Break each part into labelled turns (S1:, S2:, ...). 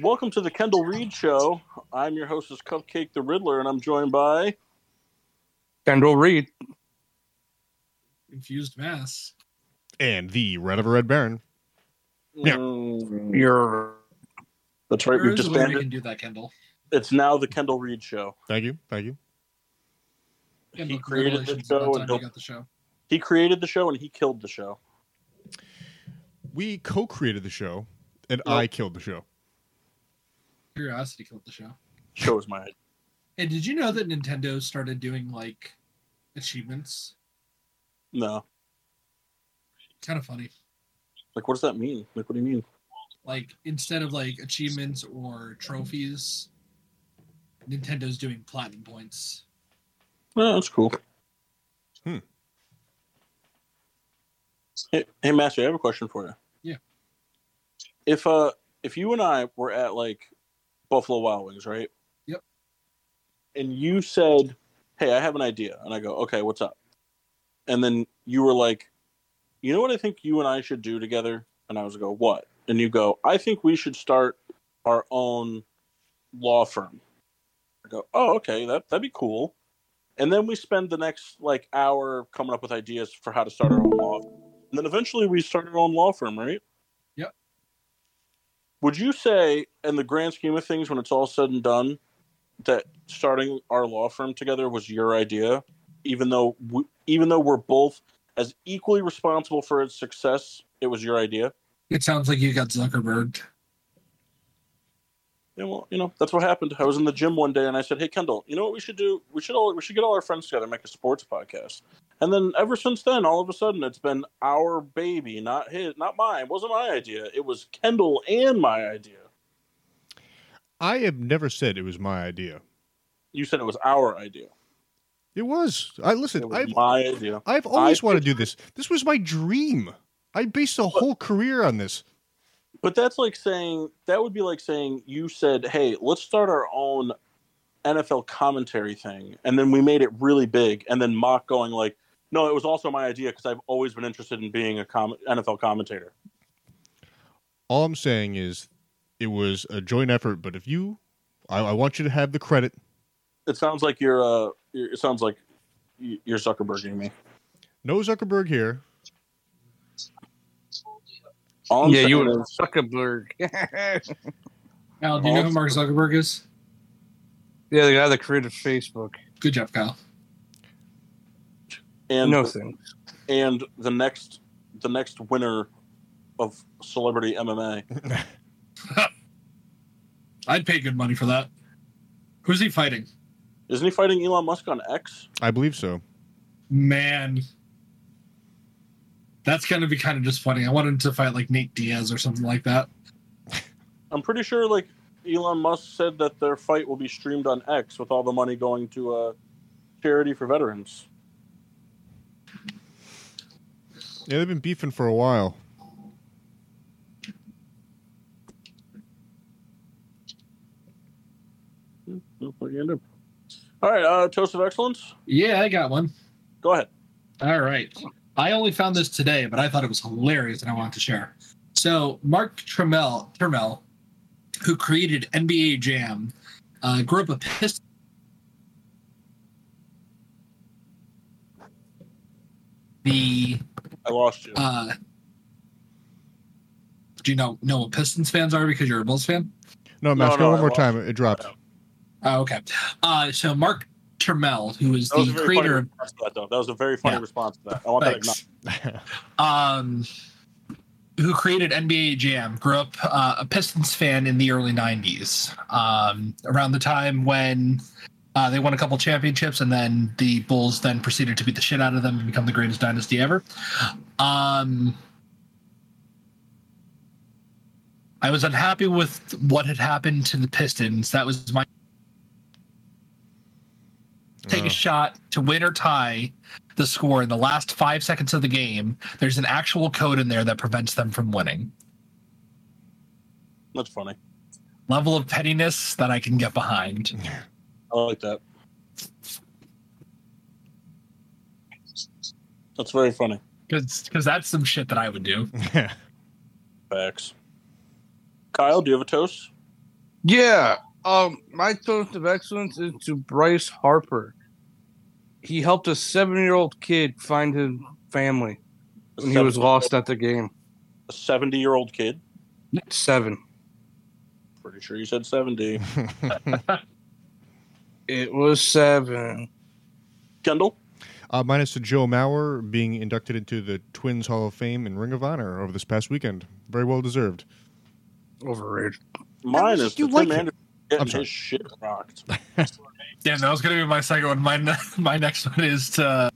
S1: Welcome to the Kendall Reed Show. I'm your hostess, Cupcake the Riddler, and I'm joined by
S2: Kendall Reed.
S3: Infused mass.
S4: And the Red of a Red Baron. Yeah.
S1: Mm,
S2: You're
S1: that's right.
S3: There
S1: We've
S3: is a way we
S1: disbanded.
S3: can do that, Kendall.
S1: It's now the Kendall Reed Show.
S4: Thank you. Thank you.
S3: Kendall,
S1: He created the
S3: congratulations,
S1: show
S3: about time
S1: and
S3: you
S1: don't-
S3: got the show.
S1: He created the show and he killed the show.
S4: We co created the show, and
S1: Yep.
S4: I killed the show.
S3: Curiosity killed the show.
S1: Show is mine.
S3: And did you know that Nintendo started doing like achievements?
S1: No,
S3: Kind of funny.
S1: like what does that mean? Like what do you mean?
S3: Like instead of like achievements or trophies, Nintendo's doing platinum points.
S1: Oh, that's cool.
S4: Hmm.
S1: Hey, hey, Master, I have a question for you.
S3: Yeah.
S1: If uh, if you and I were at like Buffalo Wild Wings, right?
S3: Yep.
S1: And you said, "Hey, I have an idea," and I go, "Okay, what's up?" And then you were like, "You know what I think you and I should do together?" And I was go, "What?" And you go, "I think we should start our own law firm." I go, "Oh, okay, that that'd be cool." And then we spend the next like hour coming up with ideas for how to start our own law. And then eventually we start our own law firm, right?
S3: Yep.
S1: Would you say, in the grand scheme of things, when it's all said and done, that starting our law firm together was your idea, even though we, even though we're both as equally responsible for its success, it was your idea?
S3: It sounds like you got Zuckerberg.
S1: Yeah, well, you know, that's what happened. I was in the gym one day and I said, "Hey, Kendall, you know what we should do? We should all we should get all our friends together and make a sports podcast." And then ever since then, all of a sudden, it's been our baby, not his, not mine. It wasn't my idea. It was Kendall and my idea.
S4: I have never said it was my idea.
S1: You said it was our idea.
S4: It was. I listen,
S1: It was
S4: I've,
S1: my idea.
S4: I've always wanted to do this. This was my dream. I based a whole career on this.
S1: But that's like saying that would be like saying you said, "Hey, let's start our own NFL commentary thing," and then we made it really big, and then mock going like, "No, it was also my idea because I've always been interested in being a com- NFL commentator."
S4: All I'm saying is it was a joint effort, but if you, I, I want you to have the credit.
S1: It sounds like you're. Uh, you're- it sounds like y- you're Zuckerberging me.
S4: No Zuckerberg here.
S1: All I'm
S2: yeah, you
S1: saying
S2: and
S1: is-
S2: Zuckerberg. yeah,
S3: Al, do you know who
S1: Also-
S3: Mark Zuckerberg is?
S2: the guy that created Facebook.
S3: Good job, Kyle.
S1: and
S2: No thanks.
S1: and the next the next winner of celebrity MMA.
S3: I'd pay good money for that. Who's he fighting?
S1: Isn't he fighting Elon Musk on X?
S4: I believe so.
S3: Man, that's gonna be kind of just funny. I wanted to fight like Nate Diaz or something like that.
S1: I'm pretty sure like Elon Musk said that their fight will be streamed on X with all the money going to uh, charity for veterans.
S4: Yeah, they've been beefing for a while.
S1: What are you gonna do? All right, uh, toast of excellence.
S3: Yeah, I got one.
S1: Go ahead.
S3: All right. I only found this today, but I thought it was hilarious and I wanted to share. So Mark Trammell, Trammell who created NBA Jam, uh, grew up a Pistons. The
S1: I lost you.
S3: uh, do you know know what Pistons fans are because you're a Bulls fan?
S4: No,
S1: No,
S4: Max,
S1: no,
S4: go one
S1: I
S4: more
S1: lost
S4: time. It dropped.
S3: Oh, okay. Uh, so Mark Trammell, who is
S1: That was, a
S3: the
S1: very funny
S3: creator of
S1: response to that, though. that was a very funny
S3: Yeah.
S1: response to that. I want that
S3: Thanks. um, who created NBA Jam, grew up uh, a Pistons fan in the early 90s, um, around the time when uh, they won a couple championships and then the Bulls then proceeded to beat the shit out of them and become the greatest dynasty ever. Um, I was unhappy with what had happened to the Pistons. That was my take
S4: Oh.
S3: a shot to win or tie the score in the last five seconds of the game. There's an actual code in there that prevents them from winning.
S1: That's funny.
S3: Level of pettiness that I can get behind.
S1: I like that. That's very funny.
S3: Because that's some shit that I would do.
S1: Facts. Kyle, do you have a toast?
S2: Yeah. Um, my toast of excellence is to Bryce Harper. He helped a seven-year-old kid find his family
S1: A
S2: when he was
S1: seven-
S2: lost at the game.
S1: A seventy-year-old kid.
S2: Seven.
S1: Pretty sure you said seventy.
S2: It was seven.
S1: Kendall.
S4: uh, minus to Joe Mauer being inducted into the Twins Hall of Fame and Ring of Honor over this past weekend. Very well deserved.
S2: Overrated.
S4: much
S1: Mine is
S4: do you
S1: the
S4: like
S1: Tim
S4: him?
S1: Anderson getting
S4: I'm sorry.
S1: his shit rocked.
S3: Yeah, that was gonna be my second one. My ne- my next one is to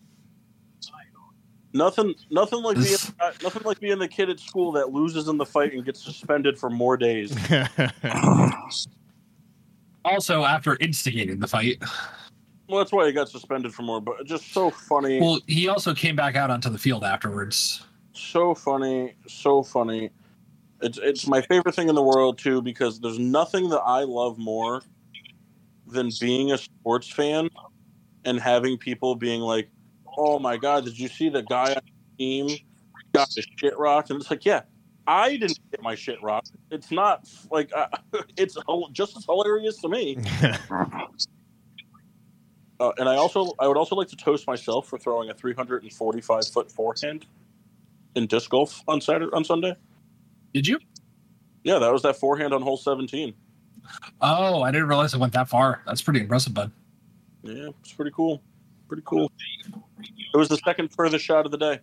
S1: Nothing, nothing like being,
S3: This-
S1: uh, nothing like being the kid at school that loses in the fight and gets suspended for more days.
S4: Uh,
S3: also after instigating the fight.
S1: Well, that's why he got suspended for more. But just so funny,
S3: Well, he also came back out onto the field afterwards.
S1: so funny, so funny. It's it's my favorite thing in the world too because there's nothing that I love more than being a sports fan and having people being like, "Oh my god, did you see the guy on the team got his shit rocked?" And it's like, yeah. I didn't get my shit rocked. It's not like uh, it's hil- just as hilarious to me. Uh, and I also I would also like to toast myself for throwing a 345 foot forehand in disc golf on Saturday on Sunday.
S3: Did you?
S1: Yeah, that was that forehand on hole 17.
S3: Oh, I didn't realize it went that far. That's pretty impressive, bud.
S1: Yeah, it's pretty cool. Pretty cool. It was the second furthest shot of the day.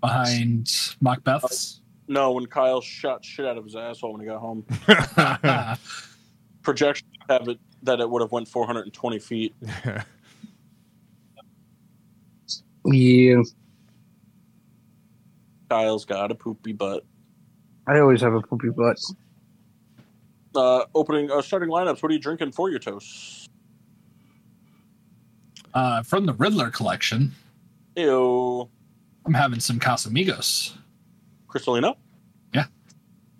S3: Behind Macbeth's.
S1: No, when Kyle shot shit out of his asshole when he got home.
S3: yeah,
S1: Projections have it that it would have went 420 feet.
S2: Yeah.
S1: Kyle's got a poopy butt.
S2: I always have a poopy butt.
S1: Uh, opening uh, starting lineups. What are you drinking for your toast?
S3: uh, from the Riddler collection.
S1: Ew,
S3: I'm having some Casamigos.
S1: Cristalino.
S3: Yeah.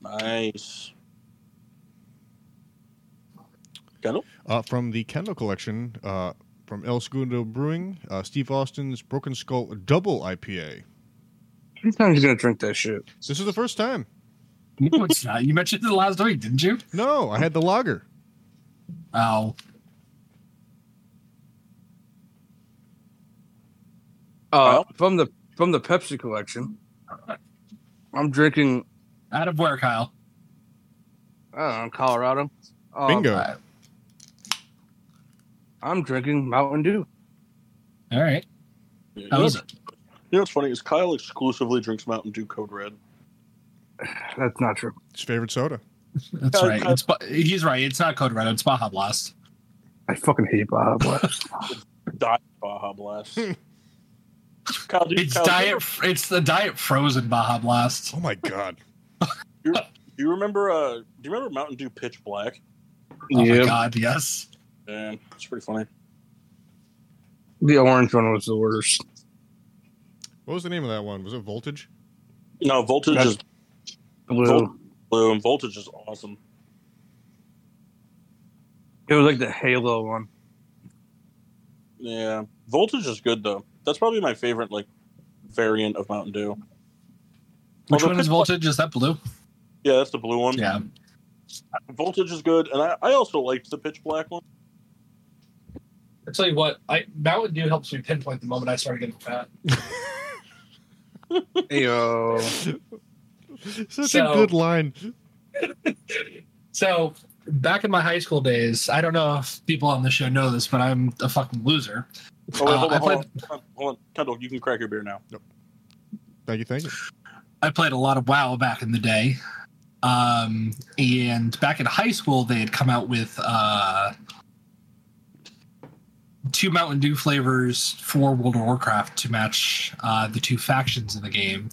S1: Nice.
S4: Uh, from the Kendall collection, uh, from El Segundo Brewing, uh, Steve Austin's Broken Skull Double IPA.
S2: How many times you gonna drink that shit?
S4: This is the first time.
S3: No, it's not. You mentioned it last week, didn't you?
S4: No, I had the lager.
S3: Oh,
S2: Uh,
S1: Kyle?
S2: from the from the Pepsi collection. I'm drinking
S3: out of where, Kyle?
S2: I don't know, Colorado. Um,
S4: Bingo.
S3: uh,
S2: I'm drinking Mountain Dew.
S3: All right. How was it?
S1: You know what's funny is Kyle exclusively drinks Mountain Dew Code Red.
S2: That's not true.
S4: It's favorite soda.
S3: That's right. It's Ba- he's right. It's not Code Red. It's Baja Blast.
S2: I fucking hate Baja oh Blast.
S1: Diet Baja Blast. Kyle, do you,
S3: It's
S1: Kyle, do you
S3: diet. It's the diet frozen Baja Blast.
S4: Oh my god.
S1: remember- Do you remember? Uh, do you remember Mountain Dew Pitch Black?
S3: Oh my
S2: Yeah.
S3: god! Yes.
S1: Yeah, it's pretty funny.
S2: the orange one was the worst.
S4: What was the name of that one? Was it Voltage?
S1: No, Voltage
S2: That's-
S1: is
S2: Blue.
S1: blue, and Voltage is awesome.
S2: It was like the Halo one.
S1: Yeah, Voltage is good though. That's probably my favorite like variant of Mountain Dew.
S3: Which
S1: Although
S3: one is
S1: Pitch-
S3: voltage? Is that blue?
S1: Yeah, that's the blue one.
S3: Yeah.
S1: Voltage is good, and I, I also liked the Pitch Black one.
S3: I tell you what, I Mountain Dew helps me pinpoint the moment I started getting fat.
S2: Yo.
S4: Such
S3: So-
S4: a good line.
S3: So back in my high school days, I don't know if people on the show know this, but I'm a fucking loser.
S1: Oh wait,
S3: Uh,
S1: hold,
S3: I
S1: on, hold, on, hold on, hold on, Kendall, you can crack your beer now.
S4: Thank you, thank you.
S3: I played a lot of WoW back in the day. Um, and back in high school, they had come out with uh, two Mountain Dew flavors for World of Warcraft to match uh, the two factions in the game.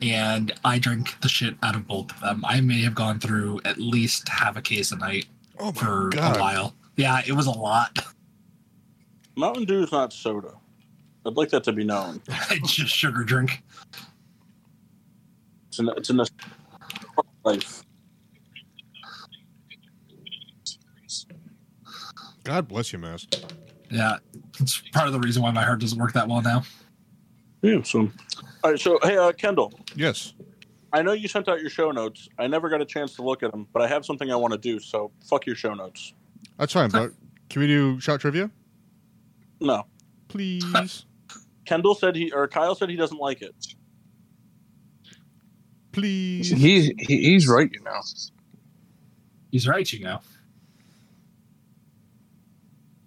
S3: and I drink the shit out of both of them. I may have gone through at least half a case a night
S4: Oh my
S3: for
S4: god!
S3: a while. Yeah, it was a lot.
S1: Mountain Dew is not soda. I'd like that to be known.
S3: it's just sugar drink.
S1: It's in it's in this life.
S4: God bless you, Mass.
S3: Yeah, it's part of the reason why my heart doesn't work that well now.
S1: Yeah. So, all right. So, hey, uh, Kendall,
S4: Yes.
S1: I know you sent out your show notes. I never got a chance to look at them, but I have something I want to do. So, fuck your show notes.
S4: That's fine, but can we do shot trivia?
S1: No.
S4: Please.
S1: Kendall said he or Kyle said he doesn't like it.
S4: Please.
S2: He's he, he's right, you know.
S3: He's right, you know.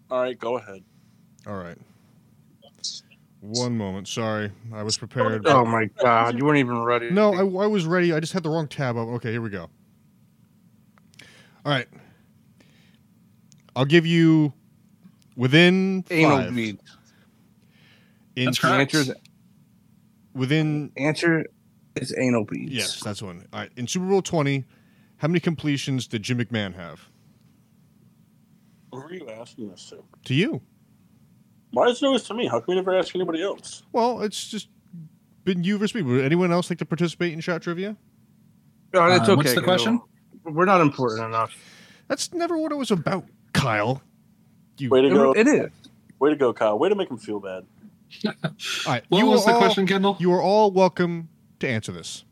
S1: All right, go ahead.
S4: All right. One moment. Sorry. I was prepared.
S2: Oh my god, you weren't even ready.
S4: No, I, I was ready. I just had the wrong tab up. Okay, here we go. All right. I'll give you within
S2: anal
S4: five.
S2: bead.
S4: in-
S3: That's
S2: The
S3: correct.
S2: answer is
S4: within
S2: answer is anal beads. Oh,
S4: yes, that's the one. All right. In Super Bowl 20, how many completions did Jim McMahon have?
S1: Who are you asking this to?
S4: To you.
S1: Why is it always to me? How can we never ask anybody else?
S4: Well, it's just been you versus me. Would anyone else like to participate in shot trivia?
S2: No, that's
S3: Uh,
S2: okay.
S3: what's the
S2: Kendall.
S3: question?
S2: We're not important enough.
S4: That's never what it was about, Kyle. You,
S1: Way to
S2: It,
S1: go!
S2: it is.
S1: Way to go, Kyle! Way to make him feel bad.
S4: all right,
S3: What
S4: you
S3: was
S4: are
S3: the
S4: all-
S3: question, Kendall?
S4: You are all welcome to answer this.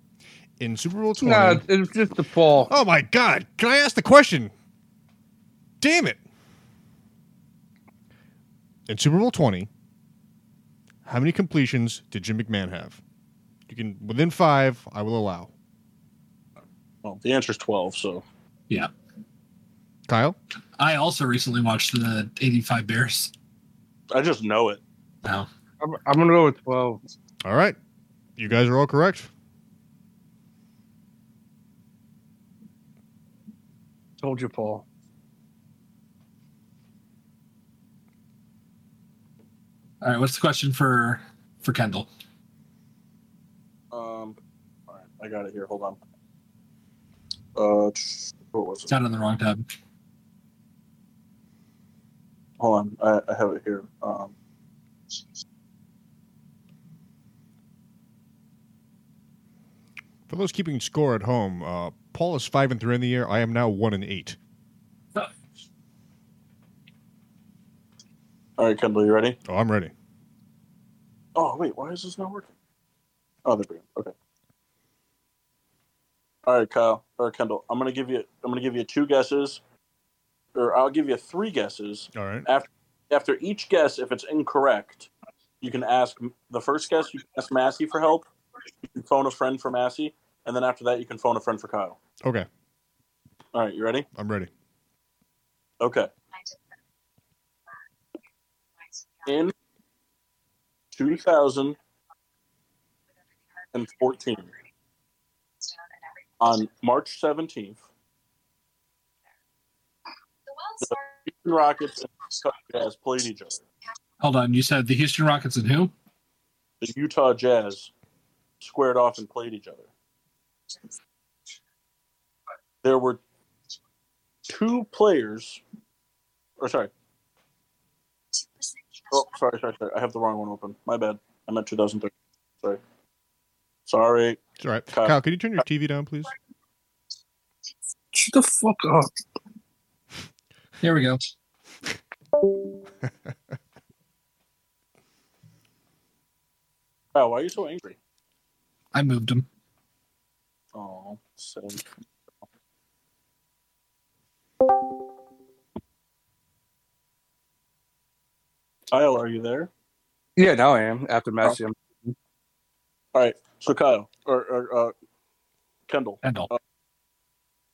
S4: In Super Bowl 20.
S2: No, it's just the fall.
S4: Oh my God! Can I ask the question? Damn it! In Super Bowl twenty, how many completions did Jim McMahon have? You can within five. I will allow.
S1: Well, the answer's twelve. So,
S4: Kyle,
S3: I also recently watched the 85 Bears.
S1: I just know it.
S3: Now,
S2: I'm, I'm gonna go with twelve.
S4: all right, you guys are all correct.
S2: Told you, Paul.
S3: all right, what's the question for for Kendall?
S1: Um, all right, I got it here. Hold on. Uh, what was
S3: It's
S1: it?
S3: not on the wrong tab.
S1: Hold on, I, I have it here. Um,
S4: For those keeping score at home, uh, Paul is five and three in the year. I am now one and eight.
S3: Oh,
S1: all right, Kendall, you ready?
S4: Oh, I'm ready.
S1: Oh wait, why is this not working? Oh, there we go. Okay. All right, Kyle or Kendall, I'm gonna give you I'm gonna give you two guesses, or I'll give you three guesses.
S4: All right.
S1: After each guess, if it's incorrect, you can ask the first guess. You can ask Massey for help. You can phone a friend for Massey, and then after that, you can phone a friend for Kyle.
S4: Okay,
S1: All right, you ready?
S4: I'm ready.
S1: Okay. In 2014, on March 17th, the Rockets and Utah Jazz played each other.
S3: Hold on, you said the Houston Rockets and who?
S1: The Utah Jazz squared off and played each other. There were two players, or sorry, Oh, sorry, sorry, sorry. I have the wrong one open. My bad. I meant 2013. Sorry. Sorry.
S4: It's all right.
S1: Kyle.
S4: Kyle, can you turn your TV down, please?
S2: Shut the fuck up.
S3: Here we go.
S1: Wow, why are you so angry?
S3: I moved him.
S1: Oh, so Kyle, are you there?
S2: Yeah, now I am. After Messi, I'm-
S1: All right. So Kyle or, or uh, Kendall
S3: Kendall.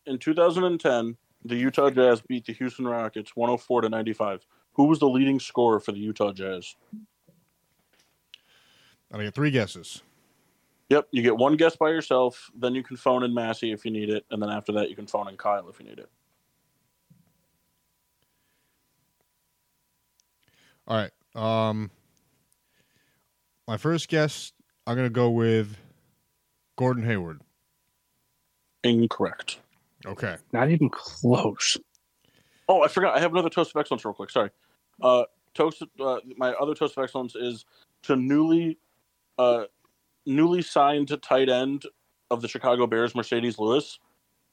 S1: in 2010, the Utah Jazz beat the Houston Rockets 104 to 95. Who was the leading scorer for the Utah Jazz?
S4: I get three guesses.
S1: Yep, you get one guess by yourself. Then you can phone in Massey if you need it, and then after that, you can phone in Kyle if you need it.
S4: All right. Um, my first guess, I'm gonna go with Gordon Hayward.
S1: Incorrect.
S4: Okay.
S2: Not even close.
S1: Oh, I forgot. I have another toast of excellence, real quick. Sorry. Uh, toast. Uh, my other toast of excellence is to newly, uh, newly signed tight end of the Chicago Bears, Mercedes Lewis,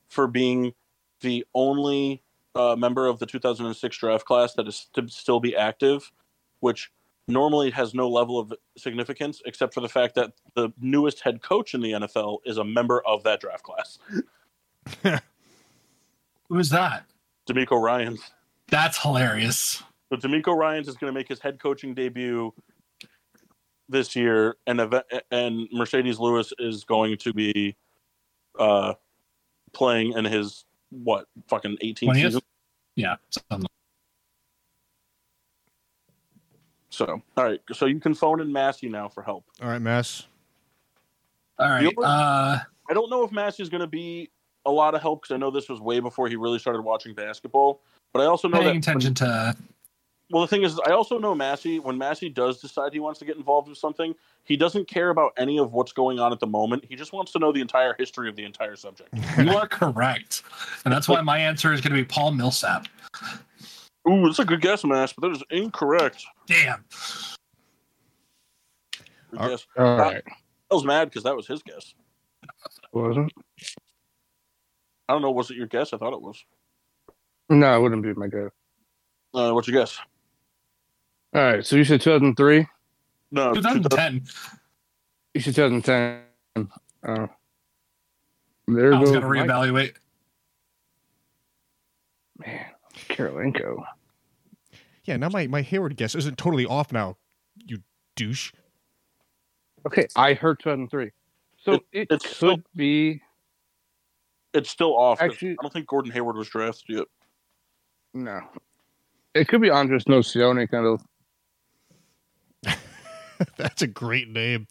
S1: for being the only uh, member of the 2006 draft class that is to still be active, which normally has no level of significance except for the fact that the newest head coach in the NFL is a member of that draft class,
S3: Who is that?
S1: D'Amico Ryan's.
S3: That's hilarious.
S1: So D'Amico Ryan's is going to make his head coaching debut this year, and ev- and Mercedes Lewis is going to be uh, playing in his what fucking 18th
S3: 20th?
S1: season.
S3: Yeah. something-
S1: So all right, so you can phone in Massey now for help.
S4: All right, Mass.
S3: All right. Uh,
S1: I don't know if Massey's going to be a lot of help because I know this was way before he really started watching basketball. But I also know
S3: paying
S1: that
S3: attention to.
S1: well, the thing is, I also know Massey. When Massey does decide he wants to get involved with something, he doesn't care about any of what's going on at the moment. He just wants to know the entire history of the entire subject.
S3: You are correct, and that's why my answer is going to be Paul Millsap.
S1: Ooh, that's a good guess, Mass, but that is incorrect.
S3: Damn.
S1: Good
S4: All
S1: guess.
S2: All right.
S1: I was mad because that was his guess.
S2: Wasn't?
S1: I don't know. Was it your guess? I thought it was.
S2: No, it wouldn't be my guess.
S1: Uh, what's your guess?
S2: All right. So you said 2003.
S1: No.
S3: 2010.
S2: You said 2010. Oh. There
S3: I was
S2: goes
S3: going to
S2: Mike.
S3: reevaluate.
S2: Man, Karolinko.
S4: Yeah, now my, my Hayward guess isn't totally off now, you douche.
S2: Okay, I heard 2003. So
S1: It-
S2: it,
S1: it's
S2: could
S1: still-
S2: be.
S1: It's still off. 'cause
S2: Actually-
S1: I don't think Gordon Hayward was drafted yet.
S2: No. It could be Andres Nocioni, kind of.
S4: That's a great name.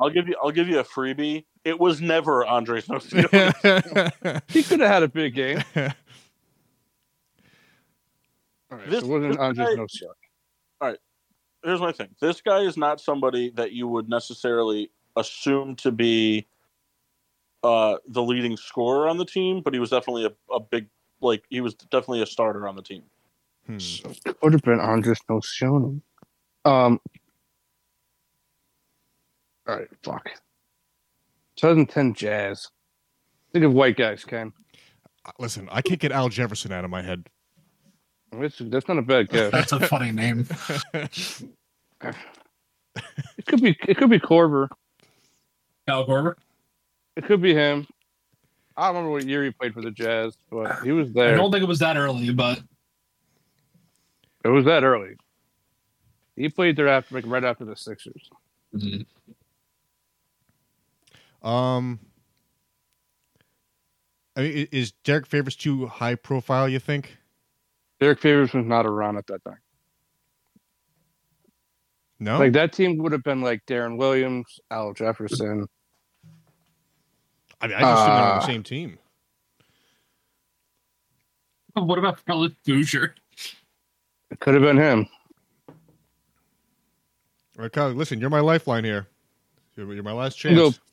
S1: I'll give you. I'll give you a freebie. It was never Andres Nocioni.
S2: He could have had a big game.
S4: All
S2: All right,
S1: This-
S2: so it wasn't
S1: this
S2: Andres
S1: guy-
S2: Nocioni.
S1: here's my thing. This guy is not somebody that you would necessarily assume to be uh, the leading scorer on the team, but he was definitely a, a big like he was definitely a starter on the team.
S4: Hmm.
S2: Could have been Andres Nocioni. Um. All right, fuck. 2010 Jazz. Think of white guys, Ken.
S4: Listen, I can't get Al Jefferson out of my head.
S2: That's, that's not a bad guess.
S3: That's a funny name.
S2: it could be. It could be Corver.
S3: Al Gorber.
S2: It could be him. I don't remember what year he played for the Jazz, but he was
S3: I
S2: there.
S3: don't think it was that early, but
S2: It was that early. He played there after, like, right after the Sixers.
S1: Mm-hmm.
S4: Um, I mean, i- is Derek Favors too high profile? You think?
S2: Derek Favors was not around at that time.
S3: Oh.
S4: No.
S2: Like that team would have been like Darren Williams, Al Jefferson.
S4: I mean, I just assumed they were on
S2: uh,
S4: the same team.
S3: what about Philip Boucher?
S2: It could have been him.
S4: All right, Kyle. Listen, you're my lifeline here. You're, you're my last
S2: You can,
S4: chance.
S2: go,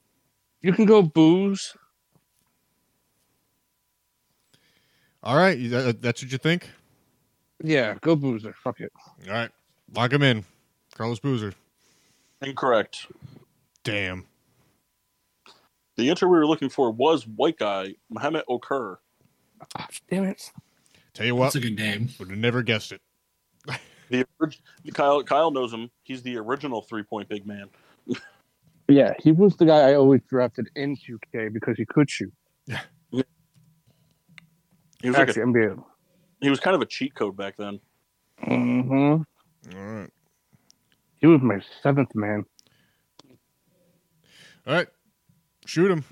S2: you can go booze.
S4: All right, you- that- that's what you think.
S2: Yeah, go boozer. Fuck it.
S4: All right, lock him in, Carlos Boozer.
S1: Incorrect.
S4: Damn.
S1: The answer we were looking for was white guy Mohammed Okur.
S2: Ah, damn it.
S4: Tell you
S3: That's
S4: what,
S3: a good name.
S4: would have never guessed it.
S1: The orig- Kyle Kyle knows him. He's the original three point big man.
S2: Yeah, he was the guy I always drafted in 2K because he could shoot.
S1: He was, like
S2: Actually,
S1: a,
S2: NBA.
S1: he was kind of a cheat code back then.
S2: hmm
S4: All right.
S2: He was my seventh man.
S4: All right. Shoot him.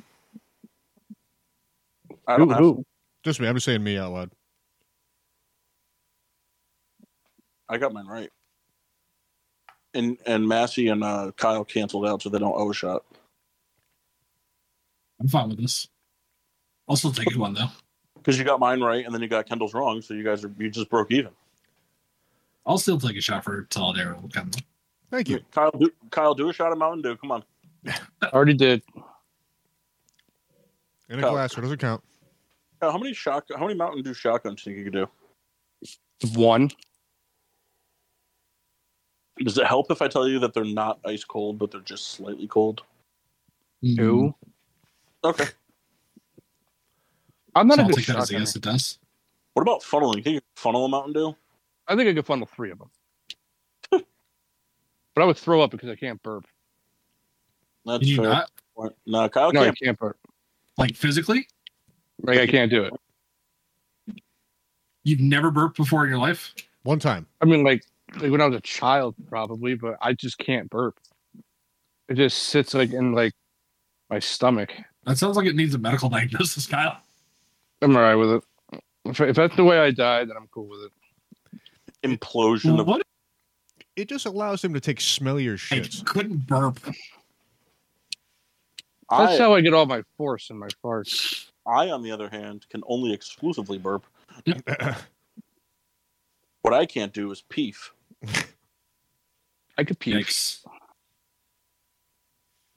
S1: I
S2: Who,
S1: don't have,
S2: who?
S4: Just me. I'm just saying me out loud.
S1: I got mine right. And and Massey and uh, Kyle canceled out, so they don't owe a shot.
S3: I'm fine with this. I'll still take one though.
S1: Because you got mine right, and then you got Kendall's wrong, so you guys are you just broke even.
S3: I'll still take a shot for Solidarity. Come on.
S4: Thank you.
S1: Kyle, do, Kyle, do a shot of Mountain Dew. Come on,
S2: Already did.
S4: in a
S1: Coke.
S4: glass, so it doesn't count.
S1: Uh, How many shot? How many Mountain Dew shotguns do you think you could do?
S2: One.
S1: Does it help if I tell you that they're not ice cold, but they're just slightly cold?
S2: Two.
S1: Okay.
S2: I'm not
S3: So I'll
S2: a good
S3: take that as a
S2: shotgunner.
S3: yes, it does.
S1: What about funneling? Can you funnel a Mountain Dew?
S2: I think I could funnel three of them. but I would throw up because I can't burp.
S1: That's
S3: Can you
S1: fair.
S3: not?
S1: No, Kyle
S2: No, I
S1: can't.
S2: can't burp.
S3: Like physically?
S2: Like I can't do it.
S3: You've never burped before in your life?
S4: One time.
S2: I mean, like, like when I was a child, probably, but I just can't burp. It just sits like in like my stomach.
S3: That sounds like it needs a medical diagnosis, Kyle.
S2: I'm alright with it. If, if that's the way I die, then I'm cool with it.
S1: Implosion of
S3: What
S4: It just allows him to take smellier
S3: I
S4: shits.
S3: couldn't burp.
S2: That's
S1: I,
S2: how I get all my force in my farts.
S1: I, on the other hand, can only exclusively burp.
S4: I
S1: What I can't do is peef.
S2: I could pee.
S3: Yikes.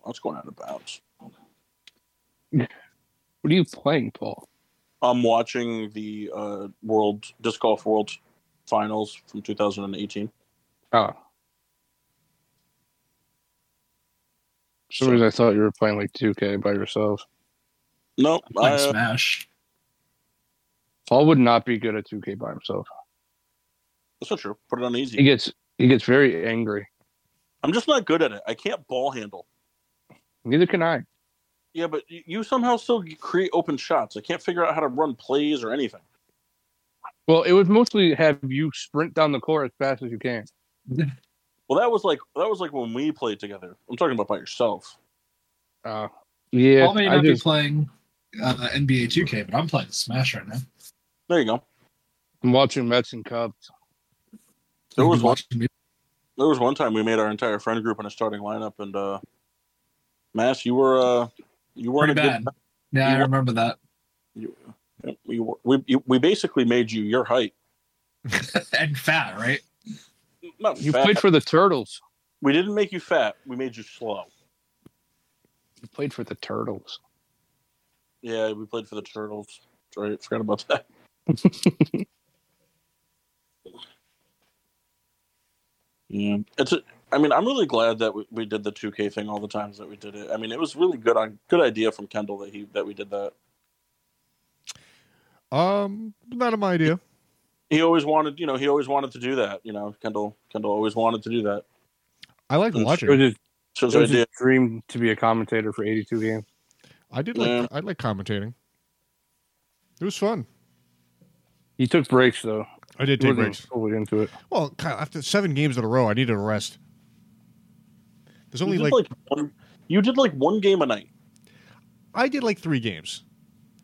S1: That's going out of bounds.
S2: What are you playing, Paul?
S1: I'm watching the uh, World Disc Golf World Finals from 2018.
S2: Oh. For some reason, I thought you were playing like 2K by yourself.
S1: No, I,
S3: Like Smash.
S2: Paul would not be good at 2K by himself.
S1: that's not true. Put it on
S2: He
S1: easy.
S2: gets he gets very angry.
S1: I'm just not good at it. I can't ball handle.
S2: Neither can I.
S1: Yeah, but y- you somehow still create open shots. I can't figure out how to run plays or anything.
S2: Well, it would mostly have you sprint down the court as fast as you can.
S1: Well, that was like that was like when we played together. I'm talking about by yourself.
S2: Uh, yeah,
S3: Paul may
S2: I
S3: not be
S2: just
S3: playing uh, NBA 2K, but I'm playing Smash right now.
S1: There you go.
S2: I'm watching Mets and Cubs.
S1: There
S3: You've
S1: was
S3: been
S1: one-
S3: watching me.
S1: There was one time we made our entire friend group in a starting lineup, and uh, Mass, you were uh, you weren't
S3: Pretty
S1: a
S3: bad.
S1: good.
S3: Yeah, I
S1: You-
S3: remember that.
S1: Yep, We, were, we you- we basically made you your height.
S3: and fat, right?
S1: Not
S2: You
S1: fat.
S2: played for the Turtles.
S1: we didn't make you fat. We made you slow.
S2: You played for the Turtles.
S1: Yeah, we played for the Turtles. Right, forgot about that. yeah, it's. A, I mean, I'm really glad that we, we did the 2K thing all the times that we did it. I mean, it was really good on good idea from Kendall that he that we did that.
S4: Um, not my idea.
S1: He always wanted, you know, he always wanted to do that. You know, Kendall Kendall always wanted to do that.
S4: I like
S1: That's
S2: It was,
S4: watching.
S2: his,
S1: So his
S2: it was
S1: idea.
S2: his dream to be a commentator for 82 games.
S4: I did like.
S1: Yeah.
S4: I like commentating. It was fun.
S2: He took breaks though.
S4: I did
S2: He
S4: take
S2: wasn't
S4: breaks.
S2: fully into it.
S4: Well, Kyle, after seven games in a row, I needed a rest. There's only
S1: you
S4: like,
S1: did like, one, you did like one game a night.
S4: I did like three games.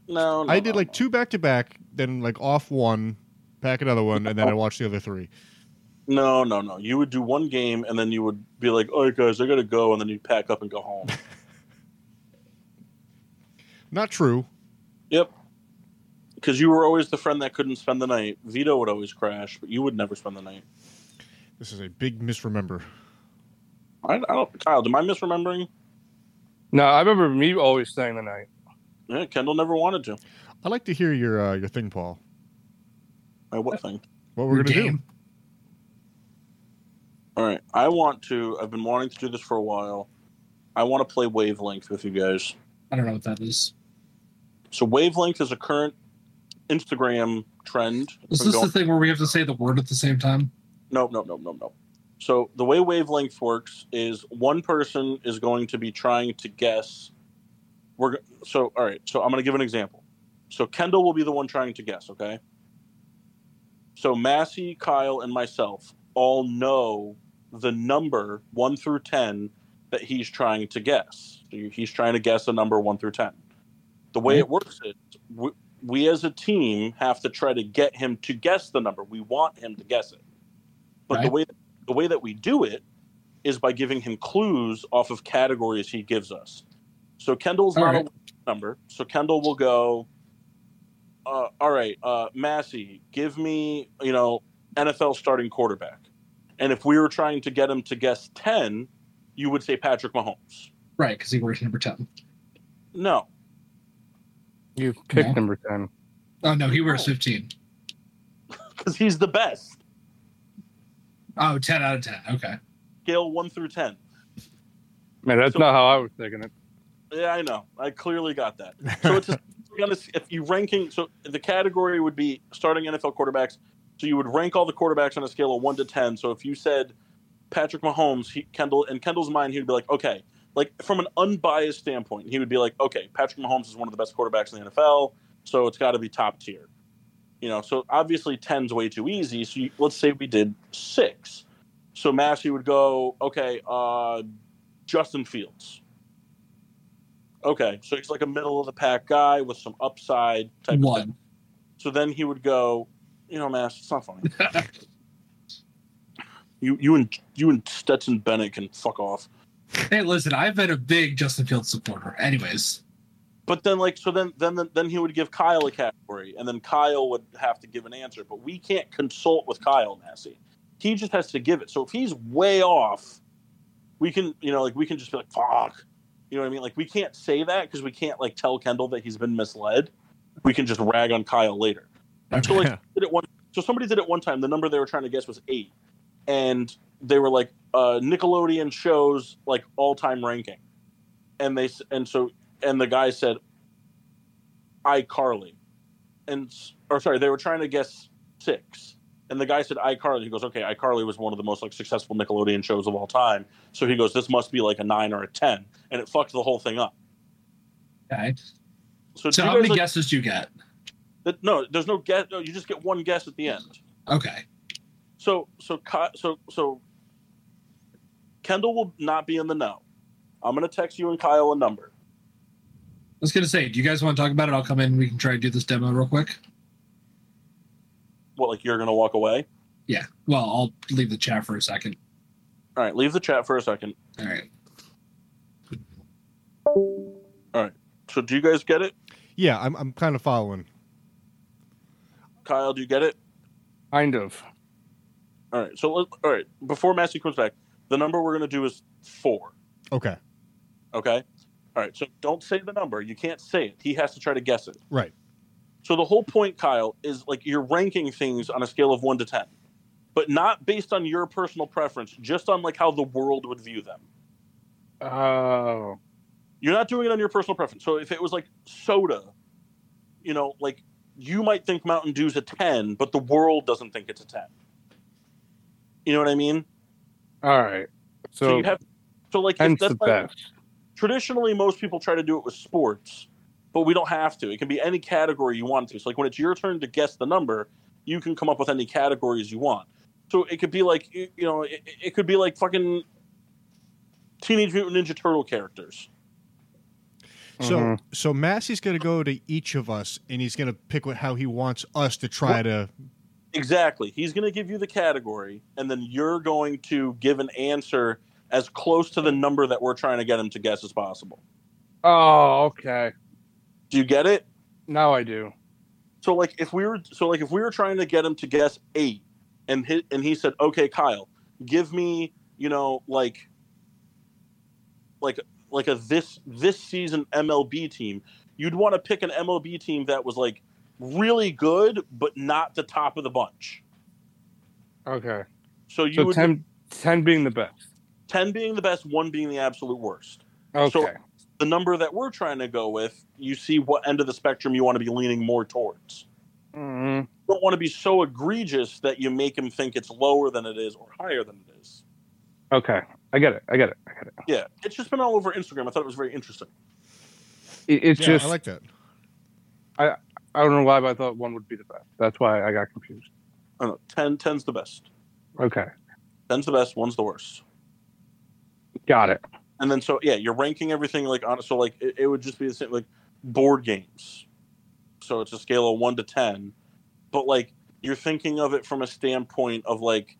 S1: No, no
S4: I did
S1: no,
S4: like two back to back, then like off one, pack another one, and then I watched the other three.
S1: No, no, no. You would do one game and then you would be like, "All right, guys, I gotta go," and then you'd pack up and go home.
S4: Not true.
S1: because you were always the friend that couldn't spend the night. Vito would always crash, but you would never spend the night.
S4: This is a big misremember.
S1: I, I don't, Kyle, am I misremembering?
S2: No, I remember me always staying the night.
S1: Yeah, Kendall never wanted to.
S4: I like to hear your uh, your thing, Paul.
S1: I what thing?
S4: What we're
S3: Your
S4: gonna do?
S3: game.
S1: All right, I want to. I've been wanting to do this for a while. I want to play Wavelength with you guys.
S3: I don't know what that is.
S1: So Wavelength is a current Instagram trend.
S3: Is
S1: Been
S3: this
S1: going-
S3: the thing where we have to say the word at the same time?
S1: No, no, no, no, no. So the way wavelength works is one person is going to be trying to guess. We're go- so all right. So I'm going to give an example. So Kendall will be the one trying to guess. Okay. So Massey, Kyle, and myself all know the number one through ten that he's trying to guess. So he's trying to guess a number one through ten. The way it works is we, we as a team have to try to get him to guess the number. We want him to guess it. But the
S3: Right.
S1: way the way that we do it is by giving him clues off of categories he gives us. So Kendall's
S3: All
S1: not
S3: right.
S1: a number. So Kendall will go, uh, all right, uh, Massey, give me, you know, NFL starting quarterback. And if we were trying to get him to guess 10, you would say Patrick Mahomes.
S3: Right, because he works number 10.
S1: No.
S2: You picked
S3: No.
S2: number 10.
S3: Oh no, he wears 15.
S1: because he's the best.
S3: Oh, 10 out of 10. Okay.
S1: Scale one through ten.
S2: Man, that's
S1: So-
S2: not how I was thinking it.
S1: Yeah, I know. I clearly got that. So it's gonna if you ranking. So the category would be starting NFL quarterbacks. So you would rank all the quarterbacks on a scale of one to ten. So if you said Patrick Mahomes, he, Kendall, in Kendall's mind, he'd be like, okay, like from an unbiased standpoint, he would be like, okay, Patrick Mahomes is one of the best quarterbacks in the NFL, so it's got to be top tier. You know, so obviously 10's way too easy. So you, let's say we did six. So Massey would go, okay, uh, Justin Fields. Okay, so he's like a middle of the pack guy with some upside type. Of thing.
S3: One.
S1: So then he would go, you know, Mass, it's not funny. you you and you and Stetson Bennett can fuck off.
S3: Hey, listen, I've been a big Justin Fields supporter. Anyways,
S1: But then like so then then then he would give Kyle a category and then Kyle would have to give an answer. But we can't consult with Kyle Massey. He just has to give it. So if he's way off, we can you know like we can just be like fuck. You know what I mean? Like we can't say that because we can't like tell Kendall that he's been misled. We can just rag on Kyle later. So like did it one. So somebody did it one time. The number they were trying to guess was eight, and they were like uh, Nickelodeon shows like all time ranking, and they s- and so and the guy said iCarly, and s- or sorry, they were trying to guess six, and the guy said iCarly. He goes, okay, iCarly was one of the most like successful Nickelodeon shows of all time. So he goes, this must be like a nine or a ten, and it fucked the whole thing up.
S3: okay.
S1: So, do
S3: So
S1: you
S3: how
S1: guys,
S3: many
S1: like-
S3: guesses do you get?
S1: that- no, there's no guess. No, you just get one guess at the end.
S3: Okay.
S1: so so Ki- so so Kendall will not be in the know. I'm gonna text you and Kyle a number.
S3: I was gonna say, do you guys want to talk about it? I'll come in. We can try to do this demo real quick.
S1: What like you're gonna walk away?
S3: Yeah. Well, I'll leave the chat for a second.
S1: All right, leave the chat for a second.
S3: All right.
S1: So do you guys get it?
S4: Yeah, I'm, I'm kind of following.
S1: Kyle, do you get it?
S2: Kind of.
S1: All right. So let, all right, before Massey comes back, the number we're gonna do is four.
S4: Okay.
S1: Okay. All right. So don't say the number. You can't say it. He has to try to guess it.
S4: Right.
S1: So the whole point, Kyle, is like you're ranking things on a scale of one to ten, but not based on your personal preference, just on like how the world would view them.
S2: Oh.
S1: You're not doing it on your personal preference. So if it was like soda, you know, like you might think Mountain Dew's a 10, but the world doesn't think it's a 10. You know what I mean?
S2: All right. So,
S1: you have so like if
S2: hence
S1: that's
S2: the
S1: like-
S2: best.
S1: traditionally most people try to do it with sports, but we don't have to. It can be any category you want to. So like when it's your turn to guess the number, you can come up with any categories you want. So it could be like you you know, it, it could be like fucking Teenage Mutant Ninja Turtle characters.
S4: So
S2: Mhm.
S4: so Massey's going to go to each of us and he's going to pick what, how he wants us to try to.
S1: Exactly. He's going to give you the category, and then you're going to give an answer as close to the number that we're trying to get him to guess as possible.
S2: Oh, okay.
S1: Do you get it?
S2: Now I do.
S1: So like if we were so like if we were trying to get him to guess eight, and hit, and he said, "Okay, Kyle, give me you know like like like a this this season MLB team." You'd want to pick an MLB team that was like really good, but not the top of the bunch.
S2: Okay.
S1: So you
S2: So
S1: would
S2: 10, 10 being the best.
S1: ten being the best, one being the absolute worst.
S2: Okay.
S1: the number that we're trying to go with, you see what end of the spectrum you want to be leaning more towards.
S2: Mhm.
S1: You don't want to be so egregious that you make him think it's lower than it is or higher than it is.
S2: Okay. I get it. I get it. I get it.
S1: Yeah, it's just been all over Instagram. I thought it was very interesting.
S2: It- It's
S4: Yeah,
S2: just,
S4: I like that.
S2: I don't know why, but I thought one would be the best. That's why I got confused.
S1: I don't know, 10, 10's the best.
S2: Okay.
S1: 10's the best, one's the worst.
S2: Got it.
S1: And then so yeah, you're ranking everything like on so like it, it would just be the same like board games. So it's a scale of one to ten. But like you're thinking of it from a standpoint of like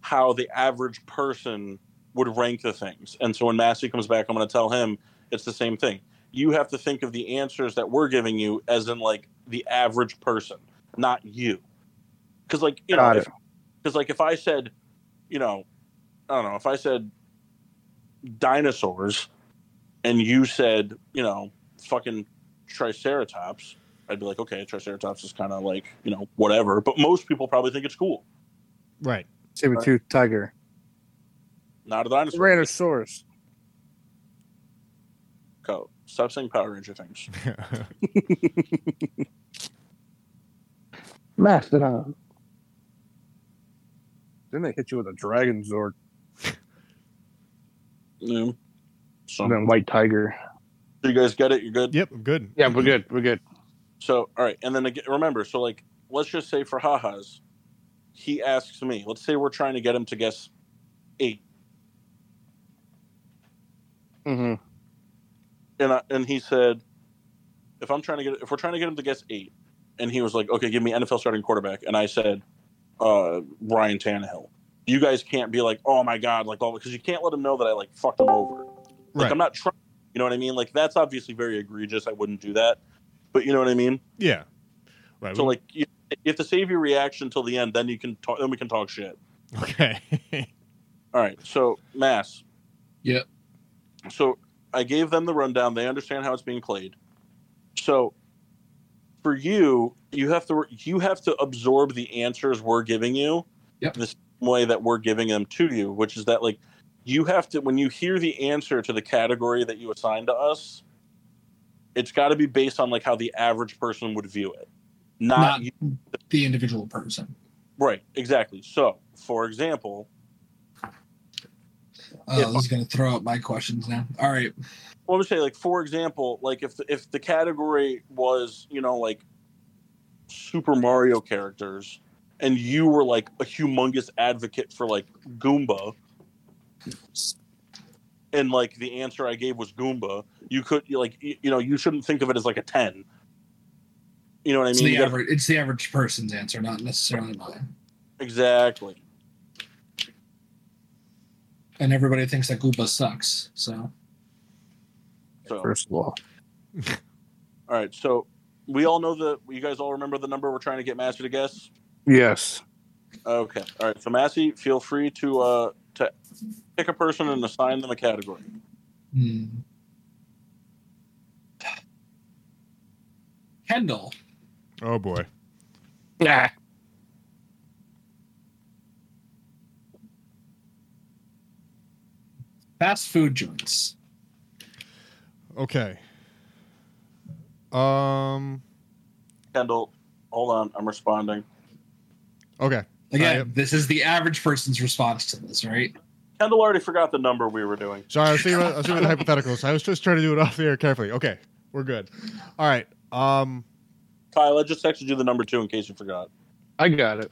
S1: how the average person would rank the things. And so when Massey comes back, I'm gonna tell him it's the same thing. You have to think of the answers that we're giving you as in like the average person, not you. Cause like you know
S2: Got
S1: if, cause like if I said, you know, I don't know, if I said dinosaurs and you said, you know, fucking Triceratops, I'd be like, okay, Triceratops is kind of like you know whatever. But most people probably think it's cool.
S4: Right.
S2: Saber-toothed tiger.
S1: Not a dinosaur.
S2: Tyrannosaurus.
S1: Co. Stop saying Power Ranger things.
S2: Mastodon. Then they hit you with a dragon sword
S1: Mm. So,
S2: and then white tiger.
S1: so you guys get it? You're good.
S4: yep. I'm good.
S2: Yeah, we're good. We're good.
S1: So all right, and then again, remember, so like let's just say for haha's, he asks me. Let's say we're trying to get him to guess eight,
S2: hmm
S1: and I, and he said, if I'm trying to get if we're trying to get him to guess eight, and he was like, okay, give me NFL starting quarterback, and I said, uh, Ryan Tannehill. You guys can't be like, oh my god, like all because you can't let him know that I like fucked him over. Like
S4: Right.
S1: I'm not trying. You know what I mean? Like that's obviously very egregious. I wouldn't do that, but you know what I mean.
S4: yeah. Right.
S1: So like you, you have to save your reaction till the end, then you can talk. Then we can talk shit.
S4: okay.
S1: All right. So mass.
S3: Yep.
S1: So I gave them the rundown. They understand how it's being played. So for you, you have to you have to absorb the answers we're giving you.
S3: Yep.
S1: The same way that we're giving them to you, which is that like you have to when you hear the answer to the category that you assigned to us, it's got to be based on like how the average person would view it, not
S3: Not the individual person.
S1: Right, exactly. So, for example,
S3: Oh,
S1: Yeah.
S3: I was going to throw out my questions now. All right.
S1: what would say like for example, like if the, if the category was you know like Super Mario characters, and you were like a humongous advocate for like Goomba, and like the answer I gave was Goomba, you could you, like you, you know you shouldn't think of it as like a ten. You know what I
S3: It's
S1: mean? You
S3: the,
S1: gotta-
S3: average, it's the average person's answer, not necessarily mine.
S1: exactly.
S3: And everybody thinks that Goomba sucks. So,
S1: So
S2: First of all,
S1: all right, so we all know the you guys all remember the number we're trying to get Master to guess.
S2: yes.
S1: Okay. All right. So Massey, feel free to uh to pick a person and assign them a category.
S3: hmm. Kendall.
S4: Oh boy.
S2: Yeah.
S3: fast food joints.
S4: Okay. Um.
S1: Kendall, hold on, I'm responding.
S4: Okay.
S3: Again,
S4: Alright.
S3: this is the average person's response to this, right?
S1: Kendall already forgot the number we were doing.
S4: Sorry, I was thinking about, I was thinking about the hypotheticals. I was just trying to do it off the air carefully. Okay, we're good. All right. Um.
S1: Kyle, I just texted you the number two in case you forgot.
S2: I got it.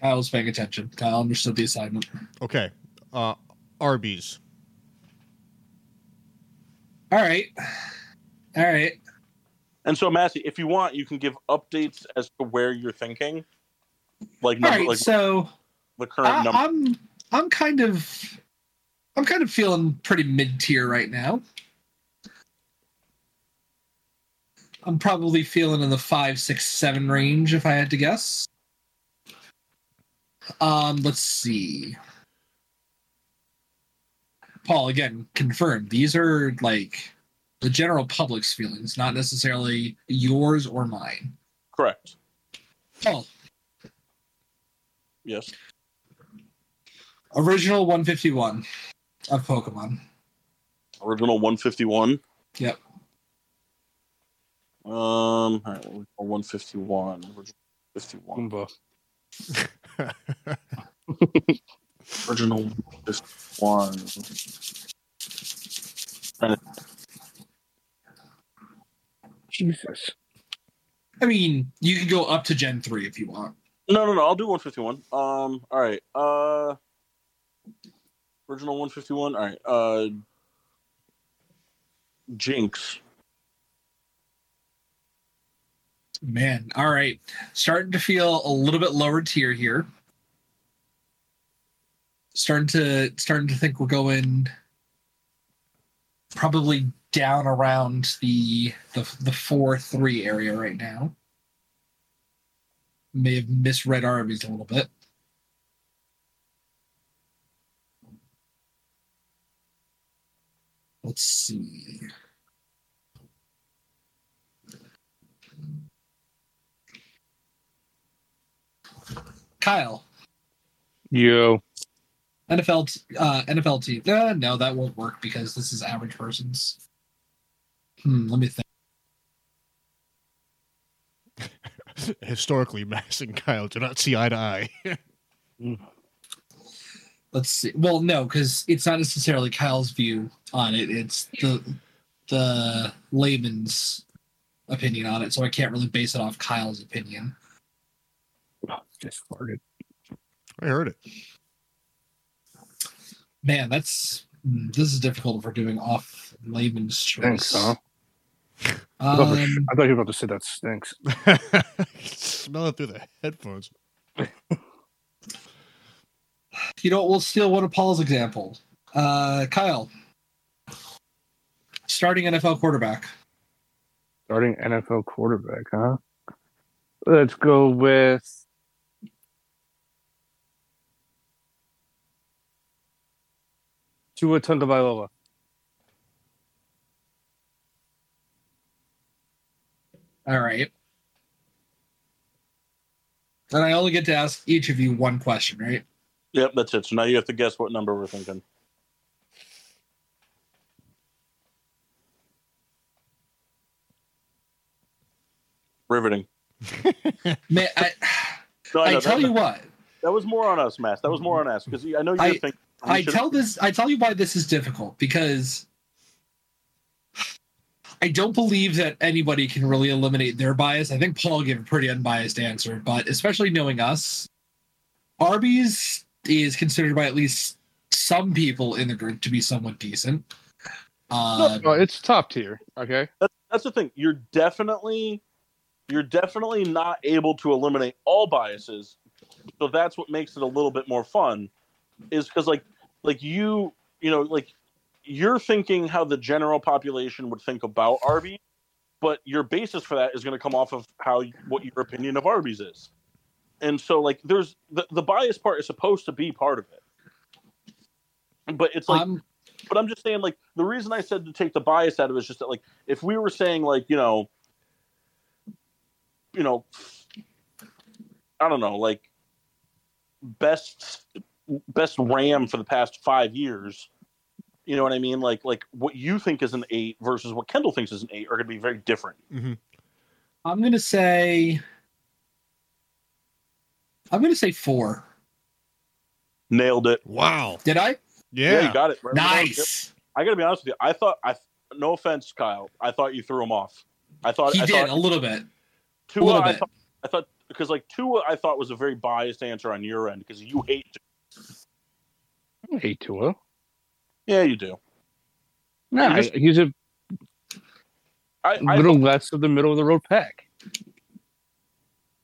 S3: Kyle was paying attention. Kyle understood the assignment.
S4: Okay. Uh, Arby's.
S3: All right. All right.
S1: And so Massey, if you want, you can give updates as to where you're thinking. Like
S3: All
S1: number,
S3: right.
S1: like
S3: So
S1: the current
S3: I,
S1: number.
S3: I'm I'm kind of I'm kind of feeling pretty mid tier right now. I'm probably feeling in the five, six, seven range if I had to guess. Um, let's see. Paul, again, confirm these are like the general public's feelings, not necessarily yours or mine. Oh,
S1: Correct.
S3: Paul,
S1: Yes.
S3: original 151 of Pokemon.
S1: Original one fifty one.
S3: Yep.
S1: Um all right, one fifty one. Original fifty one.
S2: Goomba.
S1: original just one.
S2: Jesus.
S3: I mean, you can go up to Gen three if you want.
S1: No, no, no. I'll do 151. Um. All right. Uh. Original 151. All right. Uh. Jinx.
S3: Man, all right, starting to feel a little bit lower tier here. Starting to starting to think we're going probably down around the the the four three area right now. May have misread Arby's a little bit. Let's see. Kyle,
S2: Yo.
S3: NFL t- uh, NFL team. Uh, no, that won't work because this is average persons. Hmm, let me think.
S4: Historically, Max and Kyle do not see eye to eye.
S3: Let's see. Well, no, because it's not necessarily Kyle's view on it. It's the the layman's opinion on it. So I can't really base it off Kyle's opinion.
S2: Just farted.
S4: I heard it.
S3: Man, that's mm, this is difficult if we're doing off layman's choice.
S2: Thanks, huh?
S3: Um,
S2: I thought you were about to say that stinks.
S4: Smell it through the headphones.
S3: you know, what? we'll steal one of Paul's example. Uh, Kyle, starting NFL quarterback.
S2: Starting NFL quarterback, huh? Let's go with. Tua Tungabailoa.
S3: All right. And I only get to ask each of you one question, right?
S1: Yep, that's it. So now you have to guess what number we're thinking. Riveting.
S3: Man, I,
S1: No,
S3: I
S1: know,
S3: tell
S1: that,
S3: you what,
S1: that was more on us, Mass. That was more on us because I know you
S3: I-
S1: were thinking. we
S3: I
S1: should-
S3: tell this, I tell you why this is difficult because I don't believe that anybody can really eliminate their bias. I think Paul gave a pretty unbiased answer, but especially knowing us, Arby's is considered by at least some people in the group to be somewhat decent. Uh,
S2: No, Oh, it's top tier. Okay.
S1: That's the thing. You're definitely, you're definitely not able to eliminate all biases. So that's what makes it a little bit more fun, is because like, like you, you know, like you're thinking how the general population would think about Arby's, but your basis for that is going to come off of how what your opinion of Arby's is. And so like, there's the, the bias part is supposed to be part of it. But it's like
S3: I'm-
S1: but I'm just saying, like, the reason I said to take the bias out of it is just that, like, if we were saying, like, you know, you know, I don't know, like, best best RAM for the past five years, you know what I mean? Like, like what you think is an eight versus what Kendall thinks is an eight are going to be very different.
S3: I'm gonna say. I'm gonna say four.
S1: Nailed it.
S4: Wow.
S3: Did I?
S4: Yeah.
S1: you got it. Right on the mark. Yep.
S3: Nice.
S1: I got to be honest with you. I thought I. No offense, Kyle. I thought you threw him off. I thought
S3: He
S1: I
S3: did
S1: thought,
S3: a little bit.
S1: Tua,
S3: little
S1: I
S3: bit.
S1: thought, I thought because like Tua, I thought was a very biased answer on your end because you hate.
S2: I hate Tua.
S1: Yeah, you do.
S2: No,
S1: I-
S2: he's a
S1: I, I
S2: little less of the middle of the road pack.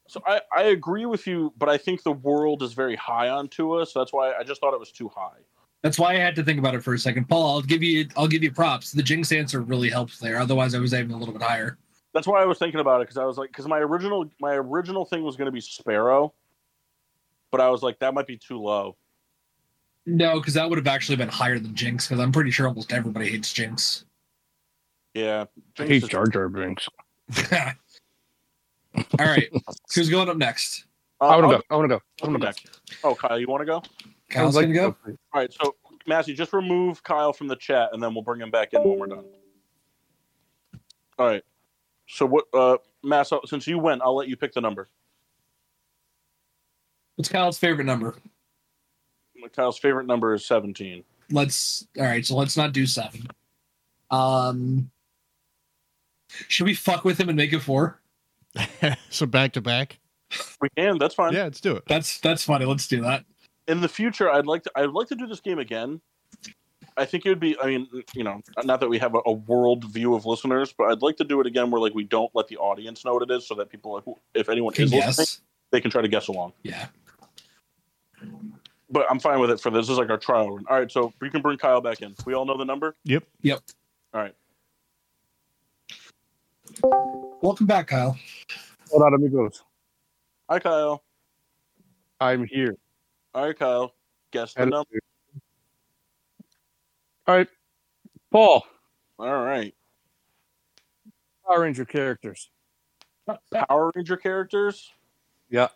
S1: so I, I agree with you, but I think the world is very high on Tua, so that's why I just thought it was too high.
S3: That's why I had to think about it for a second. Paul, I'll give you. I'll give you props. The jinx answer really helped there. Otherwise, I was aiming a little bit higher.
S1: That's why I was thinking about it because I was like, because my original my original thing was going to be Sparrow, but I was like that might be too low.
S3: No, because that would have actually been higher than jinx. Because I'm pretty sure almost everybody hates jinx.
S1: Yeah,
S2: I
S1: Jinx
S2: hate
S1: is-
S2: Jar Jar Binks.
S3: All right. Who's going up next?
S1: Uh,
S2: I want
S1: I'll
S2: to go. I want to go. I
S1: I'll
S2: want
S1: be
S2: to go.
S1: back. Oh, Kyle, you want to go?
S3: Kyle's
S2: I'd like
S3: gonna go.
S2: to
S1: All right, so Massey, just remove Kyle from the chat, and then we'll bring him back in when we're done. All right. So what, uh, Mass? I'll- Since you went, I'll let you pick the number.
S3: What's Kyle's favorite number?
S1: Kyle's favorite number is seventeen.
S3: let's all right so let's not do seven um should we fuck with him and make it four
S4: so back to back.
S1: We can. That's fine.
S4: Yeah, let's do it.
S3: that's that's funny let's do that
S1: In the future, I'd like to. I'd like to do this game again. I think it would be. I mean, you know, not that we have a, a world view of listeners, but I'd like to do it again where like we don't let the audience know what it is, so that people, who- if anyone
S3: Can
S1: is listening,
S3: guess
S1: they can try to guess along.
S3: yeah
S1: But I'm fine with it for this. This is like our trial run. All right, so we can bring Kyle back in. We all know the number.
S3: yep
S1: All right.
S3: welcome back kyle
S2: Hold on, amigos.
S1: Hi, Kyle.
S2: I'm here.
S1: All right, Kyle. Guess the
S2: Hello.
S1: number.
S2: All right, Paul.
S1: All right.
S2: Power Ranger characters.
S1: Power Ranger characters.
S2: Yeah.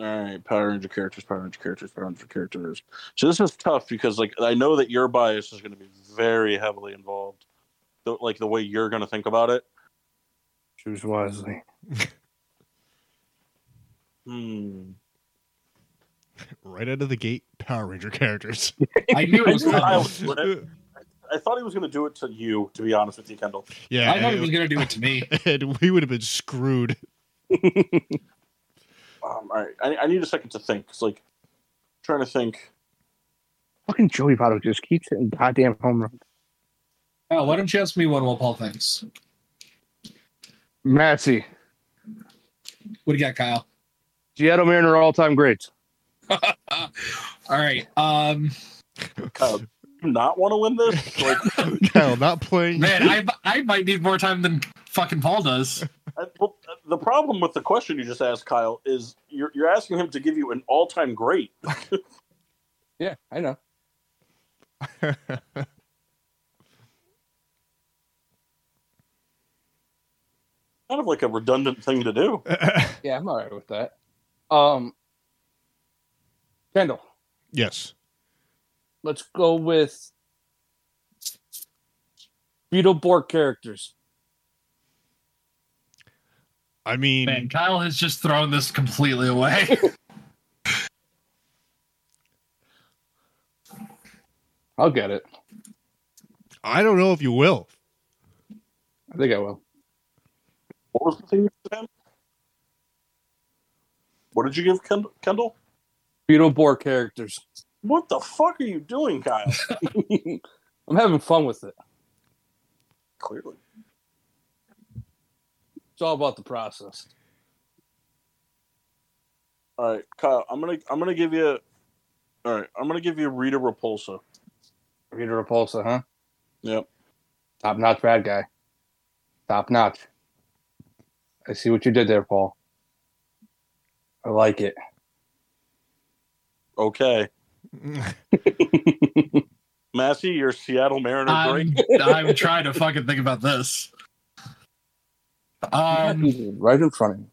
S1: all right, Power Ranger characters, Power Ranger characters, Power Ranger characters. So this is tough because like I know that your bias is going to be very heavily involved, the, like the way you're going to think about it.
S2: Choose wisely.
S1: Hmm.
S4: Right out of the gate, Power Ranger characters.
S3: I knew it was coming.
S1: I,
S3: I,
S1: I thought he was going to do it to you, to be honest with you, Kendall.
S4: yeah,
S3: thought he was gonna do it to me.
S4: and we would have been screwed.
S1: Um, all right, I, I need a second to think. 'cause, like, trying to think.
S2: Fucking Joey Votto just keeps hitting goddamn home runs.
S3: Oh, why don't you ask me one while Paul thinks?
S2: Matsy,
S3: What do you got, Kyle?
S2: Seattle Mariner all time greats.
S3: Uh, All right. Um,
S1: Kyle, uh, do you not want to win this? Like,
S4: Kyle, not playing.
S3: man, I I might need more time than fucking Paul does.
S1: I, Uh, well, the problem with the question you just asked, Kyle, is you're, you're asking him to give you an all-time great.
S2: Yeah, I know.
S1: Kind of like a redundant thing to do.
S2: Yeah, I'm all right with that. Um, Kendall,
S4: yes.
S2: let's go with Beetleborg characters.
S4: I mean,
S3: Man, Kyle has just thrown this completely away.
S2: I'll get it.
S4: I don't know if you will.
S2: I think I will.
S1: What was the thing you said? What did you give Kend- Kendall?
S2: Beetleborg characters.
S1: What the fuck are you doing, Kyle?
S2: I'm having fun with it.
S1: Clearly.
S2: It's all about the process.
S1: All right, Kyle, I'm gonna I'm gonna give you. All right, I'm gonna give you Rita Repulsa.
S2: Rita Repulsa, huh?
S1: Yep.
S2: Top notch bad guy. Top notch. I see what you did there, Paul. I like it.
S1: Okay, Massey, your Seattle Mariner
S3: I'm,
S1: break.
S3: I'm trying to fucking think about this. Um,
S2: right in front of me.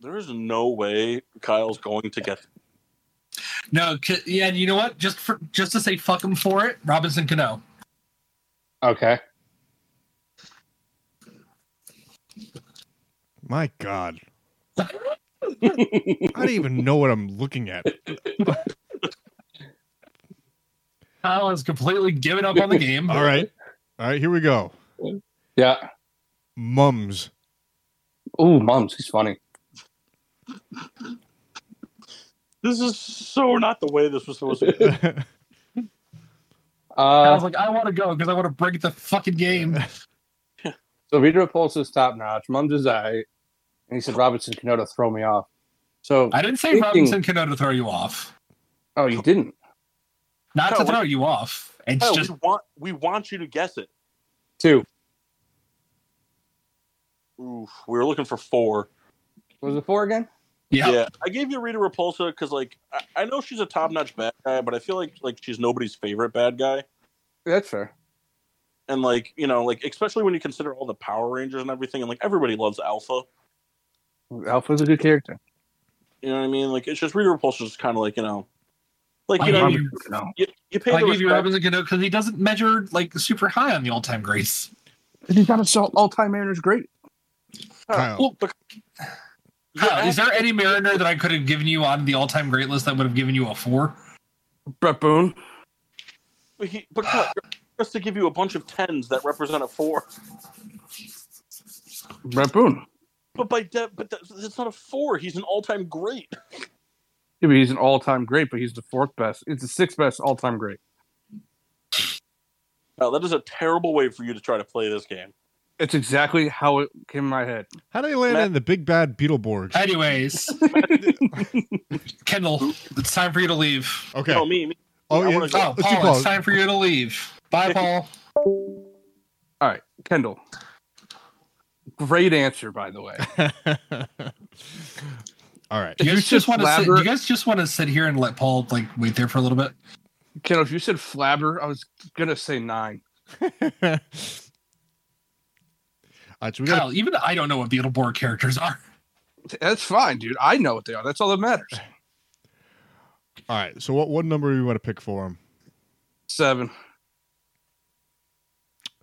S1: There is no way Kyle's going to get.
S3: no, c- yeah, and you know what? Just for just to say fuck him for it, Robinson Cano.
S2: Okay.
S4: My God. I don't even know what I'm looking at.
S3: Kyle has completely given up on the game.
S4: All right. All right, here we go.
S2: Yeah.
S4: Mums.
S2: Ooh, mums. He's funny.
S1: This is so not the way this was supposed to be.
S3: I was
S2: Uh,
S3: like, I want to go because I want to break the fucking game.
S2: so Rita Repulsa's top notch. Mums is I. And he said Robinson Cano to throw me off. So,
S3: I didn't say
S2: Thinking-
S3: Robinson Cano to throw you off,
S2: oh, you didn't.
S3: not
S1: No,
S3: to
S1: we-
S3: throw you off. It's
S1: Kyle,
S3: just
S1: we want we want you to guess it.
S2: Two.
S1: Oof, we were looking for four.
S2: Was it four again?
S3: yeah.
S1: Yeah, I gave you Rita Repulsa because, like, I, I know she's a top-notch bad guy, but I feel like like she's nobody's favorite bad guy.
S2: That's fair.
S1: And like, you know, like especially when you consider all the Power Rangers and everything, and like everybody loves Alpha.
S2: Alpha's a good character.
S1: You know what I mean? Like, it's just Rita Repulsa is kind of like you know, like
S3: I
S1: you know,
S3: gave
S1: you,
S3: you,
S2: No.
S1: you, pay
S3: I
S1: the
S3: gave you
S1: respect.
S3: Robinson Cano because he doesn't measure like super high on the all-time grace.
S2: He's not a all-time Mariners great.
S4: Kyle.
S3: Well,
S1: You're
S3: Kyle, is
S1: asking-
S3: there any Mariner that I could have given you on the all-time great list that would have given you a four?
S2: Brett Boone.
S1: but he, but Kyle, you're just to give you a bunch of tens that represent a four,
S2: Brett Boone.
S1: but by de- but that, it's not a four. He's an all-time great.
S2: Yeah, but he's an all-time great, but he's the fourth best. It's the sixth best all-time great.
S1: Wow, that is a terrible way for you to try to play this game.
S2: It's exactly how it came in my head.
S4: How do they land
S1: Matt-
S4: in the big bad Beetleborg?
S3: Anyways, Kendall, it's time for you to leave.
S4: Okay.
S1: No, me, me.
S4: Oh,
S1: I
S4: yeah.
S1: wanna go.
S3: Oh,
S4: Let's do
S3: Paul,
S4: Paul.
S3: it's time for you to leave. Bye, Paul.
S2: Kendall. Great answer, by the way.
S4: All right.
S3: Do you
S2: You
S3: guys just
S2: should
S3: want to sit?
S2: blabber-
S3: Do you guys just want to sit here and let Paul like wait there for a little bit?
S2: Kendall, if you said flabber, I was gonna say nine.
S4: All right, so we got
S3: Kyle, even I don't know what Beetleborg characters are.
S2: That's fine, dude. I know what they are. That's all that matters.
S4: All right. So what what number do you want to pick for him?
S2: Seven.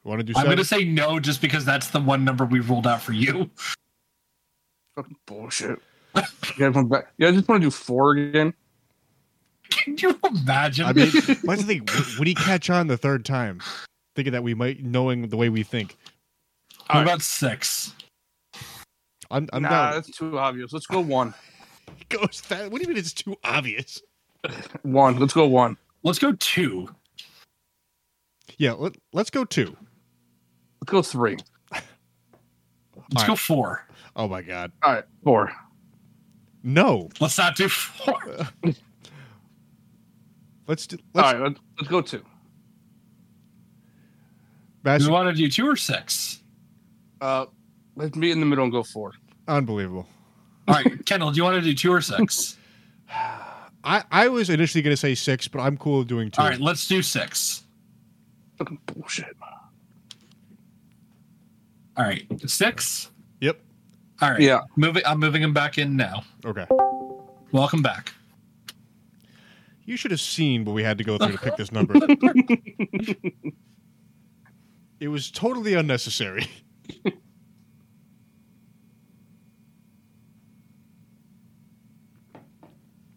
S4: Want to do
S3: I'm
S4: seven?
S3: going to say no just because that's the one number we ruled out for you.
S2: Fucking bullshit. yeah, I'm back. yeah, I just want to do four again.
S3: Can you imagine?
S4: I mean, why the thing? Would he catch on the third time? Thinking that we might, knowing the way we think,
S3: what about six?
S4: I'm, I'm
S2: nah,
S4: down.
S2: that's too obvious. Let's go one.
S4: Goes that? What do you mean? It's too obvious.
S2: One. Let's go one.
S3: Let's go two.
S4: Yeah. Let, let's go two.
S2: Let's go three.
S3: Let's
S4: All
S3: go four.
S4: Oh my god.
S2: All right, four.
S4: No.
S3: Let's not do four.
S4: Let's do. Let's,
S2: All right, let's, let's go two.
S4: Bas-
S3: Do we want to do two or six?
S2: Uh, let's meet in the middle and go four.
S4: unbelievable.
S3: All right, Kendall, do you want to do two or six?
S4: I I was initially going to say six, but I'm cool with doing two.
S3: All right, let's do six.
S2: Fucking bullshit.
S3: All right, six.
S4: Yep.
S3: All right.
S2: Yeah.
S3: Moving. I'm moving him back in now.
S4: Okay.
S3: Welcome back.
S4: You should have seen what we had to go through to pick this number. it was totally unnecessary.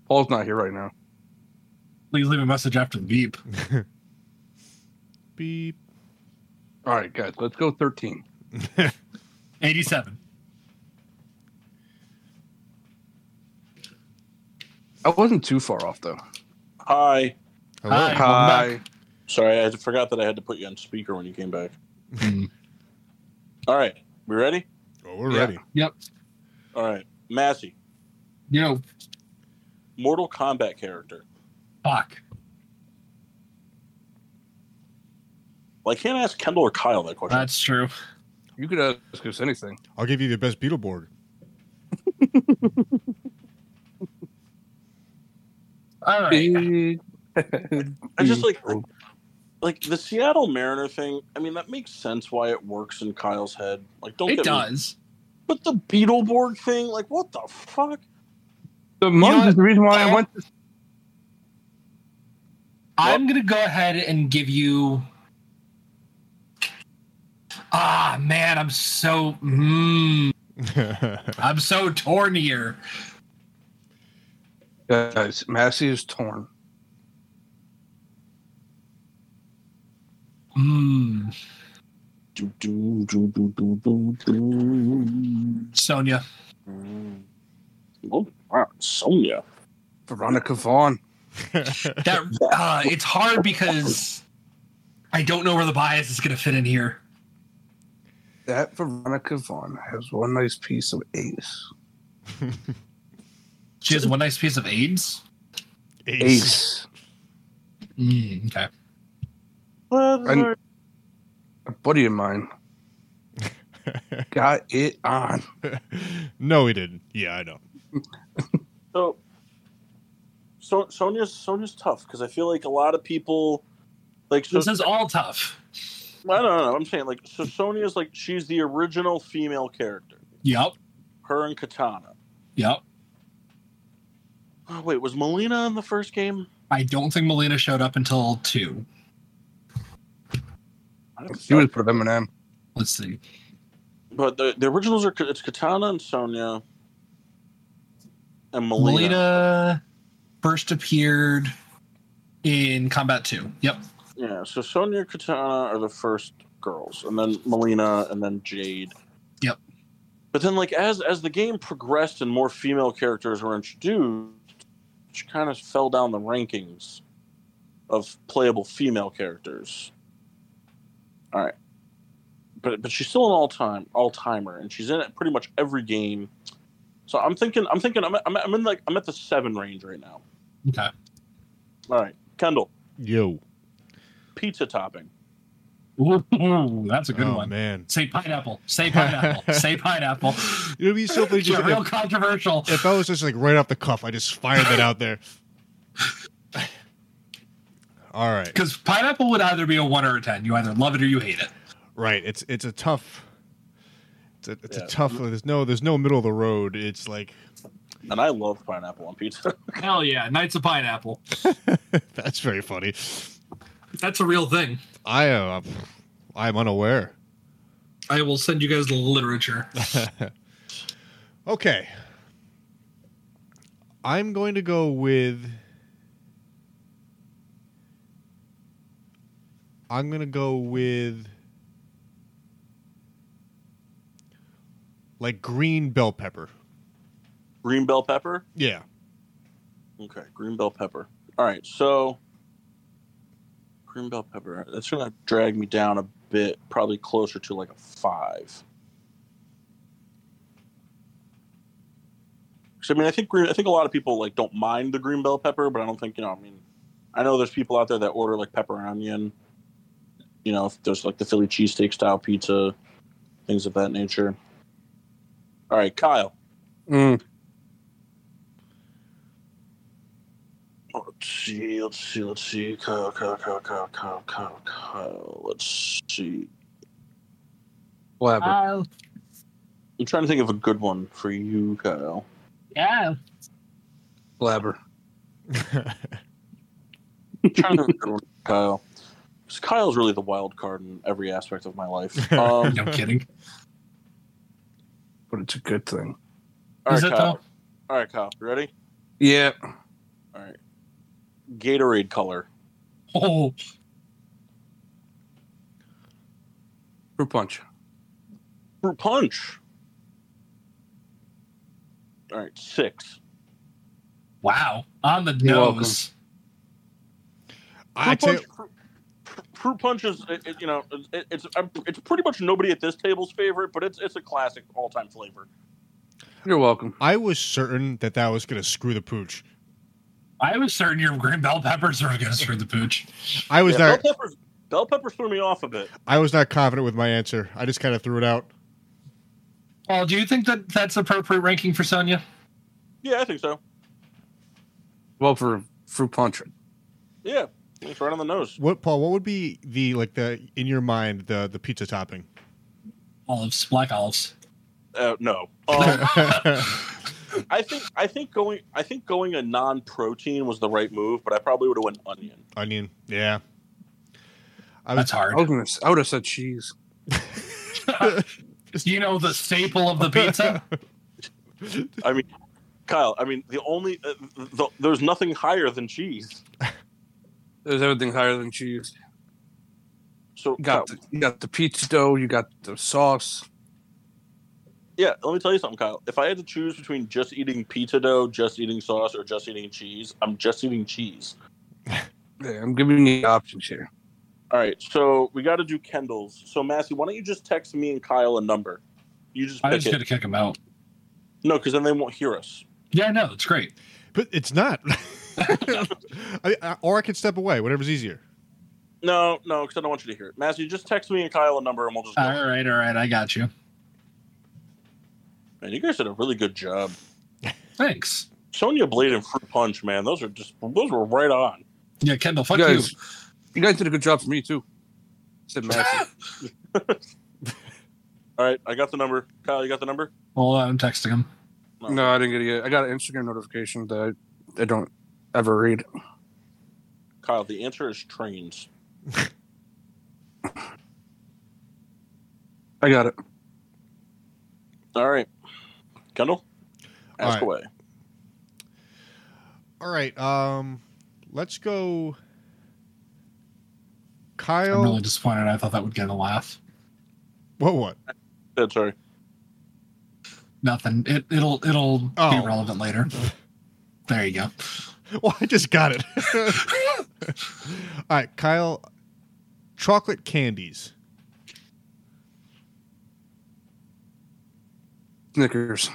S2: Paul's not here right now.
S3: Please leave a message after the beep.
S4: Beep.
S2: All right, guys, let's go thirteen.
S3: 87.
S2: I wasn't too far off though.
S1: Hi.
S4: Hello.
S3: Hi.
S2: Hi.
S1: Sorry, I forgot that I had to put you on speaker when you came back.
S3: Mm.
S1: All right. We ready?
S4: Oh, we're
S2: Yeah.
S4: ready.
S3: Yep.
S1: All right. Massey,
S3: You know,
S1: Mortal Kombat character.
S3: fuck.
S1: Well, I can't ask Kendall or Kyle that question.
S3: That's true.
S2: You could ask us anything.
S4: I'll give you the best Beetleborg.
S3: All right.
S1: I just like like the Seattle Mariner thing. I mean, that makes sense why it works in Kyle's head. Like, don't
S3: It
S1: get me-
S3: does.
S1: But the Beetleborg thing, like, what the fuck?
S2: the month
S3: know
S2: is the reason why I went.
S3: I'm going to go ahead and give you. Ah, man, I'm so. Mm, I'm so torn here.
S2: Guys, Massey is torn.
S3: Mm.
S1: Do, do, do, do, do, do, do.
S3: Sonia.
S1: Oh, wow, Sonya.
S2: Veronica Vaughn.
S3: That uh, it's hard because I don't know where the bias is going to fit in here.
S2: That Veronica Vaughn has one nice piece of ace.
S3: She has one nice piece of AIDS.
S2: Ace.
S3: Mm, okay.
S2: And- A buddy of mine got it on.
S4: no, he didn't. Yeah, I know.
S1: So, so Sonya's Sonya's tough because I feel like a lot of people, like, so,
S3: This is all tough.
S1: I don't know. I'm saying like, so Sonya's like she's the original female character.
S3: Yep.
S1: Her and Katana.
S3: Yep.
S1: Oh, wait, was Melina in the first game?
S3: I don't think Melina showed up until two.
S1: I don't
S2: She was
S1: know.
S2: for Eminem.
S3: Let's see.
S1: But the, the originals are it's Katana and Sonya and
S3: Melina.
S1: Melina.
S3: first appeared in Combat Two. Yep.
S1: Yeah, so Sonya and Katana are the first girls, and then Melina, and then Jade.
S3: Yep.
S1: But then, like as as the game progressed and more female characters were introduced, she kind of fell down the rankings of playable female characters. All right, but but she's still an all time all timer, and she's in it pretty much every game. So I'm thinking, I'm thinking, I'm, I'm, I'm in like I'm at the seven range right now.
S3: Okay.
S1: All right, Kendall,
S4: Yo.
S1: pizza topping.
S3: Ooh, that's a good
S4: oh
S3: one.
S4: man.
S3: Say pineapple. Say pineapple. say pineapple.
S4: It would be so funny just
S3: You're real
S4: if,
S3: controversial.
S4: if I was just like right off the cuff, I just fired that out there. All right.
S3: Because pineapple would either be a one or a ten. You either love it or you hate it.
S4: Right. It's it's a tough. It's a, it's
S1: Yeah.
S4: a tough. There's no there's no middle of the road. It's like
S1: and I love pineapple on pizza.
S3: Hell yeah, Knights of Pineapple.
S4: That's very funny.
S3: That's a real thing.
S4: I uh, I'm unaware.
S3: I will send you guys the literature.
S4: okay. I'm going to go with. I'm going to go with. Like green bell pepper.
S1: green bell pepper.
S4: Yeah.
S1: Okay, green bell pepper. All right, so green bell pepper. That's gonna drag me down a bit, probably closer to like a five. 'Cause, I mean, I think green. I think a lot of people like don't mind the green bell pepper, but I don't think you know. I mean, I know there's people out there that order like pepper and onion. You know, if there's like the Philly cheesesteak style pizza, things of that nature. All right, Kyle.
S2: Mm.
S1: Let's see, let's see, let's see. Kyle, Kyle, Kyle, Kyle, Kyle, Kyle, Kyle. Let's see.
S2: Blabber.
S3: Kyle,
S1: I'm trying to think of a good one for you, Kyle.
S3: Kyle.
S2: Blabber.
S1: I'm trying to think of a good one, for Kyle. 'Cause Kyle's really the wild card in every aspect of my life. Um,
S3: No kidding.
S2: But it's a good thing.
S1: all right,
S3: Is it
S1: Kyle.
S3: though?
S1: All right, Kyle. You ready?
S2: Yeah.
S1: All right. Gatorade color.
S3: Oh,
S2: Fruit punch.
S1: Fruit punch. All right, six.
S3: wow. On the
S2: You're welcome.
S3: nose.
S4: I
S1: fruit
S4: tell,
S1: punch, fruit, fruit punch is it, it- you know it, it's I'm- it's pretty much nobody at this table's favorite, but it's it's a classic all time flavor.
S2: You're welcome.
S4: I was certain that that was going to screw the pooch.
S3: I was certain your green bell peppers were going to screw the pooch.
S4: I was
S1: Yeah,
S4: not.
S1: bell peppers? Bell peppers threw me off a bit.
S4: I was not confident with my answer. I just kind of threw it out.
S3: Paul, do you think that that's appropriate ranking for Sonya?
S1: Yeah, I think so.
S2: Well, for fruit punch.
S1: Yeah, it's right on the nose.
S4: What Paul? What would be the like the in your mind the the pizza topping?
S3: Olives, black olives.
S1: Uh, no, um, I think I think going I think going a non protein was the right move, but I probably would have went onion.
S4: Onion. Yeah. I
S3: That's
S4: was,
S2: I
S3: hard.
S2: was gonna. I would have said cheese.
S3: You know the staple of the pizza.
S1: I mean, Kyle, I mean the only uh, the, there's nothing higher than cheese.
S2: There's everything higher than cheese.
S1: So
S2: You got the, you got the pizza dough. You got the sauce.
S1: Yeah, let me tell you something, Kyle. If I had to choose between just eating pizza dough, just eating sauce, or just eating cheese, I'm just eating cheese.
S2: Yeah, I'm giving you options here.
S1: All right, so we got to do Kendall's. So Massey, why don't you just text me and Kyle a number? You just
S3: I
S1: pick
S3: was
S1: it.
S3: going to kick him out.
S1: No, because then they won't hear us.
S3: Yeah, no, it's great.
S4: but it's not. I, I, or I could step away. Whatever's easier.
S1: No, no, because I don't want you to hear it. Massey, just text me and Kyle a number, and we'll just. Go.
S3: All right, all right, I got you.
S1: Man, you guys did a really good job.
S3: Thanks.
S1: Sonia Blade and Fruit Punch, man, those are just those were right on.
S3: Yeah, Kendall, fuck
S2: you
S3: you.
S2: guys, you. guys did a good job for me too. Said Massey.
S1: All right, I got the number. Kyle, you got the number?
S3: Hold on, I'm texting him.
S2: no, I didn't get it. Yet. I got an Instagram notification that I, I don't ever read.
S1: Kyle, the answer is trains.
S2: I got it.
S1: All right, Kendall,
S4: All
S1: ask
S4: right.
S1: away.
S4: All right. Um, let's go.
S3: I'm
S4: Kyle.
S3: really disappointed. I thought that would get a laugh.
S4: what? What?
S1: Good, sorry.
S3: Nothing. It, it'll it'll
S4: Oh.
S3: be relevant later. There you go.
S4: Well, I just got it. All right, Kyle. Chocolate candies.
S2: Snickers.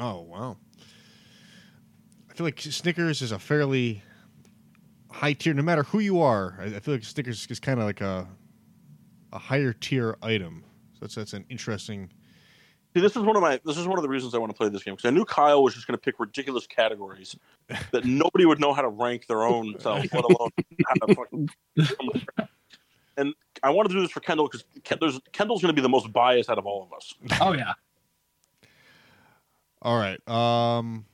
S4: Oh wow! I feel like Snickers is a fairly high tier. No matter who you are, I, I feel like Snickers is kind of like a a higher tier item. So that's that's an interesting.
S1: See, this is one of my this is one of the reasons I want to play this game because I knew Kyle was just going to pick ridiculous categories that nobody would know how to rank their own self, let alone how to fucking. And I want to do this for Kendall because Kendall's, Kendall's going to be the most biased out of all of us.
S3: Oh yeah.
S4: All right. Um,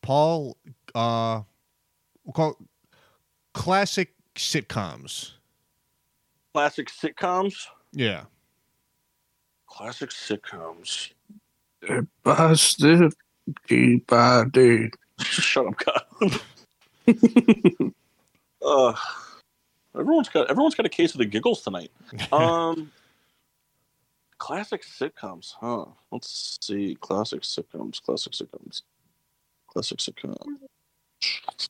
S4: Paul, uh, we'll call it classic sitcoms.
S1: Classic sitcoms.
S4: Yeah.
S1: Classic sitcoms.
S2: Busted by dude.
S1: Shut up, Kyle. uh, everyone's got everyone's got a case of the giggles tonight. Um, classic sitcoms, huh? Let's see. Classic sitcoms. Classic sitcoms. Classic sitcom.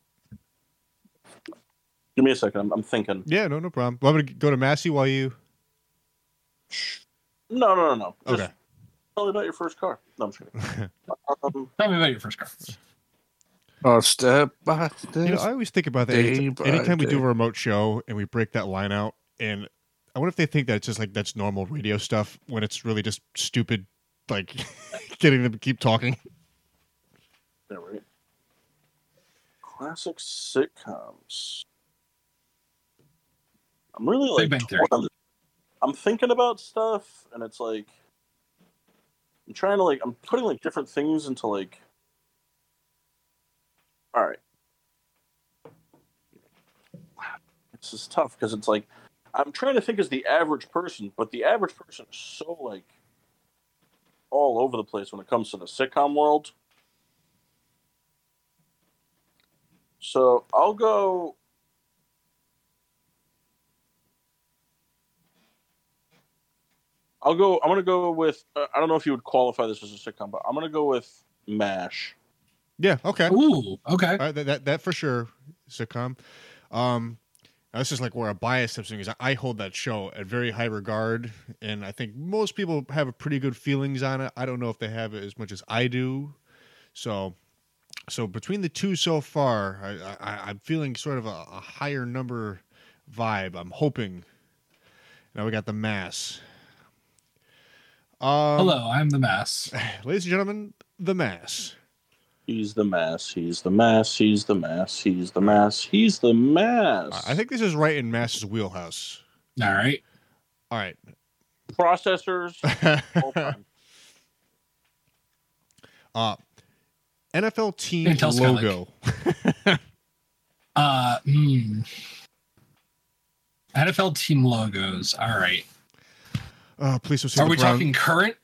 S1: Give me a second. I'm, I'm thinking.
S4: yeah. No, no problem. Well, I'm gonna go to Massey while you.
S1: No, no, no, no. Just
S4: Okay.
S1: Tell me about your first car. No, I'm just kidding. um,
S3: Tell me about your first car.
S2: Oh, step by
S4: You know, I
S2: step.
S4: always think about that.
S2: Day
S4: Anytime,
S2: by
S4: anytime we do
S2: day.
S4: a remote show and we break that line out, and I wonder if they think that it's just like that's normal radio stuff when it's really just stupid, like getting them to keep talking.
S1: yeah, right. Classic sitcoms. I'm really like.
S3: Big Bang Theory.
S1: torn. I'm thinking about stuff, and it's like I'm trying to like I'm putting like different things into like. All right. This is tough because it's like I'm trying to think as the average person, but the average person is so like all over the place when it comes to the sitcom world. So I'll go. I'll go. I'm gonna go with. Uh, I don't know if you would qualify this as a sitcom, but I'm gonna go with Mash.
S4: Yeah. Okay.
S3: Ooh, okay.
S4: All right, Uh, that, that that for sure, sitcom. Um, now this is like where a bias steps in because I hold that show at very high regard, and I think most people have a pretty good feelings on it. I don't know if they have it as much as I do, so so between the two so far, I, I I'm feeling sort of a, a higher number vibe. I'm hoping. Now we got the mass. Um,
S3: Hello, I'm the mess.
S4: ladies and gentlemen, the mass.
S1: He's the mass. He's the mass. He's the mass. He's the mass. He's the mass.
S4: I I think this is right in mass's wheelhouse.
S3: All right.
S4: All right.
S1: processors. all time.
S4: Uh, NFL team
S3: Hey, tell Scott, like-
S4: logo.
S3: Uh, hmm. NFL team logos. All right.
S4: Oh, please don't say
S3: Are
S4: the
S3: we
S4: Brown-
S3: talking current?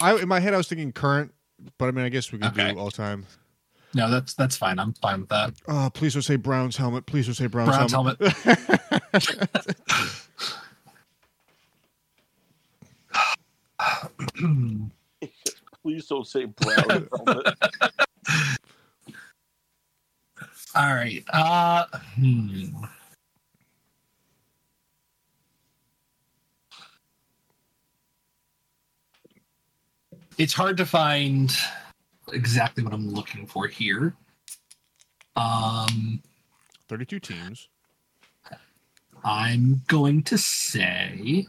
S4: I, in my head, I was thinking current, but I mean, I guess we could
S3: Okay.
S4: do all time.
S3: No, that's that's fine. I'm fine with that.
S4: Oh, please don't say Browns helmet. Please don't say Browns,
S3: Browns helmet.
S1: Please don't say brown. helmet.
S3: All right. Uh, hmm. It's hard to find exactly what I'm looking for here. Um,
S4: Thirty-two teams.
S3: I'm going to say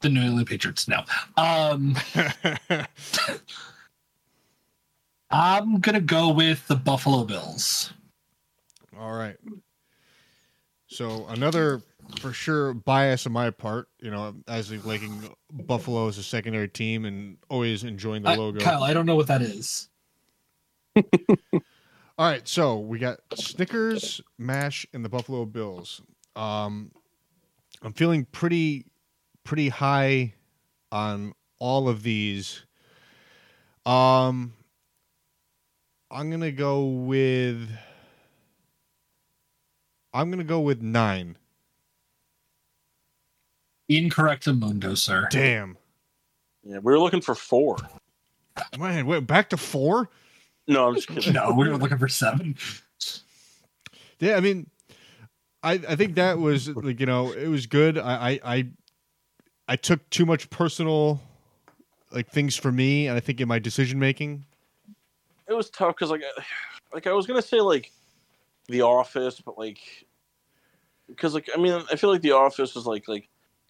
S3: the New England Patriots. No, um, I'm gonna go with the Buffalo Bills.
S4: all right. So another for sure bias on my part. You know, as of liking Buffalo as a secondary team and always enjoying the
S3: I-
S4: logo.
S3: Kyle, I don't know what that is.
S4: All right, so we got Snickers, Mash, and the Buffalo Bills. Um, I'm feeling pretty, pretty high on all of these. Um, I'm gonna go with. I'm gonna go with nine.
S3: Incorrect mundo, sir.
S4: Damn,
S1: yeah, we were looking for four.
S4: man, went back to four.
S1: No, I'm just kidding.
S3: No, we were looking for seven.
S4: Yeah, I mean, I I think that was like you know it was good. I I I, I took too much personal like things for me, and I think in my decision making.
S1: it was tough because like I- like I was gonna say like The Office, but like because like I mean I feel like The Office is like like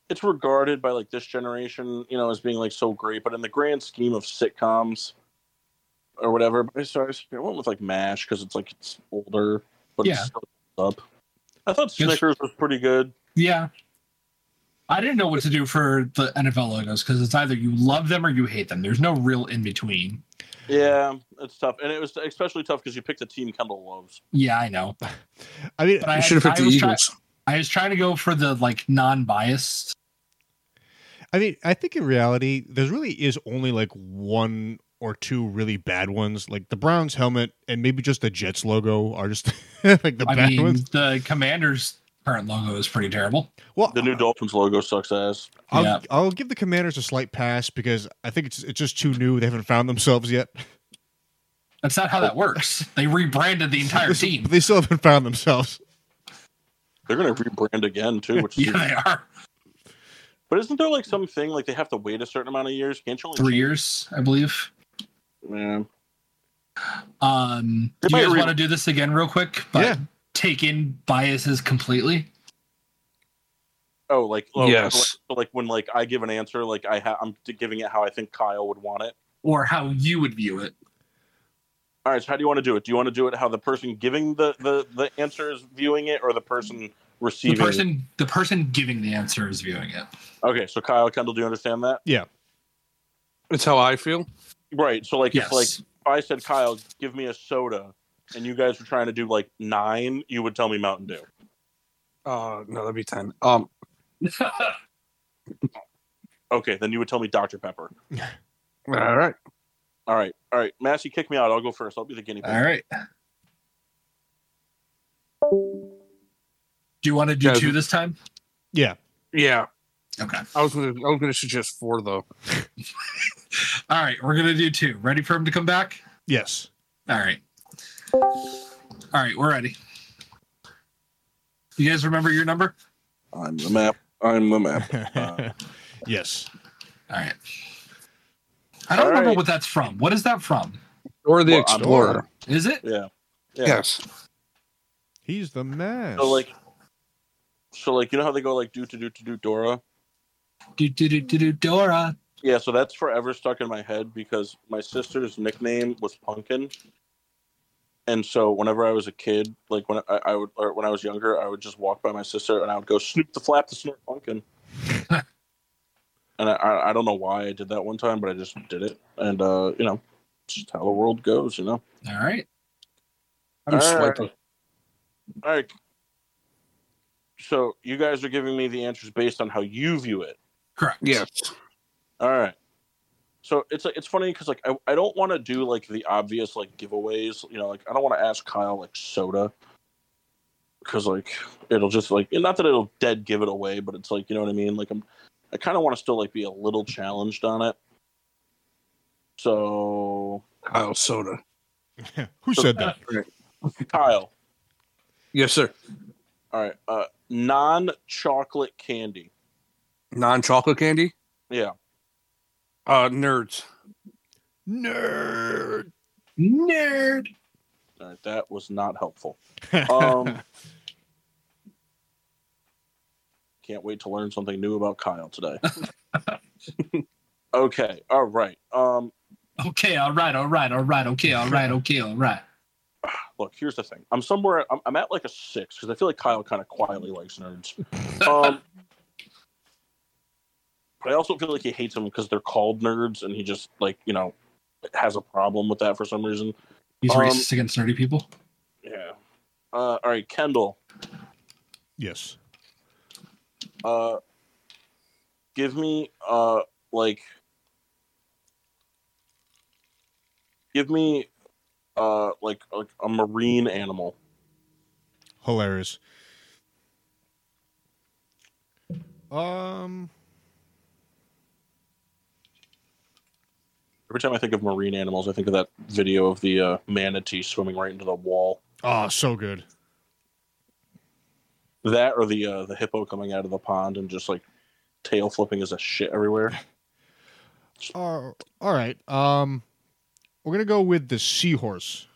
S1: it's regarded by like this generation you know as being like so great, but in the grand scheme of sitcoms or whatever, I started I went with like Mash because it's like it's older, but
S3: Yeah.
S1: it's still up. I thought
S3: Yes.
S1: Snickers was pretty good.
S3: Yeah. I didn't know what to do for the NFL logos because it's either you love them or you hate them. There's no real in between.
S1: Yeah, it's tough, and it was especially tough because you picked a team Kendall loves.
S3: Yeah, I know.
S4: I mean,
S3: But I
S2: You should have
S3: had-
S2: picked the
S3: I was try-
S2: Eagles.
S3: I was trying to go for the like non-biased.
S4: I mean, I think in reality, there really is only like one or two really bad ones. Like the Browns helmet and maybe just the Jets logo are just like the
S3: I
S4: bad
S3: mean,
S4: ones.
S3: the Commanders' current logo is pretty terrible.
S4: Well,
S1: The
S3: Uh-huh.
S1: new Dolphins logo sucks ass.
S4: I'll,
S3: Yeah.
S4: I'll give the Commanders a slight pass because I think it's it's just too new. They haven't found themselves yet.
S3: That's not how that works. They rebranded the entire
S4: They-
S3: team.
S4: They still haven't found themselves.
S1: They're gonna rebrand again too, which is
S3: Yeah, they are.
S1: But isn't there like something like they have to wait a certain amount of years? Can't you only
S3: Three years, I believe.
S1: Yeah.
S3: Um,
S1: They
S3: do you
S1: might
S3: guys
S1: re-
S3: want to do this again real quick? But
S4: Yeah.
S3: take in biases completely.
S1: Oh, like oh,
S2: Yes.
S1: Like, like when like I give an answer, like I ha- I'm giving it how I think Kyle would want it.
S3: Or how you would view it.
S1: All right, so how do you want to do it? Do you want to do it how the person giving the the the answer is viewing it, or the person
S3: The
S1: receiving?
S3: person the person giving the answer is viewing it.
S1: Okay, so Kyle Kendall, do you understand that?
S2: It's how I feel.
S1: Right. So like
S3: Yes.
S1: if like if I said Kyle, give me a soda, and you guys were trying to do like nine, you would tell me Mountain Dew.
S2: Uh, no, that'd be ten. Um,
S1: Okay, then you would tell me Dr Pepper.
S2: all right.
S1: All right, all right, Massey, kick me out. I'll go first. I'll be the guinea pig.
S3: All right. Do you want to do
S2: Guys-
S3: two this time?
S4: Yeah.
S2: Yeah,
S3: Okay.
S2: I was gonna. I was gonna suggest four though.
S3: All right, we're gonna do two. Ready for him to come back?
S4: Yes.
S3: All right. All right, we're ready. You guys remember your number?
S1: I'm the map. I'm the map.
S4: yes.
S3: All right. I don't
S1: All
S3: remember
S1: right.
S3: what that's from. What is that from?
S2: Or the
S1: Well, I'm-
S2: Explorer.
S3: Is it?
S1: Yeah. Yeah.
S2: Yes.
S4: He's the man.
S1: So like, so like, you know how they go like do to do to do Dora?
S3: Do do do do do Dora.
S1: Yeah. So that's forever stuck in my head because my sister's nickname was Pumpkin, and so whenever I was a kid, like when I, I would or when I was younger, I would just walk by my sister and I would go snoop the flap the snort Pumpkin. and I- I, I don't know why I did that one time, but I just did it, and uh, you know, it's just how the world goes, you know.
S3: All right.
S2: I'm
S1: All
S2: swiping.
S1: All right. So you guys are giving me the answers based on how you view it.
S3: Correct.
S2: Yes.
S1: All right. So it's like it's funny because like I, I don't want to do like the obvious like giveaways. You know, like I don't want to ask Kyle like soda because like it'll just like and not that it'll dead give it away, but it's like you know what I mean. Like I'm I kind of want to still like be a little challenged on it. So
S2: Kyle Soda.
S4: who said that?
S1: Kyle,
S2: Yes, sir.
S1: all right, uh, non chocolate candy.
S2: Non-chocolate candy.
S1: Yeah.
S2: Uh, nerds.
S4: Nerd.
S3: Nerd.
S1: All right, that was not helpful. Um, can't wait to learn something new about Kyle today. okay, all right. Um,
S3: Okay, all right, all right, all right, okay, all right, okay, all right.
S1: look, here's the thing. I'm somewhere. I'm, I'm at like a six because I feel like Kyle kind of quietly likes nerds. Um, but I also feel like he hates them because they're called nerds, and he just like you know has a problem with that for some reason.
S3: He's
S1: Um,
S3: racist against nerdy people.
S1: Yeah. Uh, all right, Kendall.
S4: yes.
S1: uh give me uh like give me uh like like a marine animal
S4: Hilarious. Um.
S1: every time i think of marine animals i think of that video of the uh, manatee swimming right into the wall
S4: Oh, so good.
S1: that or the uh the hippo coming out of the pond and just like tail flipping as a shit everywhere
S4: Oh, all right. Um, we're gonna go with the seahorse.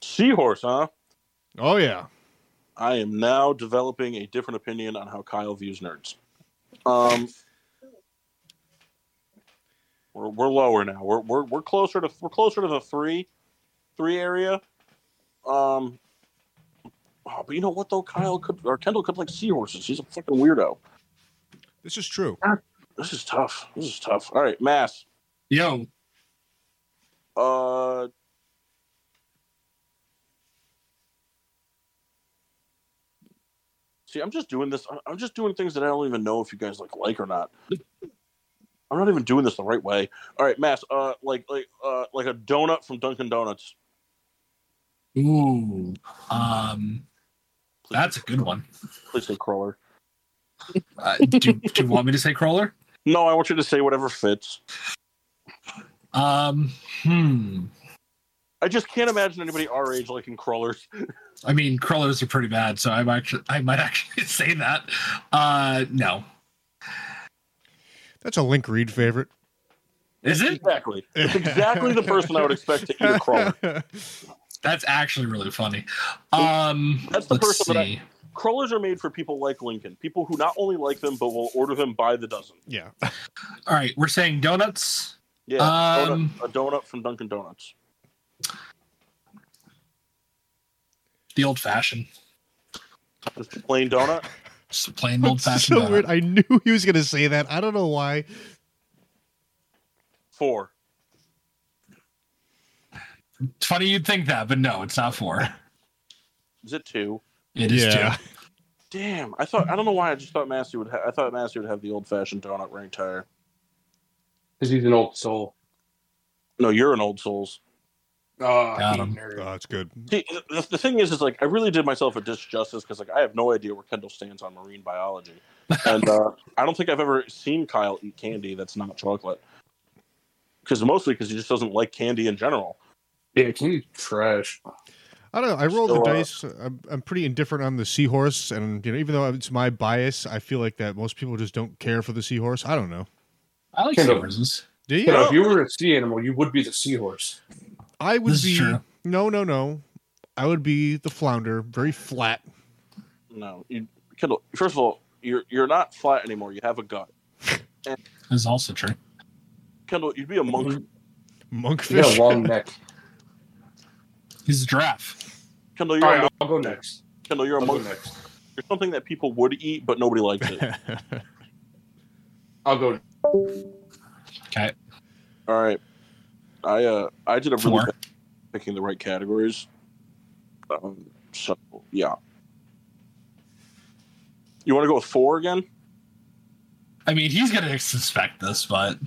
S1: seahorse huh
S4: Oh yeah.
S1: i am now developing a different opinion on how kyle views nerds um we're, we're lower now. We're, we're we're closer to we're closer to the three, three area. Um, oh, but you know what though, Kyle could or Kendall could like seahorses. He's a fucking weirdo.
S4: This is true.
S1: This is tough. This is tough. All right, Mass.
S3: Yo,
S1: Uh, see, I'm just doing this. I'm- I'm just doing things that I don't even know if you guys like like or not. I'm not even doing this the right way. All right, Mass. Uh, like like uh, like a donut from Dunkin' Donuts.
S3: ooh, um,
S1: Please,
S3: that's a good one.
S1: please say crawler.
S3: Uh, do, do you want me to say crawler?
S1: No, I want you to say whatever fits.
S3: Um, hmm.
S1: I just can't imagine anybody our age liking crawlers.
S3: I mean, crawlers are pretty bad, so I might actually, I might actually say that. Uh, no,
S4: That's a Link Reed favorite.
S3: is it?
S1: Exactly. It's exactly the person I would expect to eat a crawler.
S3: That's actually really funny. Um,
S1: That's the
S3: let's
S1: person that I-
S3: see.
S1: Crawlers are made for people like Lincoln, people who not only like them but will order them by the dozen.
S4: yeah.
S3: All right, we're saying donuts.
S1: Yeah,
S3: Um,
S1: donut, a donut from Dunkin' Donuts.
S3: The old fashioned,
S1: Just a plain donut.
S3: just a plain old
S4: That's
S3: fashioned.
S4: so weird. I knew he was going to say that. I don't know why.
S1: Four.
S3: It's funny you'd think that, but no, it's not four.
S1: Is it two?
S3: It is
S4: Yeah.
S3: two.
S1: Damn, I thought I don't know why I just thought Massey would. Ha- I thought Massey would have the old-fashioned donut ring tire.
S2: Because he's an old soul.
S1: No, you're an old souls.
S2: Oh,
S3: Got
S2: you
S3: him.
S2: nerd.
S4: Oh, that's good.
S1: See, the, the thing is, is like I really did myself a disjustice because like I have no idea where Kendall stands on marine biology, and uh, I don't think I've ever seen Kyle eat candy that's not chocolate. Because mostly because he just doesn't like candy in general.
S2: Yeah, can you trash?
S4: I don't know. I rolled
S1: So,
S4: the
S1: uh,
S4: dice. I'm, I'm pretty indifferent on the seahorse, and you know, even though it's my bias, I feel like that most people just don't care for the seahorse. I don't know.
S3: I like
S2: Kendall.
S3: seahorses.
S4: Do you?
S2: You know, if you were a sea animal, you would be the seahorse.
S4: I would
S3: This is
S4: be
S3: true.
S4: no, no, no. I would be the flounder, very flat.
S1: No, you, Kendall. First of all, you're you're not flat anymore. You have a gut.
S3: Is also true.
S1: Kendall, you'd be a monk.
S2: You got
S4: Monkfish.
S2: a long neck.
S3: He's a giraffe.
S1: Kendall,
S2: All
S1: you're a
S2: right,
S1: monk.
S2: I'll go next.
S1: Kendall, you're a
S2: I'll go
S1: monk.
S2: next.
S1: You're something that people would eat, but nobody likes it.
S2: I'll go.
S3: Okay,
S1: All right, I uh I did a really
S3: Four.
S1: bad picking the right categories. Um, so yeah, you want to go with four again?
S3: I mean he's gonna suspect this, but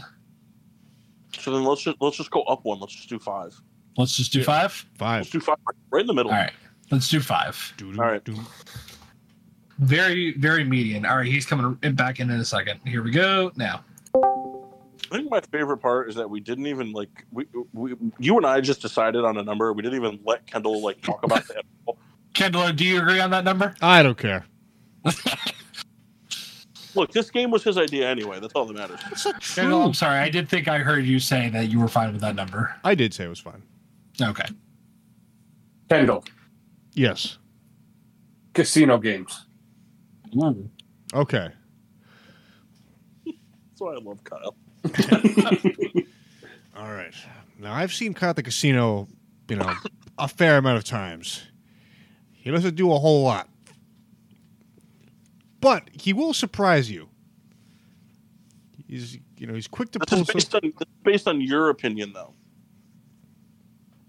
S1: So then let's just let's just go up one. Let's just do five.
S3: let's just do
S4: Yeah.
S3: five.
S4: Five.
S1: Let's do five right in the middle.
S3: All right, let's do five.
S4: Doo-doo,
S1: All right.
S4: doo.
S3: Very, very median. All right, he's coming in- back in in a second. Here we go. Now,
S1: I think my favorite part is that we didn't even like we, we you and I just decided on a number. We didn't even let Kendall like talk about that.
S3: Kendall, do you agree on that number?
S4: I don't care.
S1: Look, this game was his idea anyway. That's all that matters.
S4: That's not true.
S3: Kendall, I'm sorry. I did think I heard you say that you were fine with that number.
S4: I did say it was fine.
S3: Okay.
S2: Kendall.
S4: Yes.
S2: Casino games.
S4: Okay.
S1: That's why I love Kyle.
S4: All right. Now I've seen Kyle at the casino, you know, a fair amount of times. He doesn't do a whole lot, but he will surprise you. He's you know he's quick to
S1: This
S4: pull
S1: is
S4: some.
S1: based on this is based on your opinion though,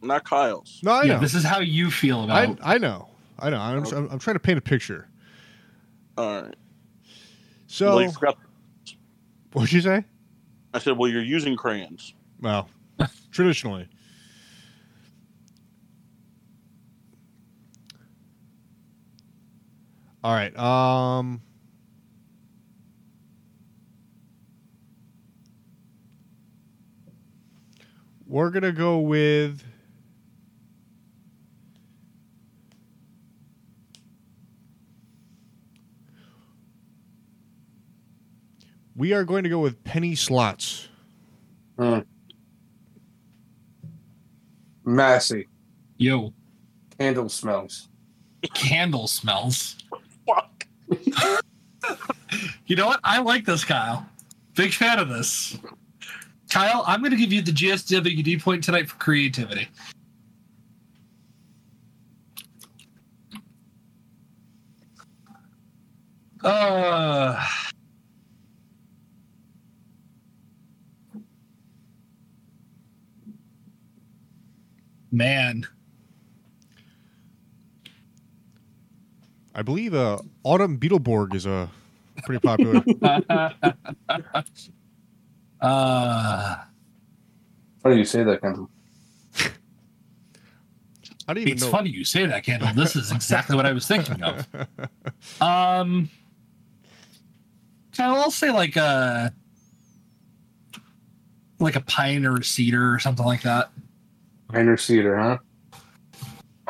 S1: not Kyle's.
S4: No, I
S3: yeah,
S4: know.
S3: this is how you feel
S4: Oh, I,
S3: about.
S4: I know. I know. I'm, I'm, I'm trying to paint a picture.
S1: All right.
S4: So
S1: Well, you forgot.
S4: what'd you say?
S1: I said, well, you're using crayons.
S4: Well, traditionally. All right. Um We're going to go with We are going to go with penny slots.
S2: Massey.
S3: yo,
S2: Candle smells.
S3: candle smells.
S1: Fuck.
S3: You know what? I like this, Kyle. Big fan of this. Kyle, I'm going to give you the GSWD point tonight for creativity. Uh, man.
S4: I believe uh, Autumn Beetleborg is a pretty popular.
S3: uh,
S2: How do you say that, Kendall?
S4: I don't even
S3: it's
S4: know.
S3: funny you say that, Kendall. This is exactly what I was thinking of. Um, I'll say like a like a pine or a cedar or something like that.
S2: Minor cedar, huh?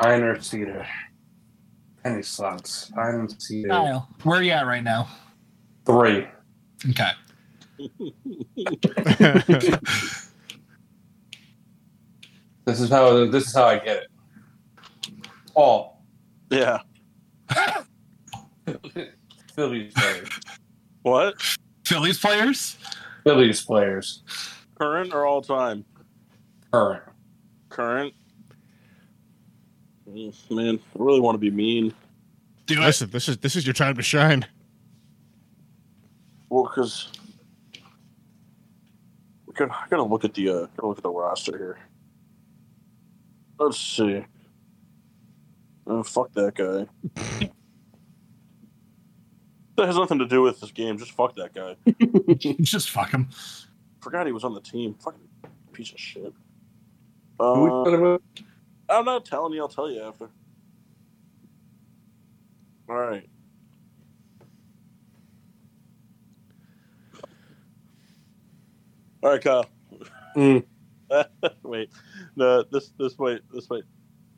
S2: Minor cedar. Penny slots. Minor cedar.
S3: Kyle, where are you at right now?
S2: Three.
S3: Okay.
S2: This is how. This is how I get it. All
S1: Yeah.
S2: Phillies players.
S1: What?
S3: Phillies players.
S2: Phillies players.
S1: Current or all time?
S2: Current.
S1: Current. Mm, Man, I really want to be mean.
S3: Do it.
S4: Listen, this is this is your time to shine.
S1: Well, because I gotta I gotta look at the uh, gotta look at the roster here. Let's see. Oh, fuck that guy. that has nothing to do with this game. Just fuck that guy.
S3: Just fuck them.
S1: Forgot he was on the team. Fucking piece of shit.
S2: Who we
S1: Uh,
S2: talking about?
S1: I'm not telling you. I'll tell you after. All right. All right, Kyle.
S2: Mm.
S1: wait, no, this this way, this way.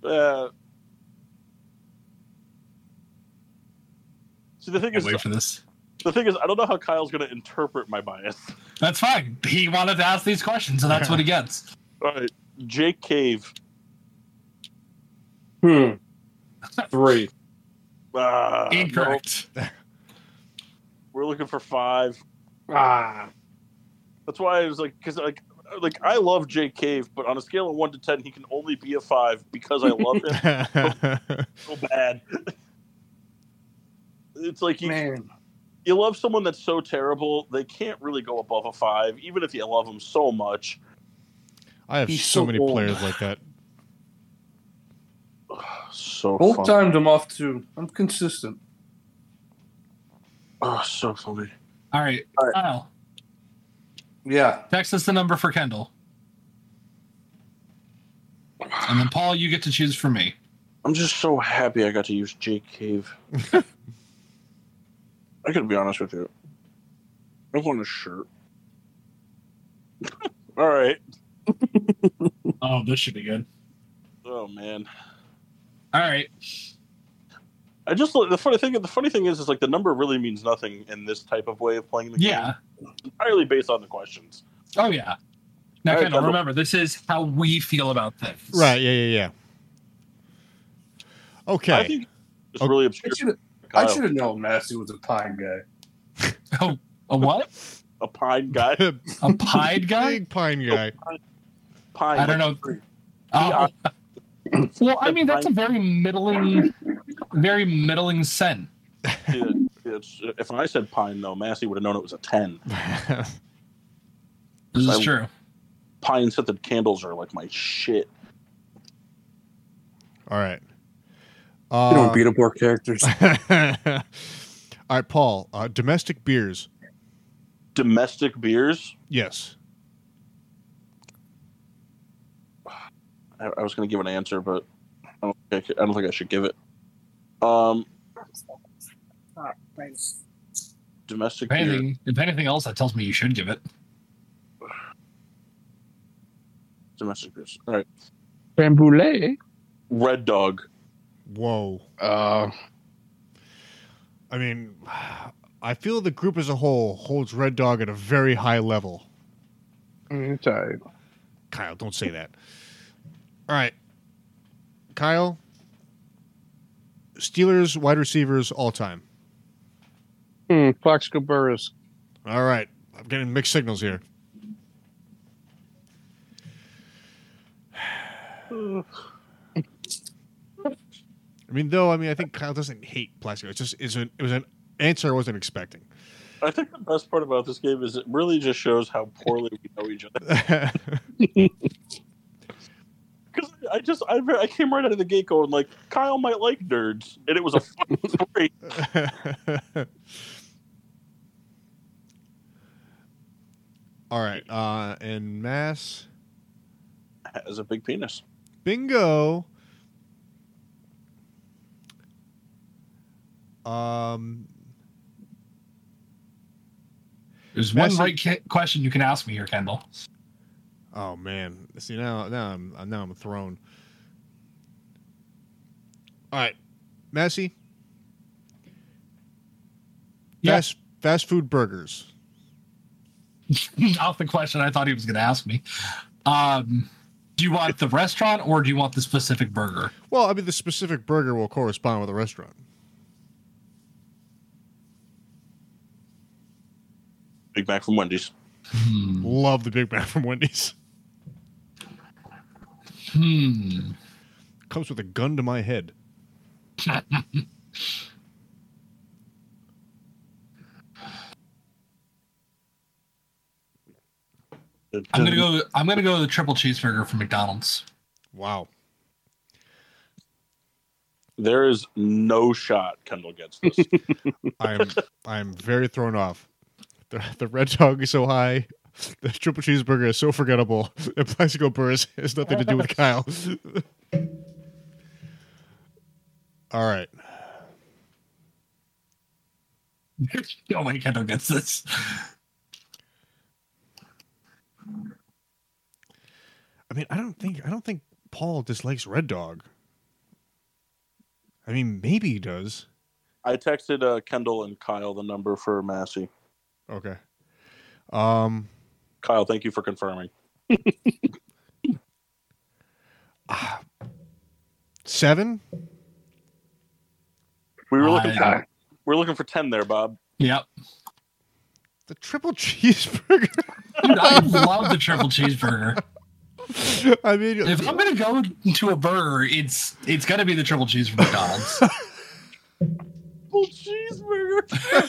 S1: Uh, see, the thing
S3: Can't
S1: is,
S3: wait for this.
S1: the thing is, I don't know how Kyle's going to interpret my bias.
S3: That's fine. He wanted to ask these questions, and that's what he gets.
S1: All right, Jake Cave.
S2: Hmm. Three.
S1: Ah, no.
S3: Incorrect.
S1: we're looking for five.
S2: Ah.
S1: That's why I was like, because like, like I love Jake Cave, but on a scale of one to ten, he can only be a five because I love him so bad. It's like you,
S2: Man.
S1: you love someone that's so terrible they can't really go above a five, even if you love them so much.
S4: I have
S2: He's
S4: so
S2: so
S4: many
S2: old.
S4: players like that.
S1: So
S2: Both
S1: fun-
S2: times I'm off two. I'm consistent.
S1: Oh, so funny.
S3: All right,
S1: All right.
S3: Kyle.
S2: Yeah.
S3: Text us the number for Kendall, and then Paul, you get to choose for me.
S1: I'm just so happy I got to use Jake Cave. I gotta be honest with you. I want a shirt. All right.
S3: Oh, this should be good.
S1: Oh man.
S3: All right.
S1: I just the funny thing. The funny thing is, is like the number really means nothing in this type of way of playing the game.
S3: Yeah.
S1: entirely based on the questions.
S3: Oh yeah. Now,
S1: All right,
S3: Kendall,
S1: Kendall.
S3: remember this is how we feel about things.
S4: Right? Yeah, yeah, yeah. Okay.
S1: I think it's
S4: Okay.
S1: really
S2: I
S1: obscure.
S2: should
S1: Kyle,
S2: have known Massey was a pine guy.
S3: Oh, a what?
S1: a pine guy.
S3: A pied guy?
S4: Big pine guy.
S1: Pine.
S3: I don't know. Oh. Well, I mean that's a very middling, very middling scent.
S1: Dude, it's- if I said pine, though, Massey would have known it was a ten.
S3: This is
S1: I-
S3: true.
S1: Pine scented candles are like my shit.
S4: All right.
S2: You
S4: Uh,
S2: up our characters.
S4: all right, Paul. Uh, domestic beers.
S1: Domestic beers.
S4: Yes.
S1: I, I was going to give an answer, but I don't, think I, could- I don't think I should give it. Um, domestic beer.
S3: If anything, if anything else, that tells me you should give it.
S1: Domestic beers. All right.
S2: Creme brulee.
S1: Red Dog.
S4: Whoa.
S2: Uh,
S4: I mean, I feel the group as a whole holds Red Dog at a very high level.
S2: I'm tired.
S4: Kyle, don't say that. All right. Kyle, Steelers wide receivers all time.
S2: Hmm, Plaxico Burris.
S4: All right. I'm getting mixed signals here. I mean, though, I mean, I think Kyle doesn't hate Plaxico. It's just, it's an, it was an answer I wasn't expecting.
S1: I think the best part about this game is it really just shows how poorly we know each other.
S4: yeah,
S1: Because I just I, I came right out of the gate going like Kyle might like nerds, and it was a fun story.
S4: All right. Uh, and Mass
S1: Has a big penis.
S4: Bingo. Um,
S3: There's one
S4: That's-
S3: right ca- question you can ask me here, Kendall.
S4: Oh man, see now now I'm uh, now I'm thrown. All right, Massey.
S3: Yeah.
S4: Fast fast food burgers.
S3: Off the question I thought he Hmm, was going to ask me. Um, do you want the restaurant or do you want the specific burger?
S4: Well, I mean the specific burger will correspond with a restaurant.
S1: Big Mac from Wendy's.
S3: Hmm.
S4: Love the Big Mac from Wendy's.
S3: Hmm.
S4: Comes with a gun to my head.
S3: I'm gonna go. I'm gonna go with the triple cheeseburger from McDonald's.
S4: Wow.
S1: There is no shot Kendall gets this.
S4: I'm I'm very thrown off. The, the red dog is so high. The triple cheeseburger is so forgettable. And Plaxico Burris has nothing to do with Kyle. All right.
S3: There's no way Kendall gets this.
S4: I mean, I don't think I don't think Paul dislikes Red Dog. I mean, maybe he does.
S1: I texted uh, Kendall and Kyle the number for Massey.
S4: Okay. Um,
S1: Kyle, thank you for confirming.
S4: ah, seven.
S1: We were looking.
S3: I-
S1: For, we were looking for ten there, Bob.
S3: Yep.
S4: The triple cheeseburger.
S3: Dude, I love the triple cheeseburger.
S4: I mean,
S3: If I'm gonna go to a burger, it's it's gonna be the triple cheese from McDonald's.
S1: Well, cheeseburger.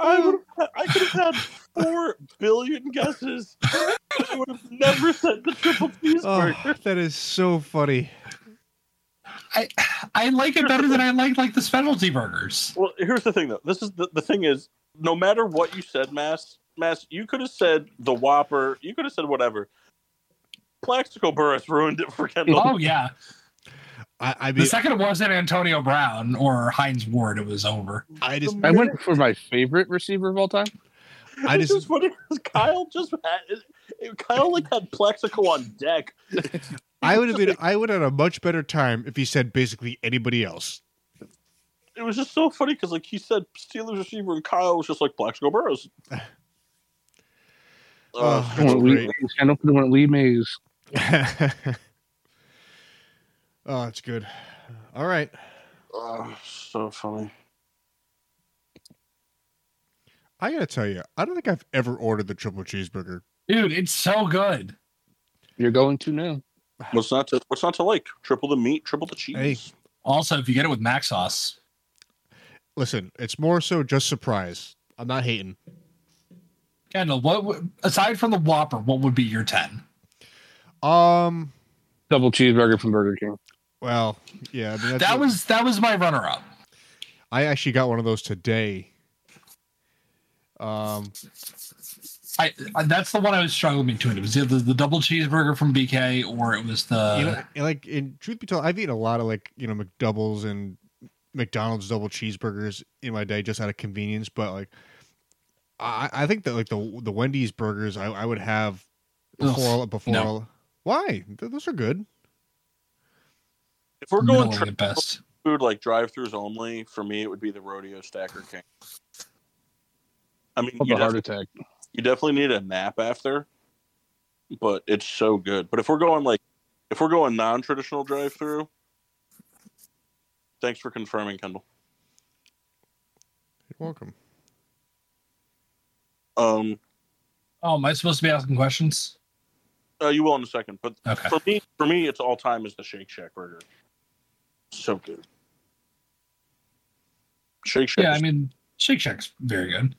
S1: I would. I could have had four billion guesses. I would have never said the triple cheeseburger.
S4: oh, that is so funny.
S3: I like it better than I like like the specialty burgers.
S1: Well, here's the thing, though. This is the, the thing is, no matter what you said, Mass, Mass, you could have said the Whopper. You could have said whatever. Plaxico Burris ruined it for Kendall.
S3: Oh yeah.
S4: I, I
S3: The
S4: mean,
S3: second it wasn't Antonio Brown or Heinz Ward, it was over.
S4: I just
S2: I went for my favorite receiver of all time.
S4: I
S1: It's
S4: just-
S1: just funny 'cause Kyle just had Kyle like had Plaxico on deck.
S4: I would have been I would have had a much better time if he said basically anybody else.
S1: It was just so funny because like he said Steelers receiver and Kyle was just like Plaxico Burris.
S4: Oh,
S1: Uh,
S4: That's
S2: When Lee
S4: great.
S2: Mays, I don't want Lee Mays.
S4: oh, it's good. All right.
S1: oh, so funny.
S4: I gotta tell you, I don't think I've ever ordered the triple cheeseburger.
S3: Dude, it's so good.
S2: You're going to now.
S1: What's not to What's not to like? Triple the meat, triple the cheese.
S4: Hey.
S3: Also, if you get it with mac sauce,
S4: Listen, it's more so just surprise. I'm not hating.
S3: Kendall, what would- aside from the Whopper, what would be your ten?
S4: Um.
S2: Double cheeseburger from Burger King.
S4: Well, yeah. I mean, that's
S3: That
S4: what-
S3: was that was my runner up.
S4: I actually got one of those today. Um.
S3: I, I that's the one I was struggling between. It was either the double cheeseburger from BK or it was the
S4: you know, and like in truth be told, I've eaten a lot of like you know McDoubles and McDonald's double cheeseburgers in my day just out of convenience. But like, I I think that like the the Wendy's burgers I, I would have
S3: Ugh,
S4: before before
S3: no.
S4: why Th- those are good.
S1: If we're
S3: middle
S1: going
S3: of
S1: tri-
S3: the best.
S1: food like drive-throughs only, for me it would be the rodeo Stacker King. I mean,
S2: Of
S1: you
S2: a heart
S1: definitely,
S2: attack.
S1: you definitely need a nap after, but it's so good. But if we're going like, if we're going non-traditional drive-through, thanks for confirming, Kendall.
S4: You're welcome.
S1: Um,
S3: Oh, am I supposed to be asking questions?
S1: uh, you will in a second, but
S3: Okay.
S1: for me, for me, it's all time is the Shake Shack burger. So good. Shake Shack.
S3: Yeah,
S1: is
S3: I mean Shake Shack's very good.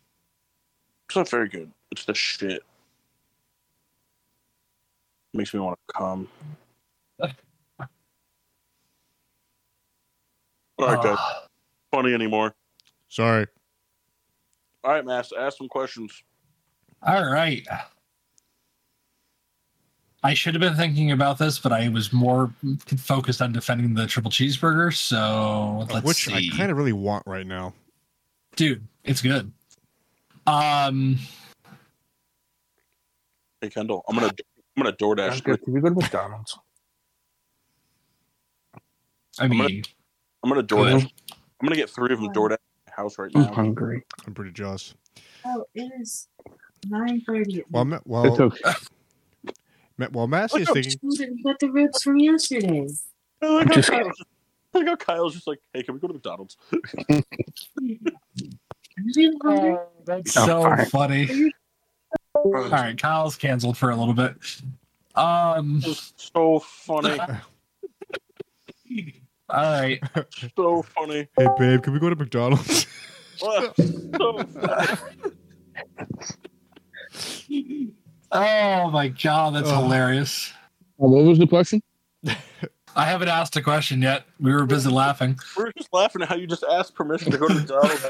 S1: It's not very good. It's the shit. Makes me want to come. All right, guys.
S3: Uh,
S1: Funny anymore.
S4: Sorry.
S1: All right, Mass, ask some questions.
S3: all right. I should have been thinking about this, but I was more focused on defending the triple cheeseburger. So let's
S4: Which
S3: see.
S4: I kind of really want right now.
S3: Dude, it's good. Um,
S1: Hey, Kendall, I'm gonna I'm gonna DoorDash.
S2: Good. Can we go to McDonald's?
S3: I
S1: gonna-
S3: mean,
S1: I'm gonna
S3: go ahead.
S1: DoorDash. I'm gonna get three of them DoorDash at my house right
S2: I'm
S1: now.
S2: hungry.
S4: I'm pretty jealous.
S5: Oh, it is nine thirty.
S4: Well, Ma- well,
S1: Oh.
S2: it's okay.
S4: Ma- well, Massey is
S1: Look up
S4: thinking.
S5: Got the ribs from yesterday.
S1: Look how
S2: Just-
S1: Kyle's- look how Kyle's just like, hey, can we go to McDonald's?
S5: Are
S3: that's
S2: Oh,
S3: so
S2: fine.
S3: funny. All
S1: That
S3: right, Kyle's canceled for a little bit. Um,
S1: was so funny,
S3: all right.
S1: so funny.
S4: Hey, babe, can we go to McDonald's?
S1: What? So funny.
S3: Oh my god, that's
S4: Ugh.
S3: hilarious.
S2: Um,
S6: what was the question?
S3: I haven't asked a question yet. We were busy laughing.
S1: We're just laughing at how you just asked permission to go to McDonald's.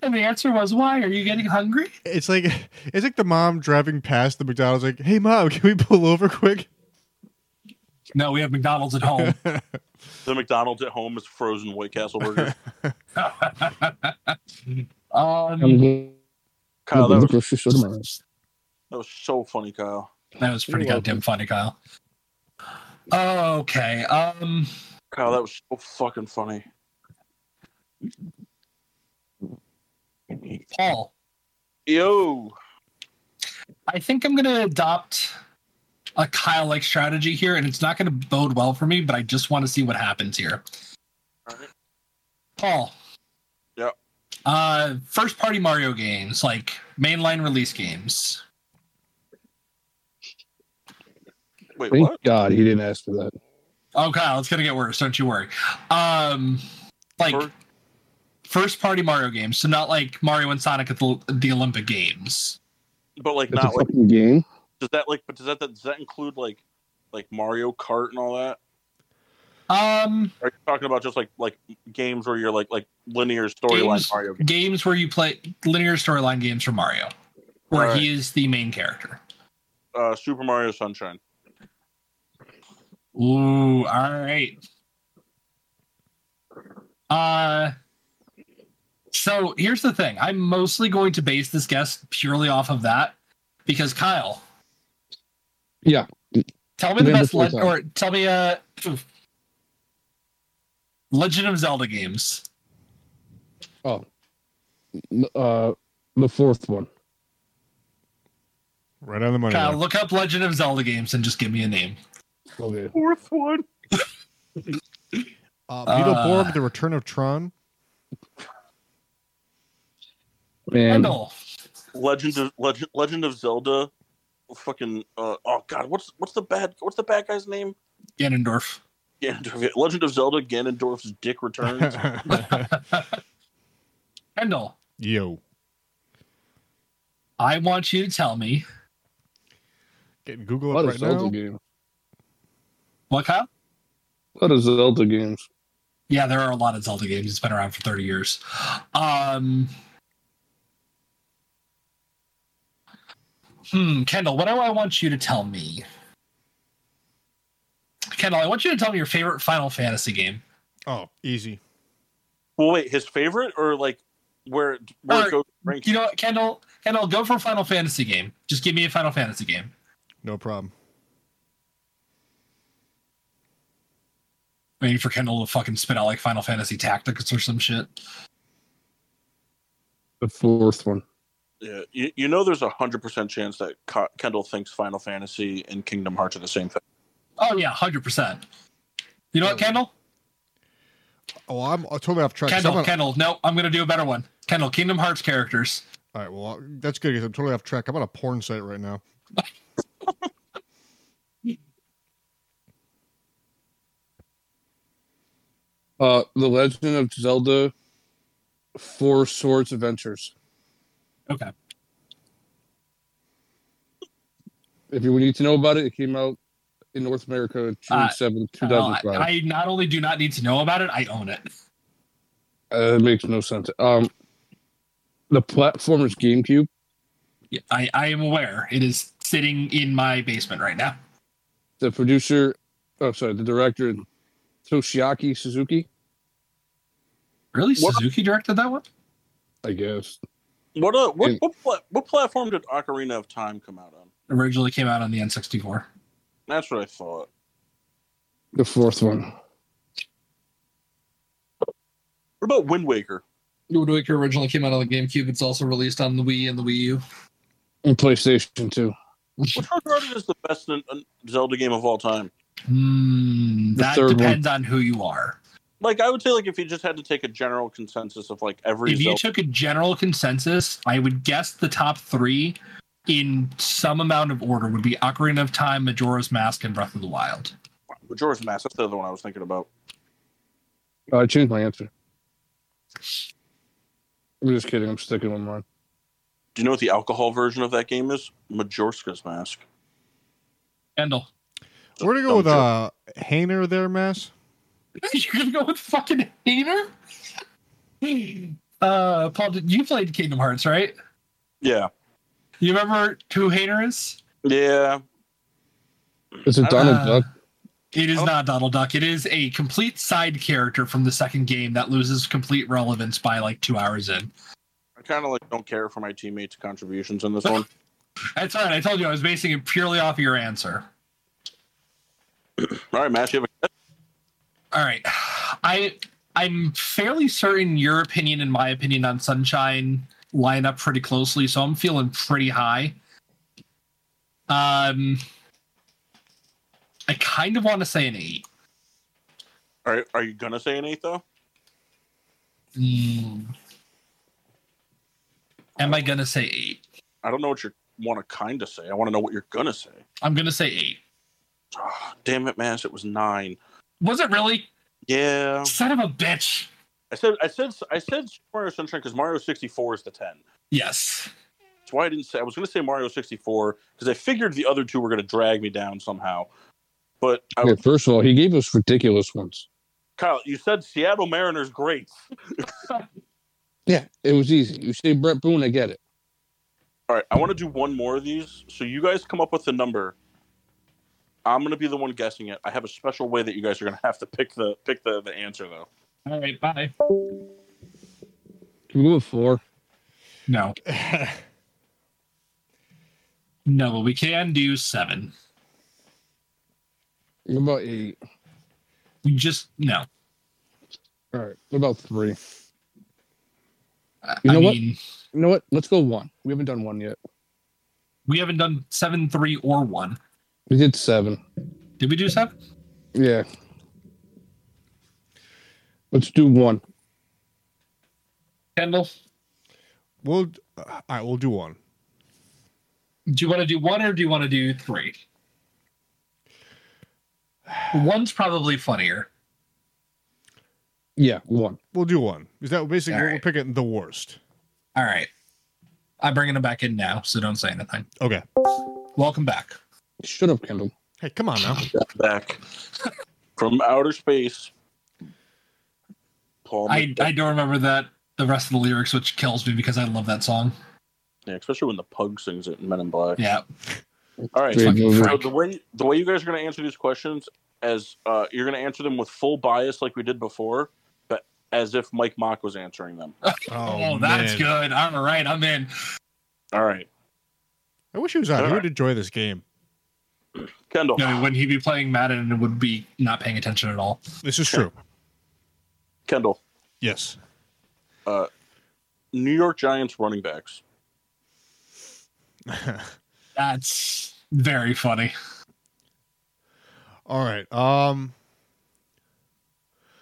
S3: And the answer was, why? Are you getting hungry?
S4: it's like it's like the mom driving past the McDonald's, like, "Hey, mom, can we pull over quick?"
S3: No, we have McDonald's at home.
S1: the McDonald's at home is frozen White Castle burger.
S3: um,
S2: Um,
S6: I'm going
S1: Kyle,
S6: to
S1: that
S6: the
S1: was,
S6: grocery store tomorrow.
S1: that was so funny, Kyle.
S3: that was pretty goddamn funny, Kyle. Okay. Um,
S1: Kyle, that was so fucking funny.
S3: Paul,
S1: Yo,
S3: I think I'm gonna adopt a Kyle-like strategy here, and it's not gonna bode well for me, but I just want to see what happens here.
S1: Alright.
S3: Paul.
S1: Yep.
S3: Uh, first party Mario games, like mainline release games.
S1: wait,
S6: Thank
S1: what?
S6: God he didn't ask for that.
S3: Oh, Kyle, it's gonna get worse. Don't you worry. Um, like
S1: Or-
S3: first party Mario games, so not like Mario and Sonic at the, the Olympic Games.
S1: but like,
S6: It's a
S1: not like
S6: fucking game.
S1: does that like, but does that does that include like, like Mario Kart and all that?
S3: Um,
S1: Are you talking about just like like games where you're like like linear storyline
S3: Games-
S1: Mario? Games?
S3: games where you play linear storyline games for Mario, where
S1: Alright.
S3: he is the main character.
S1: Uh, Super Mario Sunshine.
S3: Ooh, all right. Uh so here's the thing. I'm mostly going to base this guess purely off of that because Kyle.
S6: Yeah.
S3: Tell me the
S6: Remember
S3: best le-
S6: Forza.
S3: or tell me uh Legend of Zelda games.
S6: Uh, the fourth one.
S4: right on the money.
S3: Kyle,
S4: man.
S3: look up Legend of Zelda games and just give me a name.
S6: Okay.
S1: Fourth one.
S4: Uh,
S3: Uh,
S4: Beetleborg, The Return of Tron.
S6: And
S3: Kendall.
S1: Legend of Legend Legend of Zelda. Fucking uh, oh god, what's what's the bad what's the bad guy's name?
S3: Ganondorf.
S1: Ganondorf. Legend of Zelda. Ganondorf's dick returns.
S3: Kendall,
S4: Yo,
S3: I want you to tell me
S4: getting
S6: a
S4: Google
S6: lot
S4: up
S6: of
S4: right
S6: Zelda
S4: now.
S6: games.
S3: what Kyle?
S6: A lot of Zelda games.
S3: Yeah, there are a lot of Zelda games. It's been around for 30 years. Um, hmm, Kendall, what do I want you to tell me? Kendall, I want you to tell me your favorite Final Fantasy game.
S4: Oh, easy.
S1: Well, wait, his favorite or like where where
S3: Or-
S1: it goes ranked?
S3: Uh, You know what, Kendall? Kendall, go for Final Fantasy game. Just give me a Final Fantasy game.
S4: No problem.
S3: Waiting for Kendall to fucking spit out like Final Fantasy Tactics or some shit.
S6: The fourth one.
S1: yeah, you, you know, there's a hundred percent chance that Ka- Kendall thinks Final Fantasy and Kingdom Hearts are the same thing.
S3: Oh, yeah, 100%. You know what, Kendall?
S4: Oh, I'm totally off track. 'cause
S3: Kendall,
S4: I'm on-
S3: Kendall, no, I'm going to do a better one. Kendall, Kingdom Hearts characters.
S4: all right, well, that's good because I'm totally off track. I'm on a porn site right now.
S6: Uh, The Legend of Zelda Four Swords Adventures.
S3: Okay.
S6: If you need to know about it, it came out in North America
S3: Uh,
S6: June seventh, two
S3: Well,
S6: thousand
S3: I,
S6: five.
S3: I not only do not need to know about it, I own it.
S6: Uh, that makes no sense. Um, the platform is GameCube.
S3: Yeah, I, I am aware. It is sitting in my basement right now.
S6: The producer, oh sorry, the director, Toshiaki Suzuki.
S3: Really?
S1: What-
S3: Suzuki directed that one?
S6: I guess
S1: What uh, what
S6: And-
S1: what, pla- what platform did Ocarina of Time come out on?
S3: Originally came out on the N64.
S1: That's what I thought.
S6: the fourth one.
S1: What about Wind Waker?
S3: Wind Waker originally came out on the GameCube. It's also released on the Wii and the Wii U.
S6: And PlayStation Two.
S1: Which regarded as the best in, in Zelda game of all time?
S3: Mm,
S6: The
S3: that
S6: third one.
S3: depends on who you are.
S1: Like I would say, like if you just had to take a general consensus of like every
S3: If you
S1: Zelda,
S3: took a general consensus, I would guess the top three in some amount of order would be Ocarina of Time, Majora's Mask, and Breath of the Wild.
S1: Majora's Mask. That's the other one I was thinking about.
S6: Oh, I changed my answer. I'm just kidding. I'm sticking with mine.
S1: Do you know what the alcohol version of that game is? Majorska's Mask.
S3: Kendall.
S4: We're gonna
S3: oh,
S4: go with uh, Hainer there, Mass.
S3: You're going to go with fucking Hainer? Uh, Paul, did, you played Kingdom Hearts, right?
S1: Yeah,
S3: You remember who Hainer is?
S1: yeah.
S6: Is it
S1: Uh,
S6: Donald
S3: Uh,
S6: Duck?
S3: It is
S1: Oh.
S3: not Donald Duck. It is a complete side character from the second game that loses complete relevance by like two hours in.
S1: I kind of like don't care for my teammates' contributions in this one.
S3: That's all right. I told you I was basing it purely off of your answer.
S1: All right, Matt, you have a
S3: All right. I I'm fairly certain your opinion and my opinion on Sunshine line up pretty closely, so I'm feeling pretty high. Um I kind of want to say an eight.
S1: are, are you gonna say an eight though?
S3: Mm. Am I gonna say eight?
S1: I don't know what you want to kind of say. I want to know what you're gonna say.
S3: I'm gonna say eight.
S1: Ah, damn it, Mass. It was nine.
S3: Was it really?
S1: Yeah,
S3: Son of a bitch.
S1: I said, I said, I said Super Mario Sunshine because Mario 64 is the 10.
S3: Yes.
S1: That's why I didn't say I was gonna say Mario 64 because I figured the other two were gonna drag me down somehow. But I,
S6: Okay, first of all, he gave us ridiculous ones.
S1: Kyle, you said Seattle Mariners great.
S6: Yeah, it was easy. You say Brett Boone, I get it.
S1: All right, I want to do one more of these. So you guys come up with the number. I'm gonna be the one guessing it. I have a special way that you guys are gonna have to pick the pick the, the answer though.
S3: All right, bye.
S6: Can we go with four?
S3: No. No, but we can do seven.
S6: What about eight?
S3: We just no.
S6: All right. What about three?
S3: I-
S6: You know
S3: I
S6: what?
S3: mean
S6: You know what? Let's go one. We haven't done one yet.
S3: we haven't done seven, three, or one.
S6: We did seven.
S3: Did we do seven?
S6: Yeah. Let's do one.
S3: Kendall,
S4: We'll uh, all right. We'll do one.
S3: do you want to do one or do you want to do three? One's probably funnier.
S6: Yeah, one.
S4: We'll do one. Is that basically
S3: All
S4: we're
S3: right.
S4: picking the worst?
S3: All right. I'm bringing them back in now, so don't say anything.
S4: Okay.
S3: Welcome back.
S6: Shut up, Kendall.
S4: Hey, come on now.
S1: back from outer space. Paul,
S3: I,
S1: McCartney,
S3: I don't remember that the rest of the lyrics, which kills me because I love that song.
S1: especially when the pug sings it in Men in Black.
S3: Yeah.
S1: All right,
S6: Three
S3: fucking
S6: movies.
S3: Frank.
S1: so the way the way you guys are going to answer these questions, as uh, you're going to answer them with full bias like we did before, but as if Mike Mock was answering them.
S3: Oh,
S4: man.
S3: that's good. All right, I'm in.
S1: All right,
S4: I wish he was out.
S1: All
S4: He
S1: right.
S4: would enjoy this game.
S1: Kendall.
S3: No, wouldn't he be playing Madden and would be not paying attention at all?
S4: This is true.
S1: Kendall.
S4: Yes.
S1: New York Giants running backs.
S3: That's very funny.
S4: All right. Um.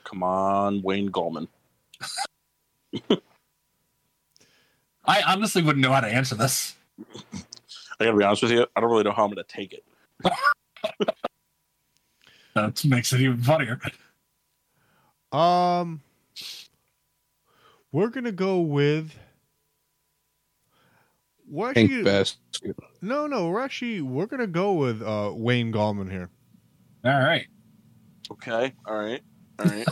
S1: Come on, Wayne Gallman.
S3: I honestly wouldn't know how to answer this.
S1: I got to be honest with you. I don't really know how I'm going to take it.
S3: That makes it even funnier.
S4: Um. We're gonna go with. We're
S6: Hank
S4: actually
S6: Best.
S4: no no. We're actually we're gonna go with uh, Wayne Gallman here.
S3: All right.
S1: Okay. All right. All right.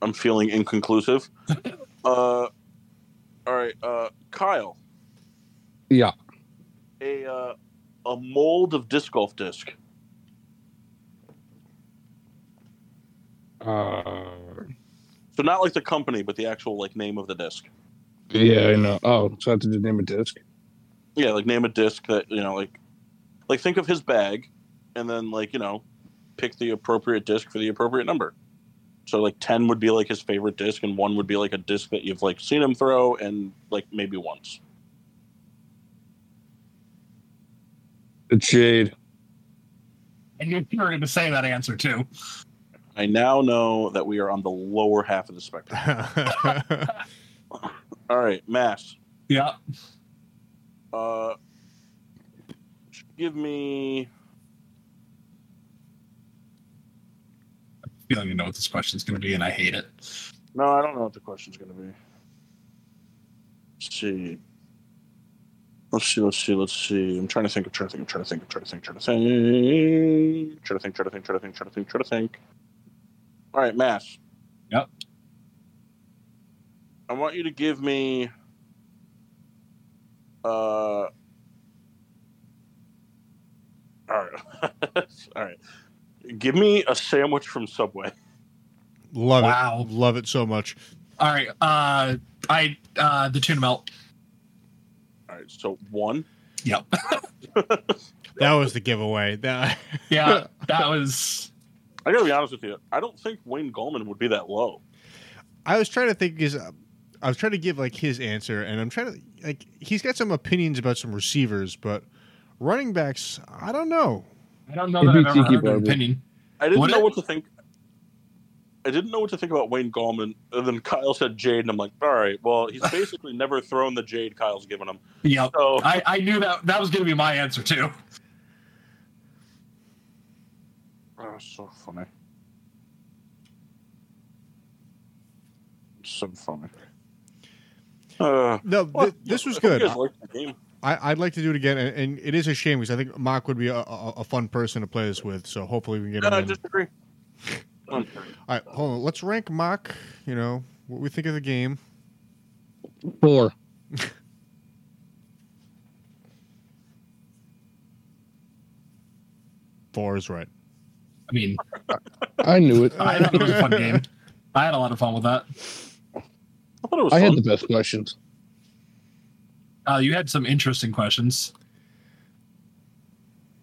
S1: I'm feeling inconclusive. Uh, all right. Uh, Kyle.
S6: Yeah.
S1: A uh, a mold of disc golf disc.
S6: Uh,
S1: So not like the company, but the actual like name of the disc.
S6: yeah, I know. Oh, so I have to just name a disc.
S1: Yeah, like name a disc that you know, like, like think of his bag, and then like you know, pick the appropriate disc for the appropriate number. So like ten would be like his favorite disc, and one would be like a disc that you've like seen him throw, and like maybe once.
S6: It's Jade.
S3: And you're going to say that answer too.
S1: I now know that we are on the lower half of the spectrum. All right, Mass.
S3: Yeah.
S1: Uh, give me.
S3: I don't even know what this question's going to be, and I hate it.
S1: No, I don't know what the question's going to be. Let's see. Let's see. Let's see. Let's see. I'm trying to think. I'm trying to think. I'm trying to think. I'm trying to think. Trying to think. Trying to think. Trying to think. Trying to think. Trying to think. Trying to think. All right, Mass.
S3: Yep.
S1: I want you to give me. Uh. All right. all right. Give me a sandwich from Subway.
S4: Love
S3: Wow.
S4: it. Love it so much.
S3: All right. Uh, I uh, the tuna melt.
S1: All right. So one.
S3: Yep.
S4: That was the giveaway. That
S3: Yeah. that was.
S1: I gotta be honest with you. I don't think Wayne Gallman would be that low.
S4: I was trying to think is uh, I was trying to give like his answer, and I'm trying to like he's got some opinions about some receivers, but running backs, I don't know.
S3: I don't know
S6: It'd
S3: that I've
S6: be
S3: ever
S6: Tiki
S3: heard an
S6: Barber.
S3: opinion.
S1: I didn't
S3: Would
S1: know
S3: it?
S1: what to think. I didn't know what to think about Wayne Gallman. And then Kyle said Jade, and I'm like, all right, well, he's basically never thrown the Jade Kyle's given him.
S3: Yep.
S1: So
S3: I, I knew that that was going to be my answer too.
S1: Oh, so funny. So funny. Uh,
S4: No, th-
S1: well,
S4: this was
S1: I hope you
S4: good.
S1: guys liked the game.
S4: I, I'd like to do it again, and, and it is a shame because I think Mock would be a, a, a fun person to play this with. So hopefully we can get
S1: No,
S4: him.
S1: I
S4: in.
S1: disagree. Um,
S4: All right, hold on. Let's rank Mock. You know what we think of the game.
S6: Four.
S4: Four is right.
S3: I mean,
S6: I knew it.
S3: I thought it was a fun game. I had a lot of fun with that.
S1: I thought it was
S6: I had
S1: fun.
S6: the best questions.
S3: Uh, you had some interesting questions.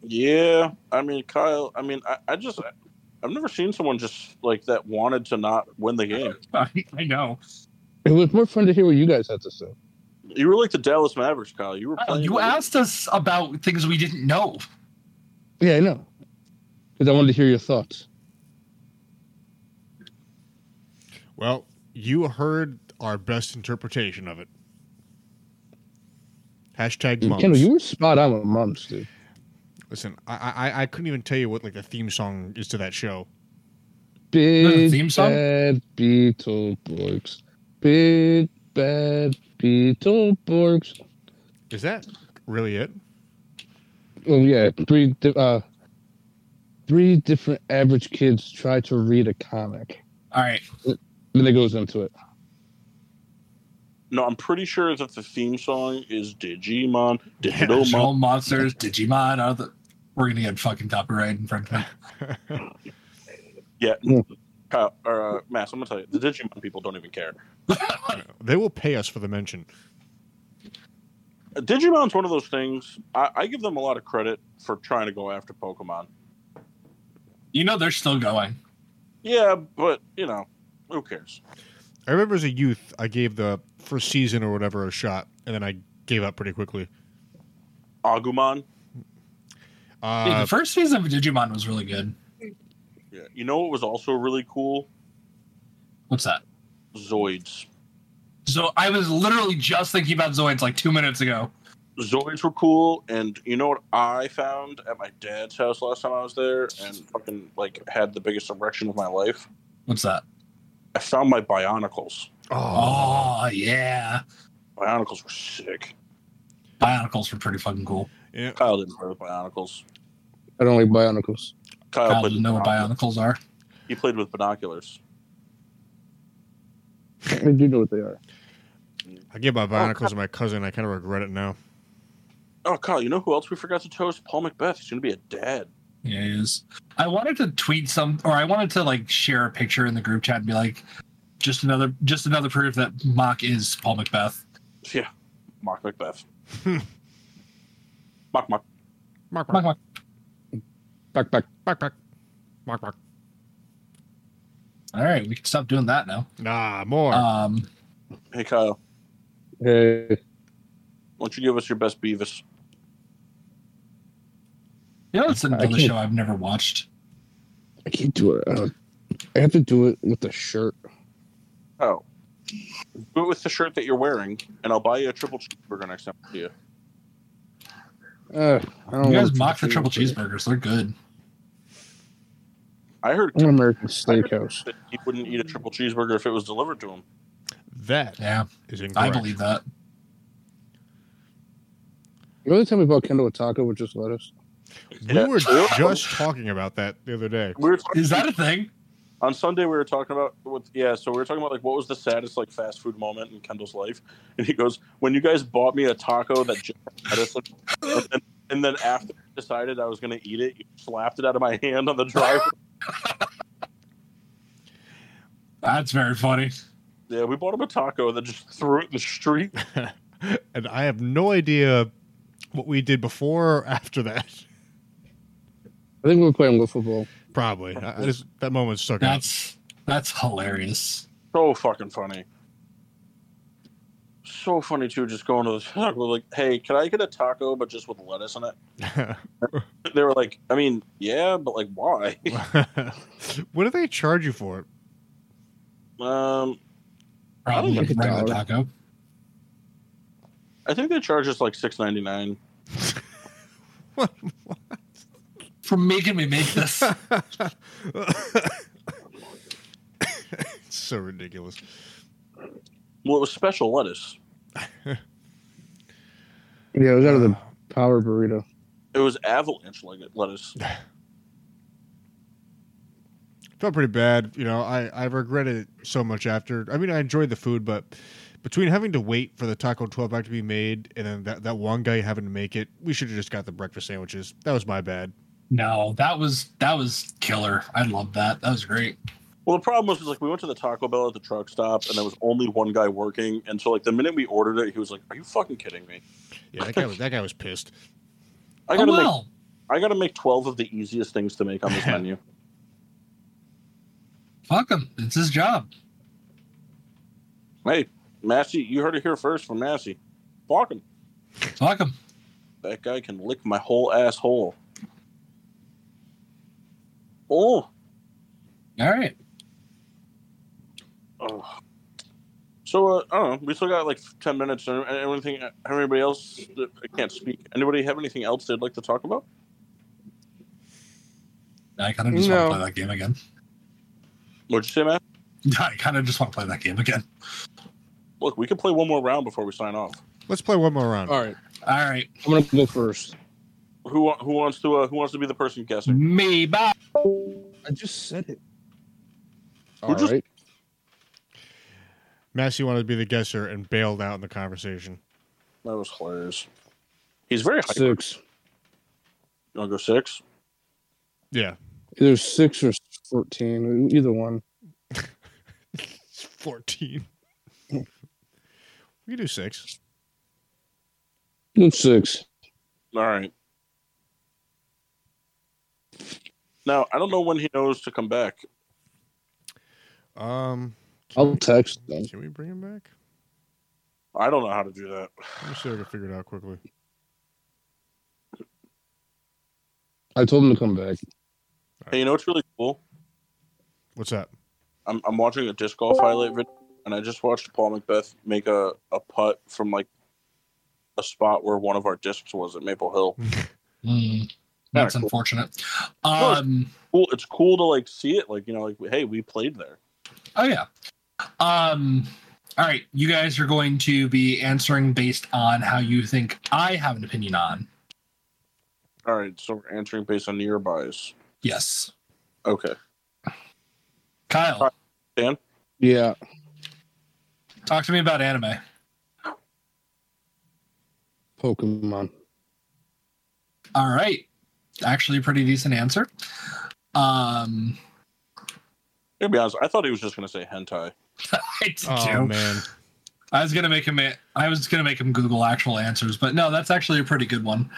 S1: Yeah, I mean, Kyle. I mean, I, I just I've never seen someone just like that wanted to not win the game.
S3: I, I know.
S6: It was more fun to hear what you guys had to say.
S1: You were like the Dallas Mavericks, Kyle. You were
S3: Kyle,
S1: playing.
S3: Uh, You asked us about things we didn't know.
S6: Yeah, I know. Because I wanted to hear your thoughts.
S4: Well, you heard our best interpretation of it. Hashtag mums.
S6: Mm, Kendall, you were spot on with mums, dude.
S4: Listen, I, I I couldn't even tell you what like the theme song is to that show.
S6: Big
S3: theme song?
S6: bad Beetleborgs. Big bad Beetleborgs.
S4: Is that really it?
S6: Oh yeah, three di- uh, three different average kids try to read a comic.
S3: All right.
S6: Then it goes into it.
S1: No, I'm pretty sure that the theme song is Digimon, Digital
S3: Joel Monsters, Digimon, are the, we're going to get fucking copyright infringement.
S1: Yeah,
S6: Yeah.
S1: Kyle or uh, Mass. I'm gonna tell you, the Digimon people don't even care.
S4: They will pay us for the mention.
S1: Uh, Digimon's one of those things. I, I give them a lot of credit for trying to go after Pokemon.
S3: You know they're still going.
S1: Yeah, but you know, who cares?
S4: I remember as a youth, I gave the first season or whatever a shot, and then I gave up pretty quickly.
S1: Agumon.
S3: Dude,
S4: Uh,
S3: the first season of Digimon was really good.
S1: Yeah, you know what was also really cool?
S3: What's that?
S1: Zoids.
S3: So I was literally just thinking about Zoids like two minutes ago.
S1: Zoids were cool, and you know what I found at my dad's house last time I was there, and fucking like had the biggest erection of my life.
S3: What's that?
S1: I found my Bionicles.
S4: oh,
S3: Oh, yeah.
S1: Bionicles were sick.
S3: Bionicles were pretty fucking cool.
S4: yeah.
S1: Kyle didn't play with Bionicles.
S6: I don't like Bionicles.
S1: Kyle
S3: Kyle
S1: played
S3: doesn't know
S6: uh,
S3: what
S1: binoculars.
S3: bionicles are.
S1: He played with binoculars.
S6: I do know what they are.
S4: I gave my bionicles to my cousin. I kind of regret it now.
S1: Oh, Kyle, you know who else we forgot to toast? Paul Macbeth. He's going to be a dad.
S3: Yeah, he is. I wanted to tweet some, or I wanted to like share a picture in the group chat and be like, just another, just another proof that Mock is Paul Macbeth.
S1: Yeah, Mark Macbeth. Mark, Mark.
S4: Mark,
S3: Mock,
S4: mark,
S3: Mock.
S6: Back, back.
S4: mark, mark, mark, mark.
S3: All right, we can stop doing that now.
S4: Nah, more.
S3: Um,
S1: Hey, Kyle,
S6: Hey,
S1: why don't you give us your best Beavis?
S3: you know, it's
S6: I
S3: another
S6: can't-
S3: show I've never watched.
S6: I can't do it. Uh, I have to do it with a shirt.
S1: Oh. Do it with the shirt that you're wearing, and I'll buy you a triple cheeseburger next time I see you.
S6: Uh, I don't
S3: You guys
S6: want
S3: mock the
S6: to-
S3: triple cheeseburgers; they're good.
S1: I heard
S6: I'm an American Steakhouse.
S1: that he wouldn't eat a triple cheeseburger if it was delivered to him.
S4: that is
S3: Yeah,
S4: incorrect.
S3: I believe that.
S6: You really tell me about Kendall a taco with just lettuce?
S4: We were
S1: Yeah.
S4: just talking about that the other day.
S1: We were talking,
S3: Is that a thing?
S1: on Sunday. We were talking about what, yeah. So we were talking about like what was the saddest like fast food moment in Kendall's life, and he goes, "When you guys bought me a taco that just had lettuce in it," and then, and then after I decided I was going to eat it, you slapped it out of my hand on the drive.
S3: That's very funny.
S1: yeah, we bought him a taco that just threw it in the street.
S4: and I have no idea what we did before or after that.
S6: I think we were playing wiffle ball.
S4: Probably. I, I just that moment stuck out.
S3: That's that's hilarious.
S1: So fucking funny. So funny too, just going to the taco like, hey, can I get a taco but just with lettuce in it? They were like, I mean, yeah, but like, why?
S4: what do they charge you for it?
S1: Um,
S3: Probably
S6: like a
S3: regular
S6: dollar.
S3: taco.
S1: I think they charge us like six ninety nine.
S3: For making me make this.
S4: It's so ridiculous.
S1: Well, it was special lettuce.
S6: Yeah, it was out of the power burrito.
S1: It was avalanche like lettuce.
S4: felt pretty bad. You know, I I regretted it so much after. I mean, I enjoyed the food, but between having to wait for the taco twelve pack to be made and then that, that one guy having to make it, we should have just got the breakfast sandwiches. That was my bad.
S3: No, that was that was killer. I love that. That was great.
S1: Well, the problem was, was like we went to the Taco Bell at the truck stop, and there was only one guy working. And so, like the minute we ordered it, he was like, "Are you fucking kidding me?
S4: Yeah, that guy was that guy was pissed.
S1: I
S3: Oh,
S1: gotta make
S3: well,
S1: I gotta make twelve of the easiest things to make on this menu."
S3: fuck him. It's his job.
S1: Hey, Massey, you heard it here first from Massey. Fuck him.
S3: Fuck him.
S1: That guy can lick my whole asshole. Oh.
S3: All right.
S1: Oh. So uh, I don't know. We still got like ten minutes. And and anything? Anybody else? that- I can't speak. Anybody have anything else they'd like to talk about?
S3: I kind of just want
S2: No.
S3: to play that game again.
S1: What'd you say, Matt?
S3: I kind of just want to play that game again.
S1: Look, we can play one more round before we sign off.
S4: Let's play one more round.
S2: All right.
S3: All right.
S6: I'm gonna go first.
S1: Who wa- who wants to uh, who wants to be the person guessing?
S3: Me bye.
S6: I just said it.
S1: We're
S6: All
S1: just-
S6: right.
S4: Massey wanted to be the guesser and bailed out in the conversation.
S1: That was hilarious. He's very high. You
S6: six.
S1: want to go six?
S4: Yeah,
S6: Either six or fourteen. Either one.
S4: it's fourteen. we can do six.
S6: It's six.
S1: All right. Now I don't know when he knows to come back.
S4: Um,
S6: I'll text them.
S4: can we bring him back?
S1: I don't know how to do that.
S4: Let me see if I can figure it out quickly.
S6: I told him to come back.
S1: Hey, you know what's really cool?
S4: What's that?
S1: I'm, I'm watching a disc golf highlight video, and I just watched Paul Macbeth make a, a putt from like a spot where one of our discs was at Maple Hill.
S3: Mm,
S1: Alright,
S3: that's
S1: cool.
S3: unfortunate. Um.
S1: Cool, it's cool to like see it, like you know, like hey, we played there.
S3: Oh yeah. Um. All right. You guys are going to be answering based on how you think I have an opinion on.
S1: All right, so we're answering based on nearbys.
S3: Yes.
S1: Okay.
S3: Kyle,
S6: Yeah.
S3: talk to me about anime.
S6: Pokemon.
S3: All right. Actually, pretty decent answer. Um,
S1: To be honest, I thought he was just going to say hentai.
S3: I did
S4: Oh
S3: too.
S4: man,
S3: I was gonna make him. a- I was gonna make him Google actual answers, but no, that's actually a pretty good one.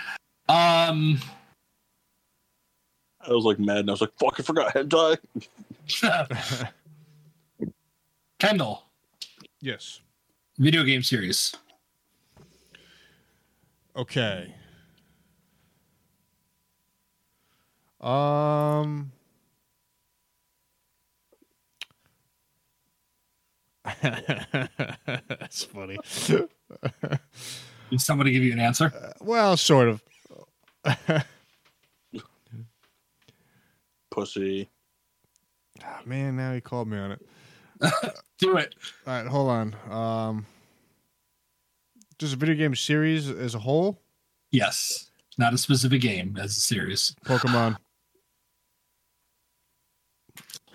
S3: Um,
S1: I was like mad, and I was like, "Fuck, I forgot hentai."
S3: Kendall,
S4: yes.
S3: video game series.
S4: Okay. Um. That's funny.
S3: Did somebody give you an answer?
S4: well, sort of. Ah,
S1: Pussy.
S4: Ah, man, now he called me on it.
S3: Do it.
S4: All right, hold on. Um, just a video game series as a whole.
S3: Yes. Not a specific game as a series.
S4: Pokemon.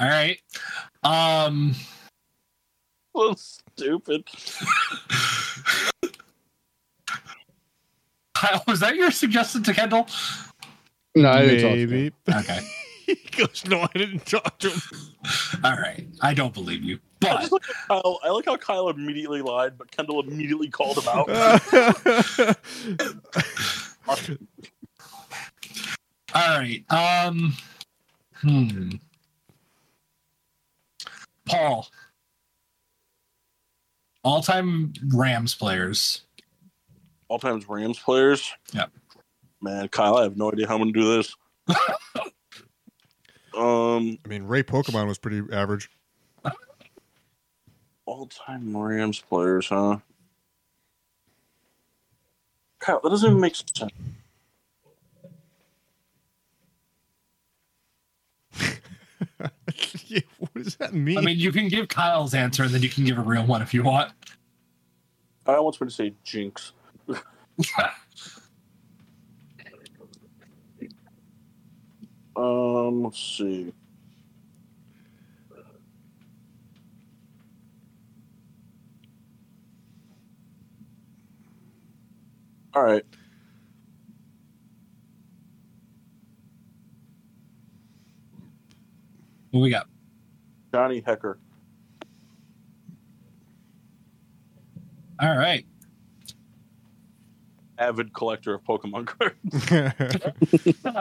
S3: All right. Um,
S1: Well, stupid.
S3: Kyle, was that your suggestion to Kendall?
S6: No, I didn't talk to him.
S4: Maybe.
S3: Okay.
S4: he goes, no, I didn't talk to him.
S3: All right. I don't believe you,
S1: I,
S3: but
S1: just like how Kyle, I like how Kyle immediately lied, but Kendall immediately called him out.
S3: all right. Um, hmm. Paul, all-time Rams players.
S1: All times Rams players.
S3: Yep.
S1: Man, Kyle, I have no idea how I'm going to do this. um,
S4: I mean, Ray Pokemon was pretty average.
S1: all time Rams players, huh? Kyle, that doesn't even make sense.
S4: Yeah, what does that mean?
S3: I mean, you can give Kyle's answer, and then you can give a real one if you want.
S1: I wants me to say Jinx. Um, let's see. All right.
S3: what we got?
S1: Johnny Hecker.
S3: All right.
S1: avid collector of Pokemon cards.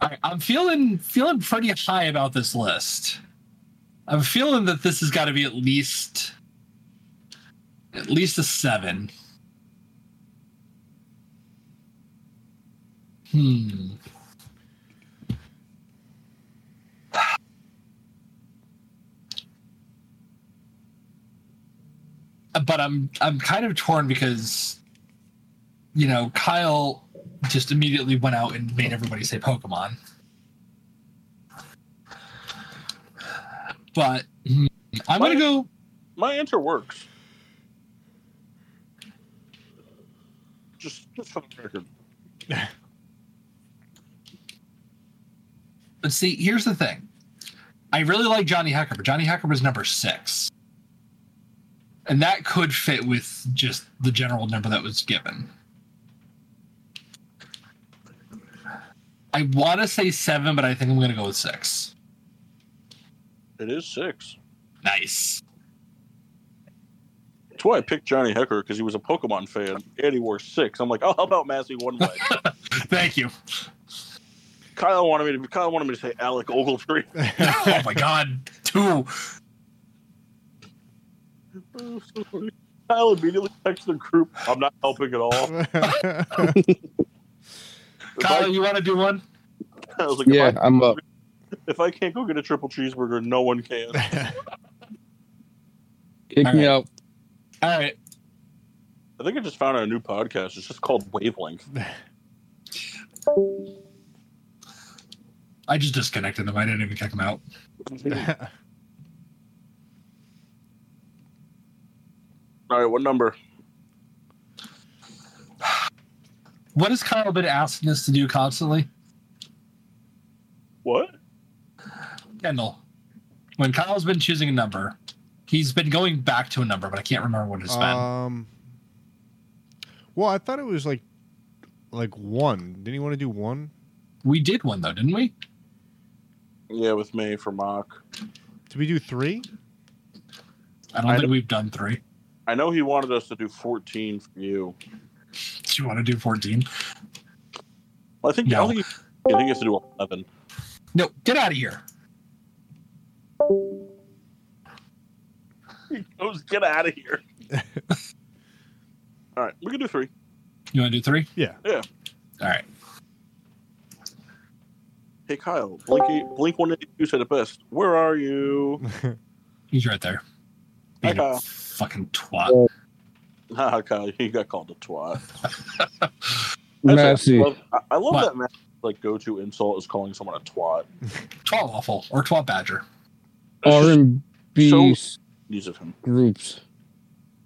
S3: All right, I'm feeling feeling pretty high about this list. I'm feeling that this has got to be at least at least a seven. Hmm. But I'm I'm kind of torn because you know Kyle just immediately went out and made everybody say Pokemon. But hmm, I'm gonna go.
S1: My answer works. Just, just for the record.
S3: But see, here's the thing. I really like Johnny Hacker, but Johnny Hacker was number six, and that could fit with just the general number that was given. I want to say seven, but I think I'm gonna go with six.
S1: It is six.
S3: Nice.
S1: That's why I picked Johnny Hecker because he was a Pokemon fan and he wore six. I'm like, I'll help out Massey one way.
S3: Thank you.
S1: Kyle wanted me to. Kyle wanted me to say Alec Ogletree.
S3: oh my God, two.
S1: Kyle immediately texted the group. I'm not helping at all. If
S3: Kyle,
S1: I,
S3: you want to do one?
S1: I was like,
S6: Yeah,
S1: if, I,
S6: I'm up.
S1: if I can't go get a triple cheeseburger, no one can.
S6: Kick
S3: All
S6: me
S3: right.
S6: out.
S3: All right.
S1: I think I just found a new podcast. It's just called Wavelength.
S3: I just disconnected them. I didn't even kick them out.
S1: All right, what number?
S3: What has Kyle been asking us to do constantly? Kendall, when Kyle's been choosing a number, he's been going back to a number, but I can't remember what it's
S1: Uh,
S3: been.
S4: Um. Well, I thought it was like, like one. Didn't he want to do one?
S3: We did one though, didn't we?
S1: Yeah, with May for mock.
S4: Did we do three?
S3: I
S1: I
S3: don't think
S1: don't-
S3: we've done three.
S1: I know he wanted us to do 14 for you.
S3: Do you want to do fourteen?
S1: Well, I think
S3: No.
S1: I think he- I think he has to do 11.
S3: No, get out of here.
S1: Oh, get out of here. All right, we can do three.
S3: You want to do three?
S4: Yeah.
S1: Yeah.
S3: All right.
S1: Hey Kyle, Blinky, Blink 182 said it best. Where are you?
S3: He's right there.
S1: Hi,
S3: Being a
S1: Kyle.
S3: fucking twat.
S1: Haha, Kyle, you got called a twat. That's- I
S6: Massey.
S1: love, I, I love
S3: What?
S1: that Matt, like go to insult is calling someone a twat.
S3: Twat waffle or twat badger.
S1: That's
S6: R
S1: just
S6: and B
S1: use of him.
S6: groups.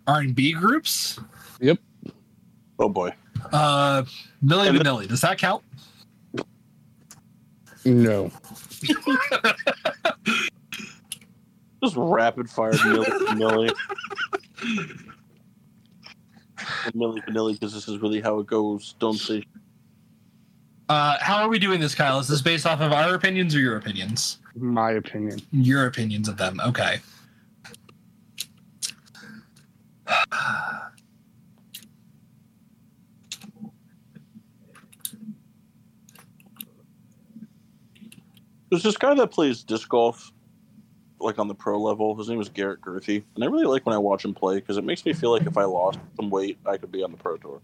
S3: R and B groups.
S1: Oh boy.
S3: Uh, Millie
S1: And the-
S3: Vanilli. Does that count?
S6: No.
S1: Just rapid fire Millie Vanilli. Millie Vanilli, because this is really how it goes. Don't say
S3: Uh, how are we doing this, Kyle? Is this based off of our opinions or your opinions?
S6: My opinion.
S3: Your opinions of them. Okay.
S1: There's this guy that plays disc golf, like on the pro level. His name is Garrett Gerthy, and I really like when I watch him play because it makes me feel like if I lost some weight, I could be on the pro tour.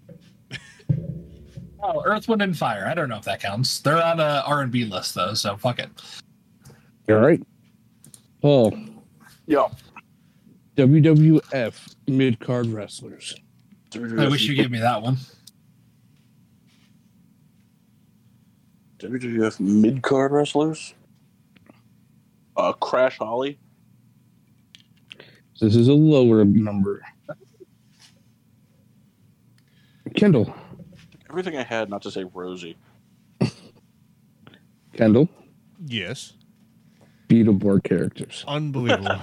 S3: Oh, Earth, Wind, and Fire. I don't know if that counts. They're on a R and B list though, so fuck it.
S6: All right. Paul.
S1: Yeah.
S6: WWF mid card wrestlers.
S3: I wish you gave me that one.
S1: WWF mid card wrestlers. Uh, Crash Holly.
S6: This is a lower number. Kendall.
S1: Everything I had, not to say Rosie.
S6: Kendall.
S4: Yes.
S6: Beetleborg characters.
S4: Unbelievable.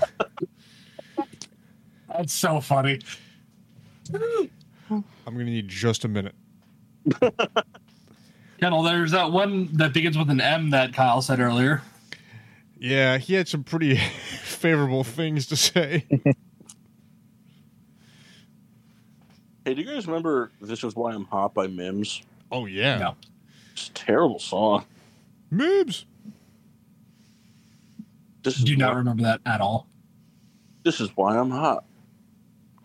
S3: That's so funny.
S4: I'm gonna need just a minute.
S3: Kendall, there's that one that begins with an M that Kyle said earlier.
S4: Yeah, he had some pretty favorable things to say.
S1: Hey, do you guys remember "This Is Why I'm Hot" by Mims?
S4: Oh yeah.
S3: No.
S1: It's a terrible song.
S4: Mibs.
S1: This is
S3: Do
S1: why-
S3: not remember that at all.
S1: this is why I'm hot.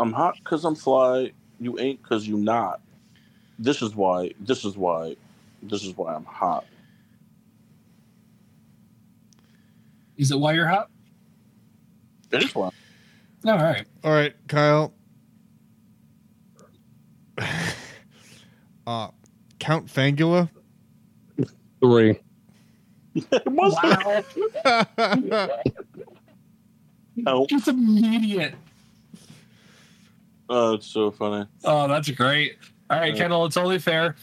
S1: I'm hot because I'm fly. You ain't because you not. This is why. This is why. This is why I'm hot.
S3: Is it why you're hot?
S1: It is why.
S3: No, all right.
S4: All right, Kyle. uh, Count Fangula.
S6: Three.
S1: It was
S3: Wow.
S1: Wow.
S3: It's immediate.
S1: Oh, it's so funny.
S3: Oh, that's great. All right, Kendall, it's only fair.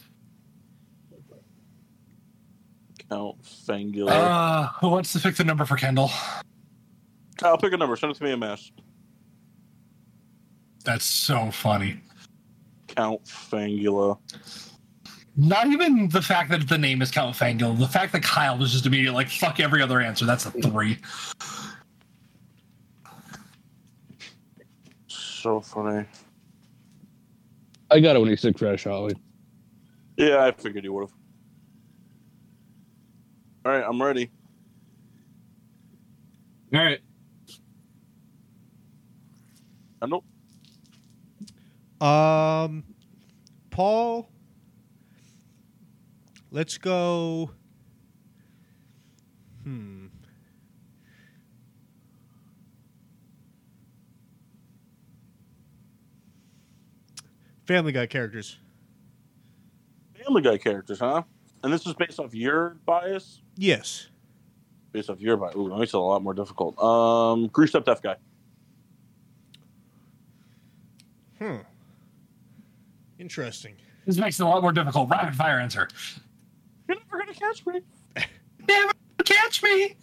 S1: Count Fangula.
S3: Uh, who wants to pick the number for Kendall?
S1: Kyle, pick a number. Send it to me in mass.
S3: That's so funny.
S1: Count Fangula.
S3: Not even the fact that the name is Count Fangel, the fact that Kyle was just immediately like, fuck every other answer. That's a three.
S1: So funny.
S6: I got it when he said Crash Holly.
S1: Yeah, I figured you would have. All right, I'm ready.
S3: All right.
S1: Kendall.
S4: um, Paul. Let's go. Hmm. Family Guy characters.
S1: Family Guy characters, huh? And this is based off your bias.
S4: Yes.
S1: based off your body. Ooh, that makes it a lot more difficult. Um, greased up deaf guy.
S4: Hmm. Interesting.
S3: This makes it a lot more difficult. Rapid fire answer.
S1: You're never gonna catch me.
S3: Never catch me.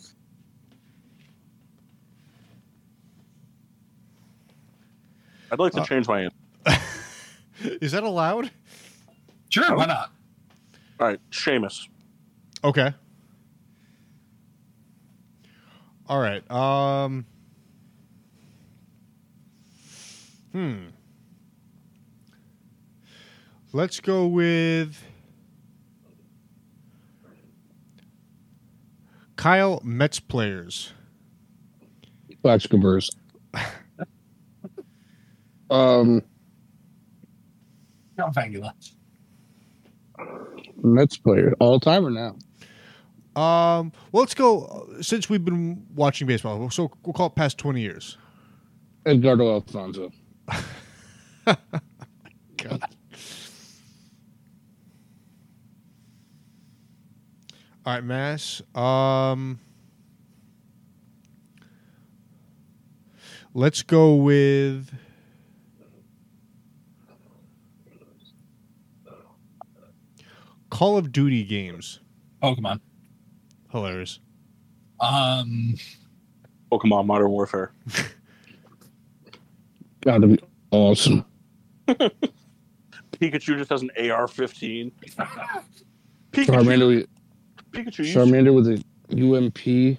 S1: I'd like to
S4: Uh,
S1: change my answer.
S4: Is that allowed?
S3: Sure, why not?
S1: All right, Seamus.
S4: Okay. All right. Um. Hmm. Let's go with Kyle Mets players.
S6: Fox Converse. um,
S3: John Fangula.
S6: Mets player all time or now?
S4: Um. Well, let's go uh, since we've been watching baseball. So we'll call it past twenty years.
S6: Edgardo Alfonso.
S4: All right, Mass. Um, let's go with. Call of Duty games.
S3: Pokemon.
S4: Hilarious.
S3: Um,
S1: Pokemon Modern Warfare.
S6: Gotta be awesome.
S1: Pikachu just has an AR-15. Pikachu.
S6: Charmander,
S1: Pikachu. you should-
S6: Charmander with a UMP.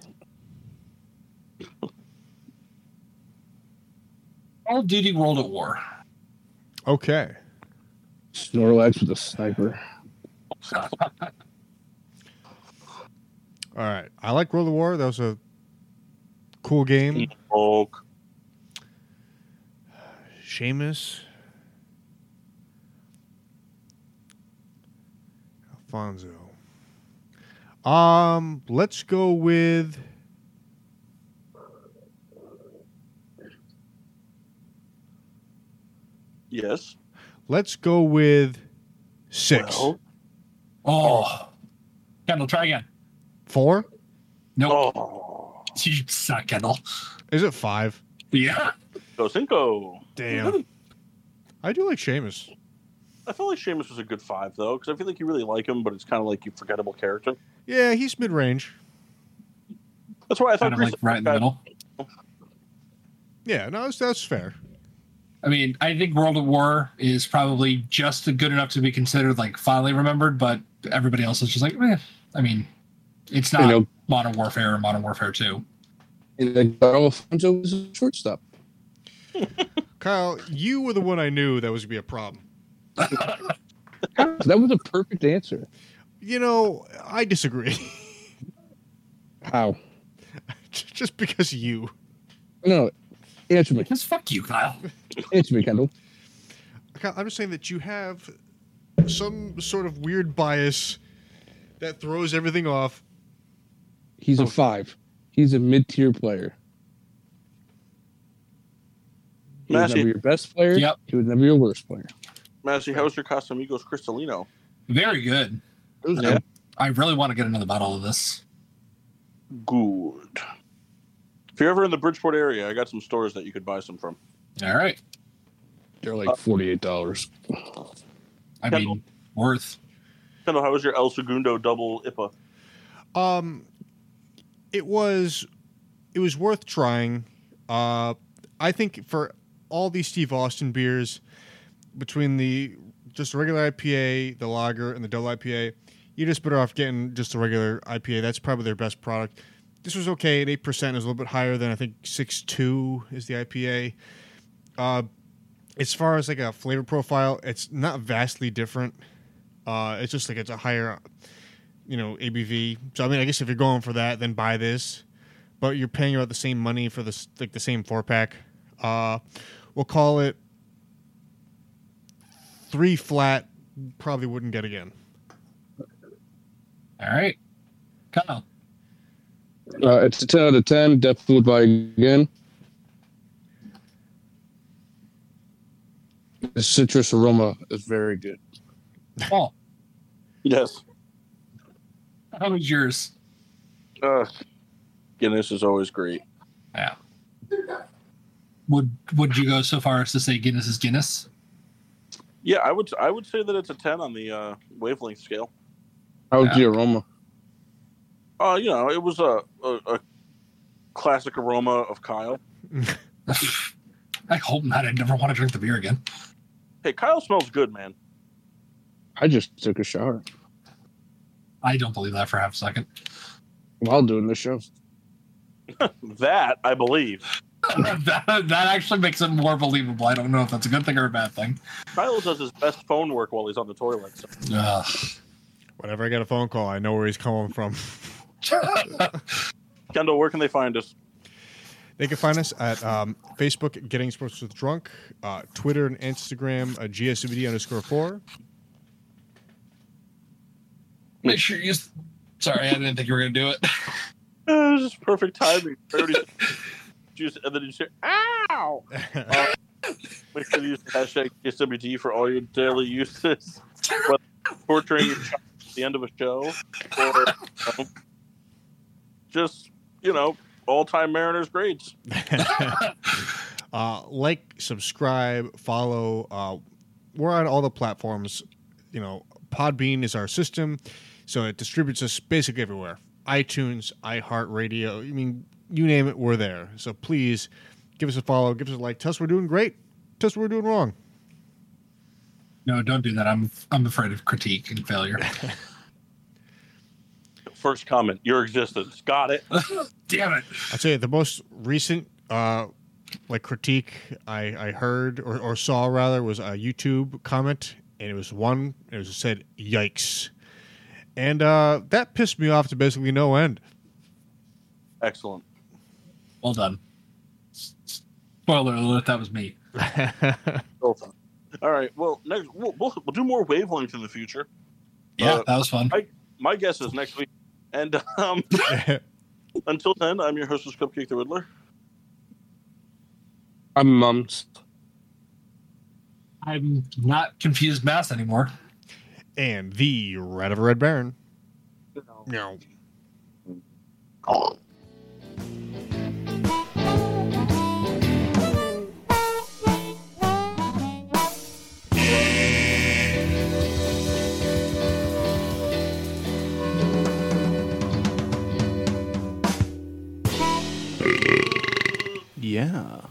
S3: Call of Duty World at War.
S4: Okay.
S6: Snorlax with a sniper.
S4: All right. I like World of War. That was a cool game.
S1: Hulk.
S4: Seamus. Alfonso. Um, let's go with
S1: Yes.
S4: let's go with six.
S1: Well,
S3: Oh, Kendall, try again.
S4: Four?
S3: Nope.
S1: oh.
S3: You suck, Kendall.
S4: Is it five?
S3: Yeah.
S1: Dos Cinco.
S4: Damn. I do like Seamus.
S1: I feel like Seamus was a good five though, because I feel like you really like him, but it's kind of like you forgettable character.
S4: Yeah, he's mid range.
S1: That's why I thought
S3: Kind of like
S1: Grease-
S3: right in the middle.
S4: Yeah, no, that's, that's fair.
S3: I mean, I think World at War is probably just good enough to be considered like fondly remembered, but everybody else is just like, eh. I mean, it's not
S6: You know,
S3: Modern Warfare or Modern Warfare 2.
S6: Edgardo Alfonso was a shortstop.
S4: Kyle, you were the one I knew that was gonna be a problem.
S6: That was a perfect answer.
S4: You know, I disagree.
S6: How?
S4: Just because you.
S6: No, answer me.
S3: Because fuck you, Kyle.
S6: Answer me, Kendall.
S4: Kyle, I'm just saying that you have some sort of weird bias that throws everything off.
S6: He's a five. He's a mid tier player. He was
S1: Massey.
S6: never your best player.
S3: Yep.
S6: He was never your worst player.
S1: Massey, how's your Casamigos Cristalino?
S3: Very good.
S1: Yeah.
S3: I really want to get another bottle of this.
S1: Good. If you're ever in the Bridgeport area, I got some stores that you could buy some from.
S3: All right.
S6: They're like forty eight dollars.
S3: I
S1: Kendall.
S3: mean, worth.
S1: Kendall, how was your El Segundo double IPA?
S4: Um, it was, it was worth trying. Uh, I think for all these Steve Austin beers, between the just the regular IPA, the lager, and the double IPA, you're just better off getting just the regular IPA. That's probably their best product. This was okay at eight percent. is a little bit higher than I think six two is the IPA. Uh, as far as like a flavor profile, it's not vastly different. Uh, it's just like it's a higher you know ABV. So I mean, I guess if you're going for that, then buy this. But you're paying about the same money for this, like the same four pack. Uh, we'll call it three flat. Probably wouldn't get again.
S3: All right. Kyle.
S6: Uh, it's a ten out of ten. Definitely would buy again. The citrus aroma is very good.
S3: Paul,
S1: Yes.
S3: how was yours?
S1: Uh, Guinness is always great.
S3: Would would you go so far as to say Guinness is Guinness?
S1: Yeah, I would I would say that it's a ten on the uh, wavelength scale.
S6: How's the aroma?
S1: Uh, you know, it was a, a, a classic aroma of Kyle.
S3: I hope not. I'd never want to drink the beer again.
S1: Hey, Kyle smells good, man.
S6: I just took a shower
S3: I don't believe that for half a second.
S6: while doing the show.
S1: That I believe.
S3: that, that actually makes it more believable. I don't know if that's a good thing or a bad thing.
S1: Kyle does his best phone work while he's on the toilet. So.
S3: Ugh.
S4: Whenever I get a phone call, I know where he's coming from.
S1: Kendall, where can they find us?
S4: They can find us at um, Facebook, Getting Sports with Drunk, uh, Twitter and Instagram, uh, GSVD underscore four.
S3: Make sure you. Sorry, I didn't think you were gonna do it.
S1: Eh, It was just perfect timing. I already said- Just, and then you say, ow! Uh, make sure to use the hashtag KSWD for all your daily uses. Whether torturing your child at the end of a show or um, just, you know, all time Mariners grades.
S4: uh, like, subscribe, follow. Uh, we're on all the platforms. You know, Podbean is our system, so it distributes us basically everywhere. iTunes, iHeartRadio. I mean, you name it, we're there. So please give us a follow, give us a like. Tell us we're doing great. Tell us we're doing wrong.
S3: No, don't do that. I'm I'm afraid of critique and failure.
S1: First comment, your existence. Got it.
S3: Damn it.
S4: I'll tell you the most recent uh, like critique I, I heard or, or saw rather was a YouTube comment, and it was one. It was it said "yikes," and uh, that pissed me off to basically no end.
S1: Excellent.
S3: Well done. Spoiler alert, that was me.
S1: Well done. All right. Well, next we'll, we'll, we'll do more wavelengths in the future.
S3: Yeah,
S1: Uh,
S3: that was fun.
S1: My guess is next week. And um, until then, I'm your hostess, Cupcake the Riddler.
S2: I'm mums.
S3: I'm not confused mass anymore.
S4: and the Red of a Red Baron. No.
S7: Yeah.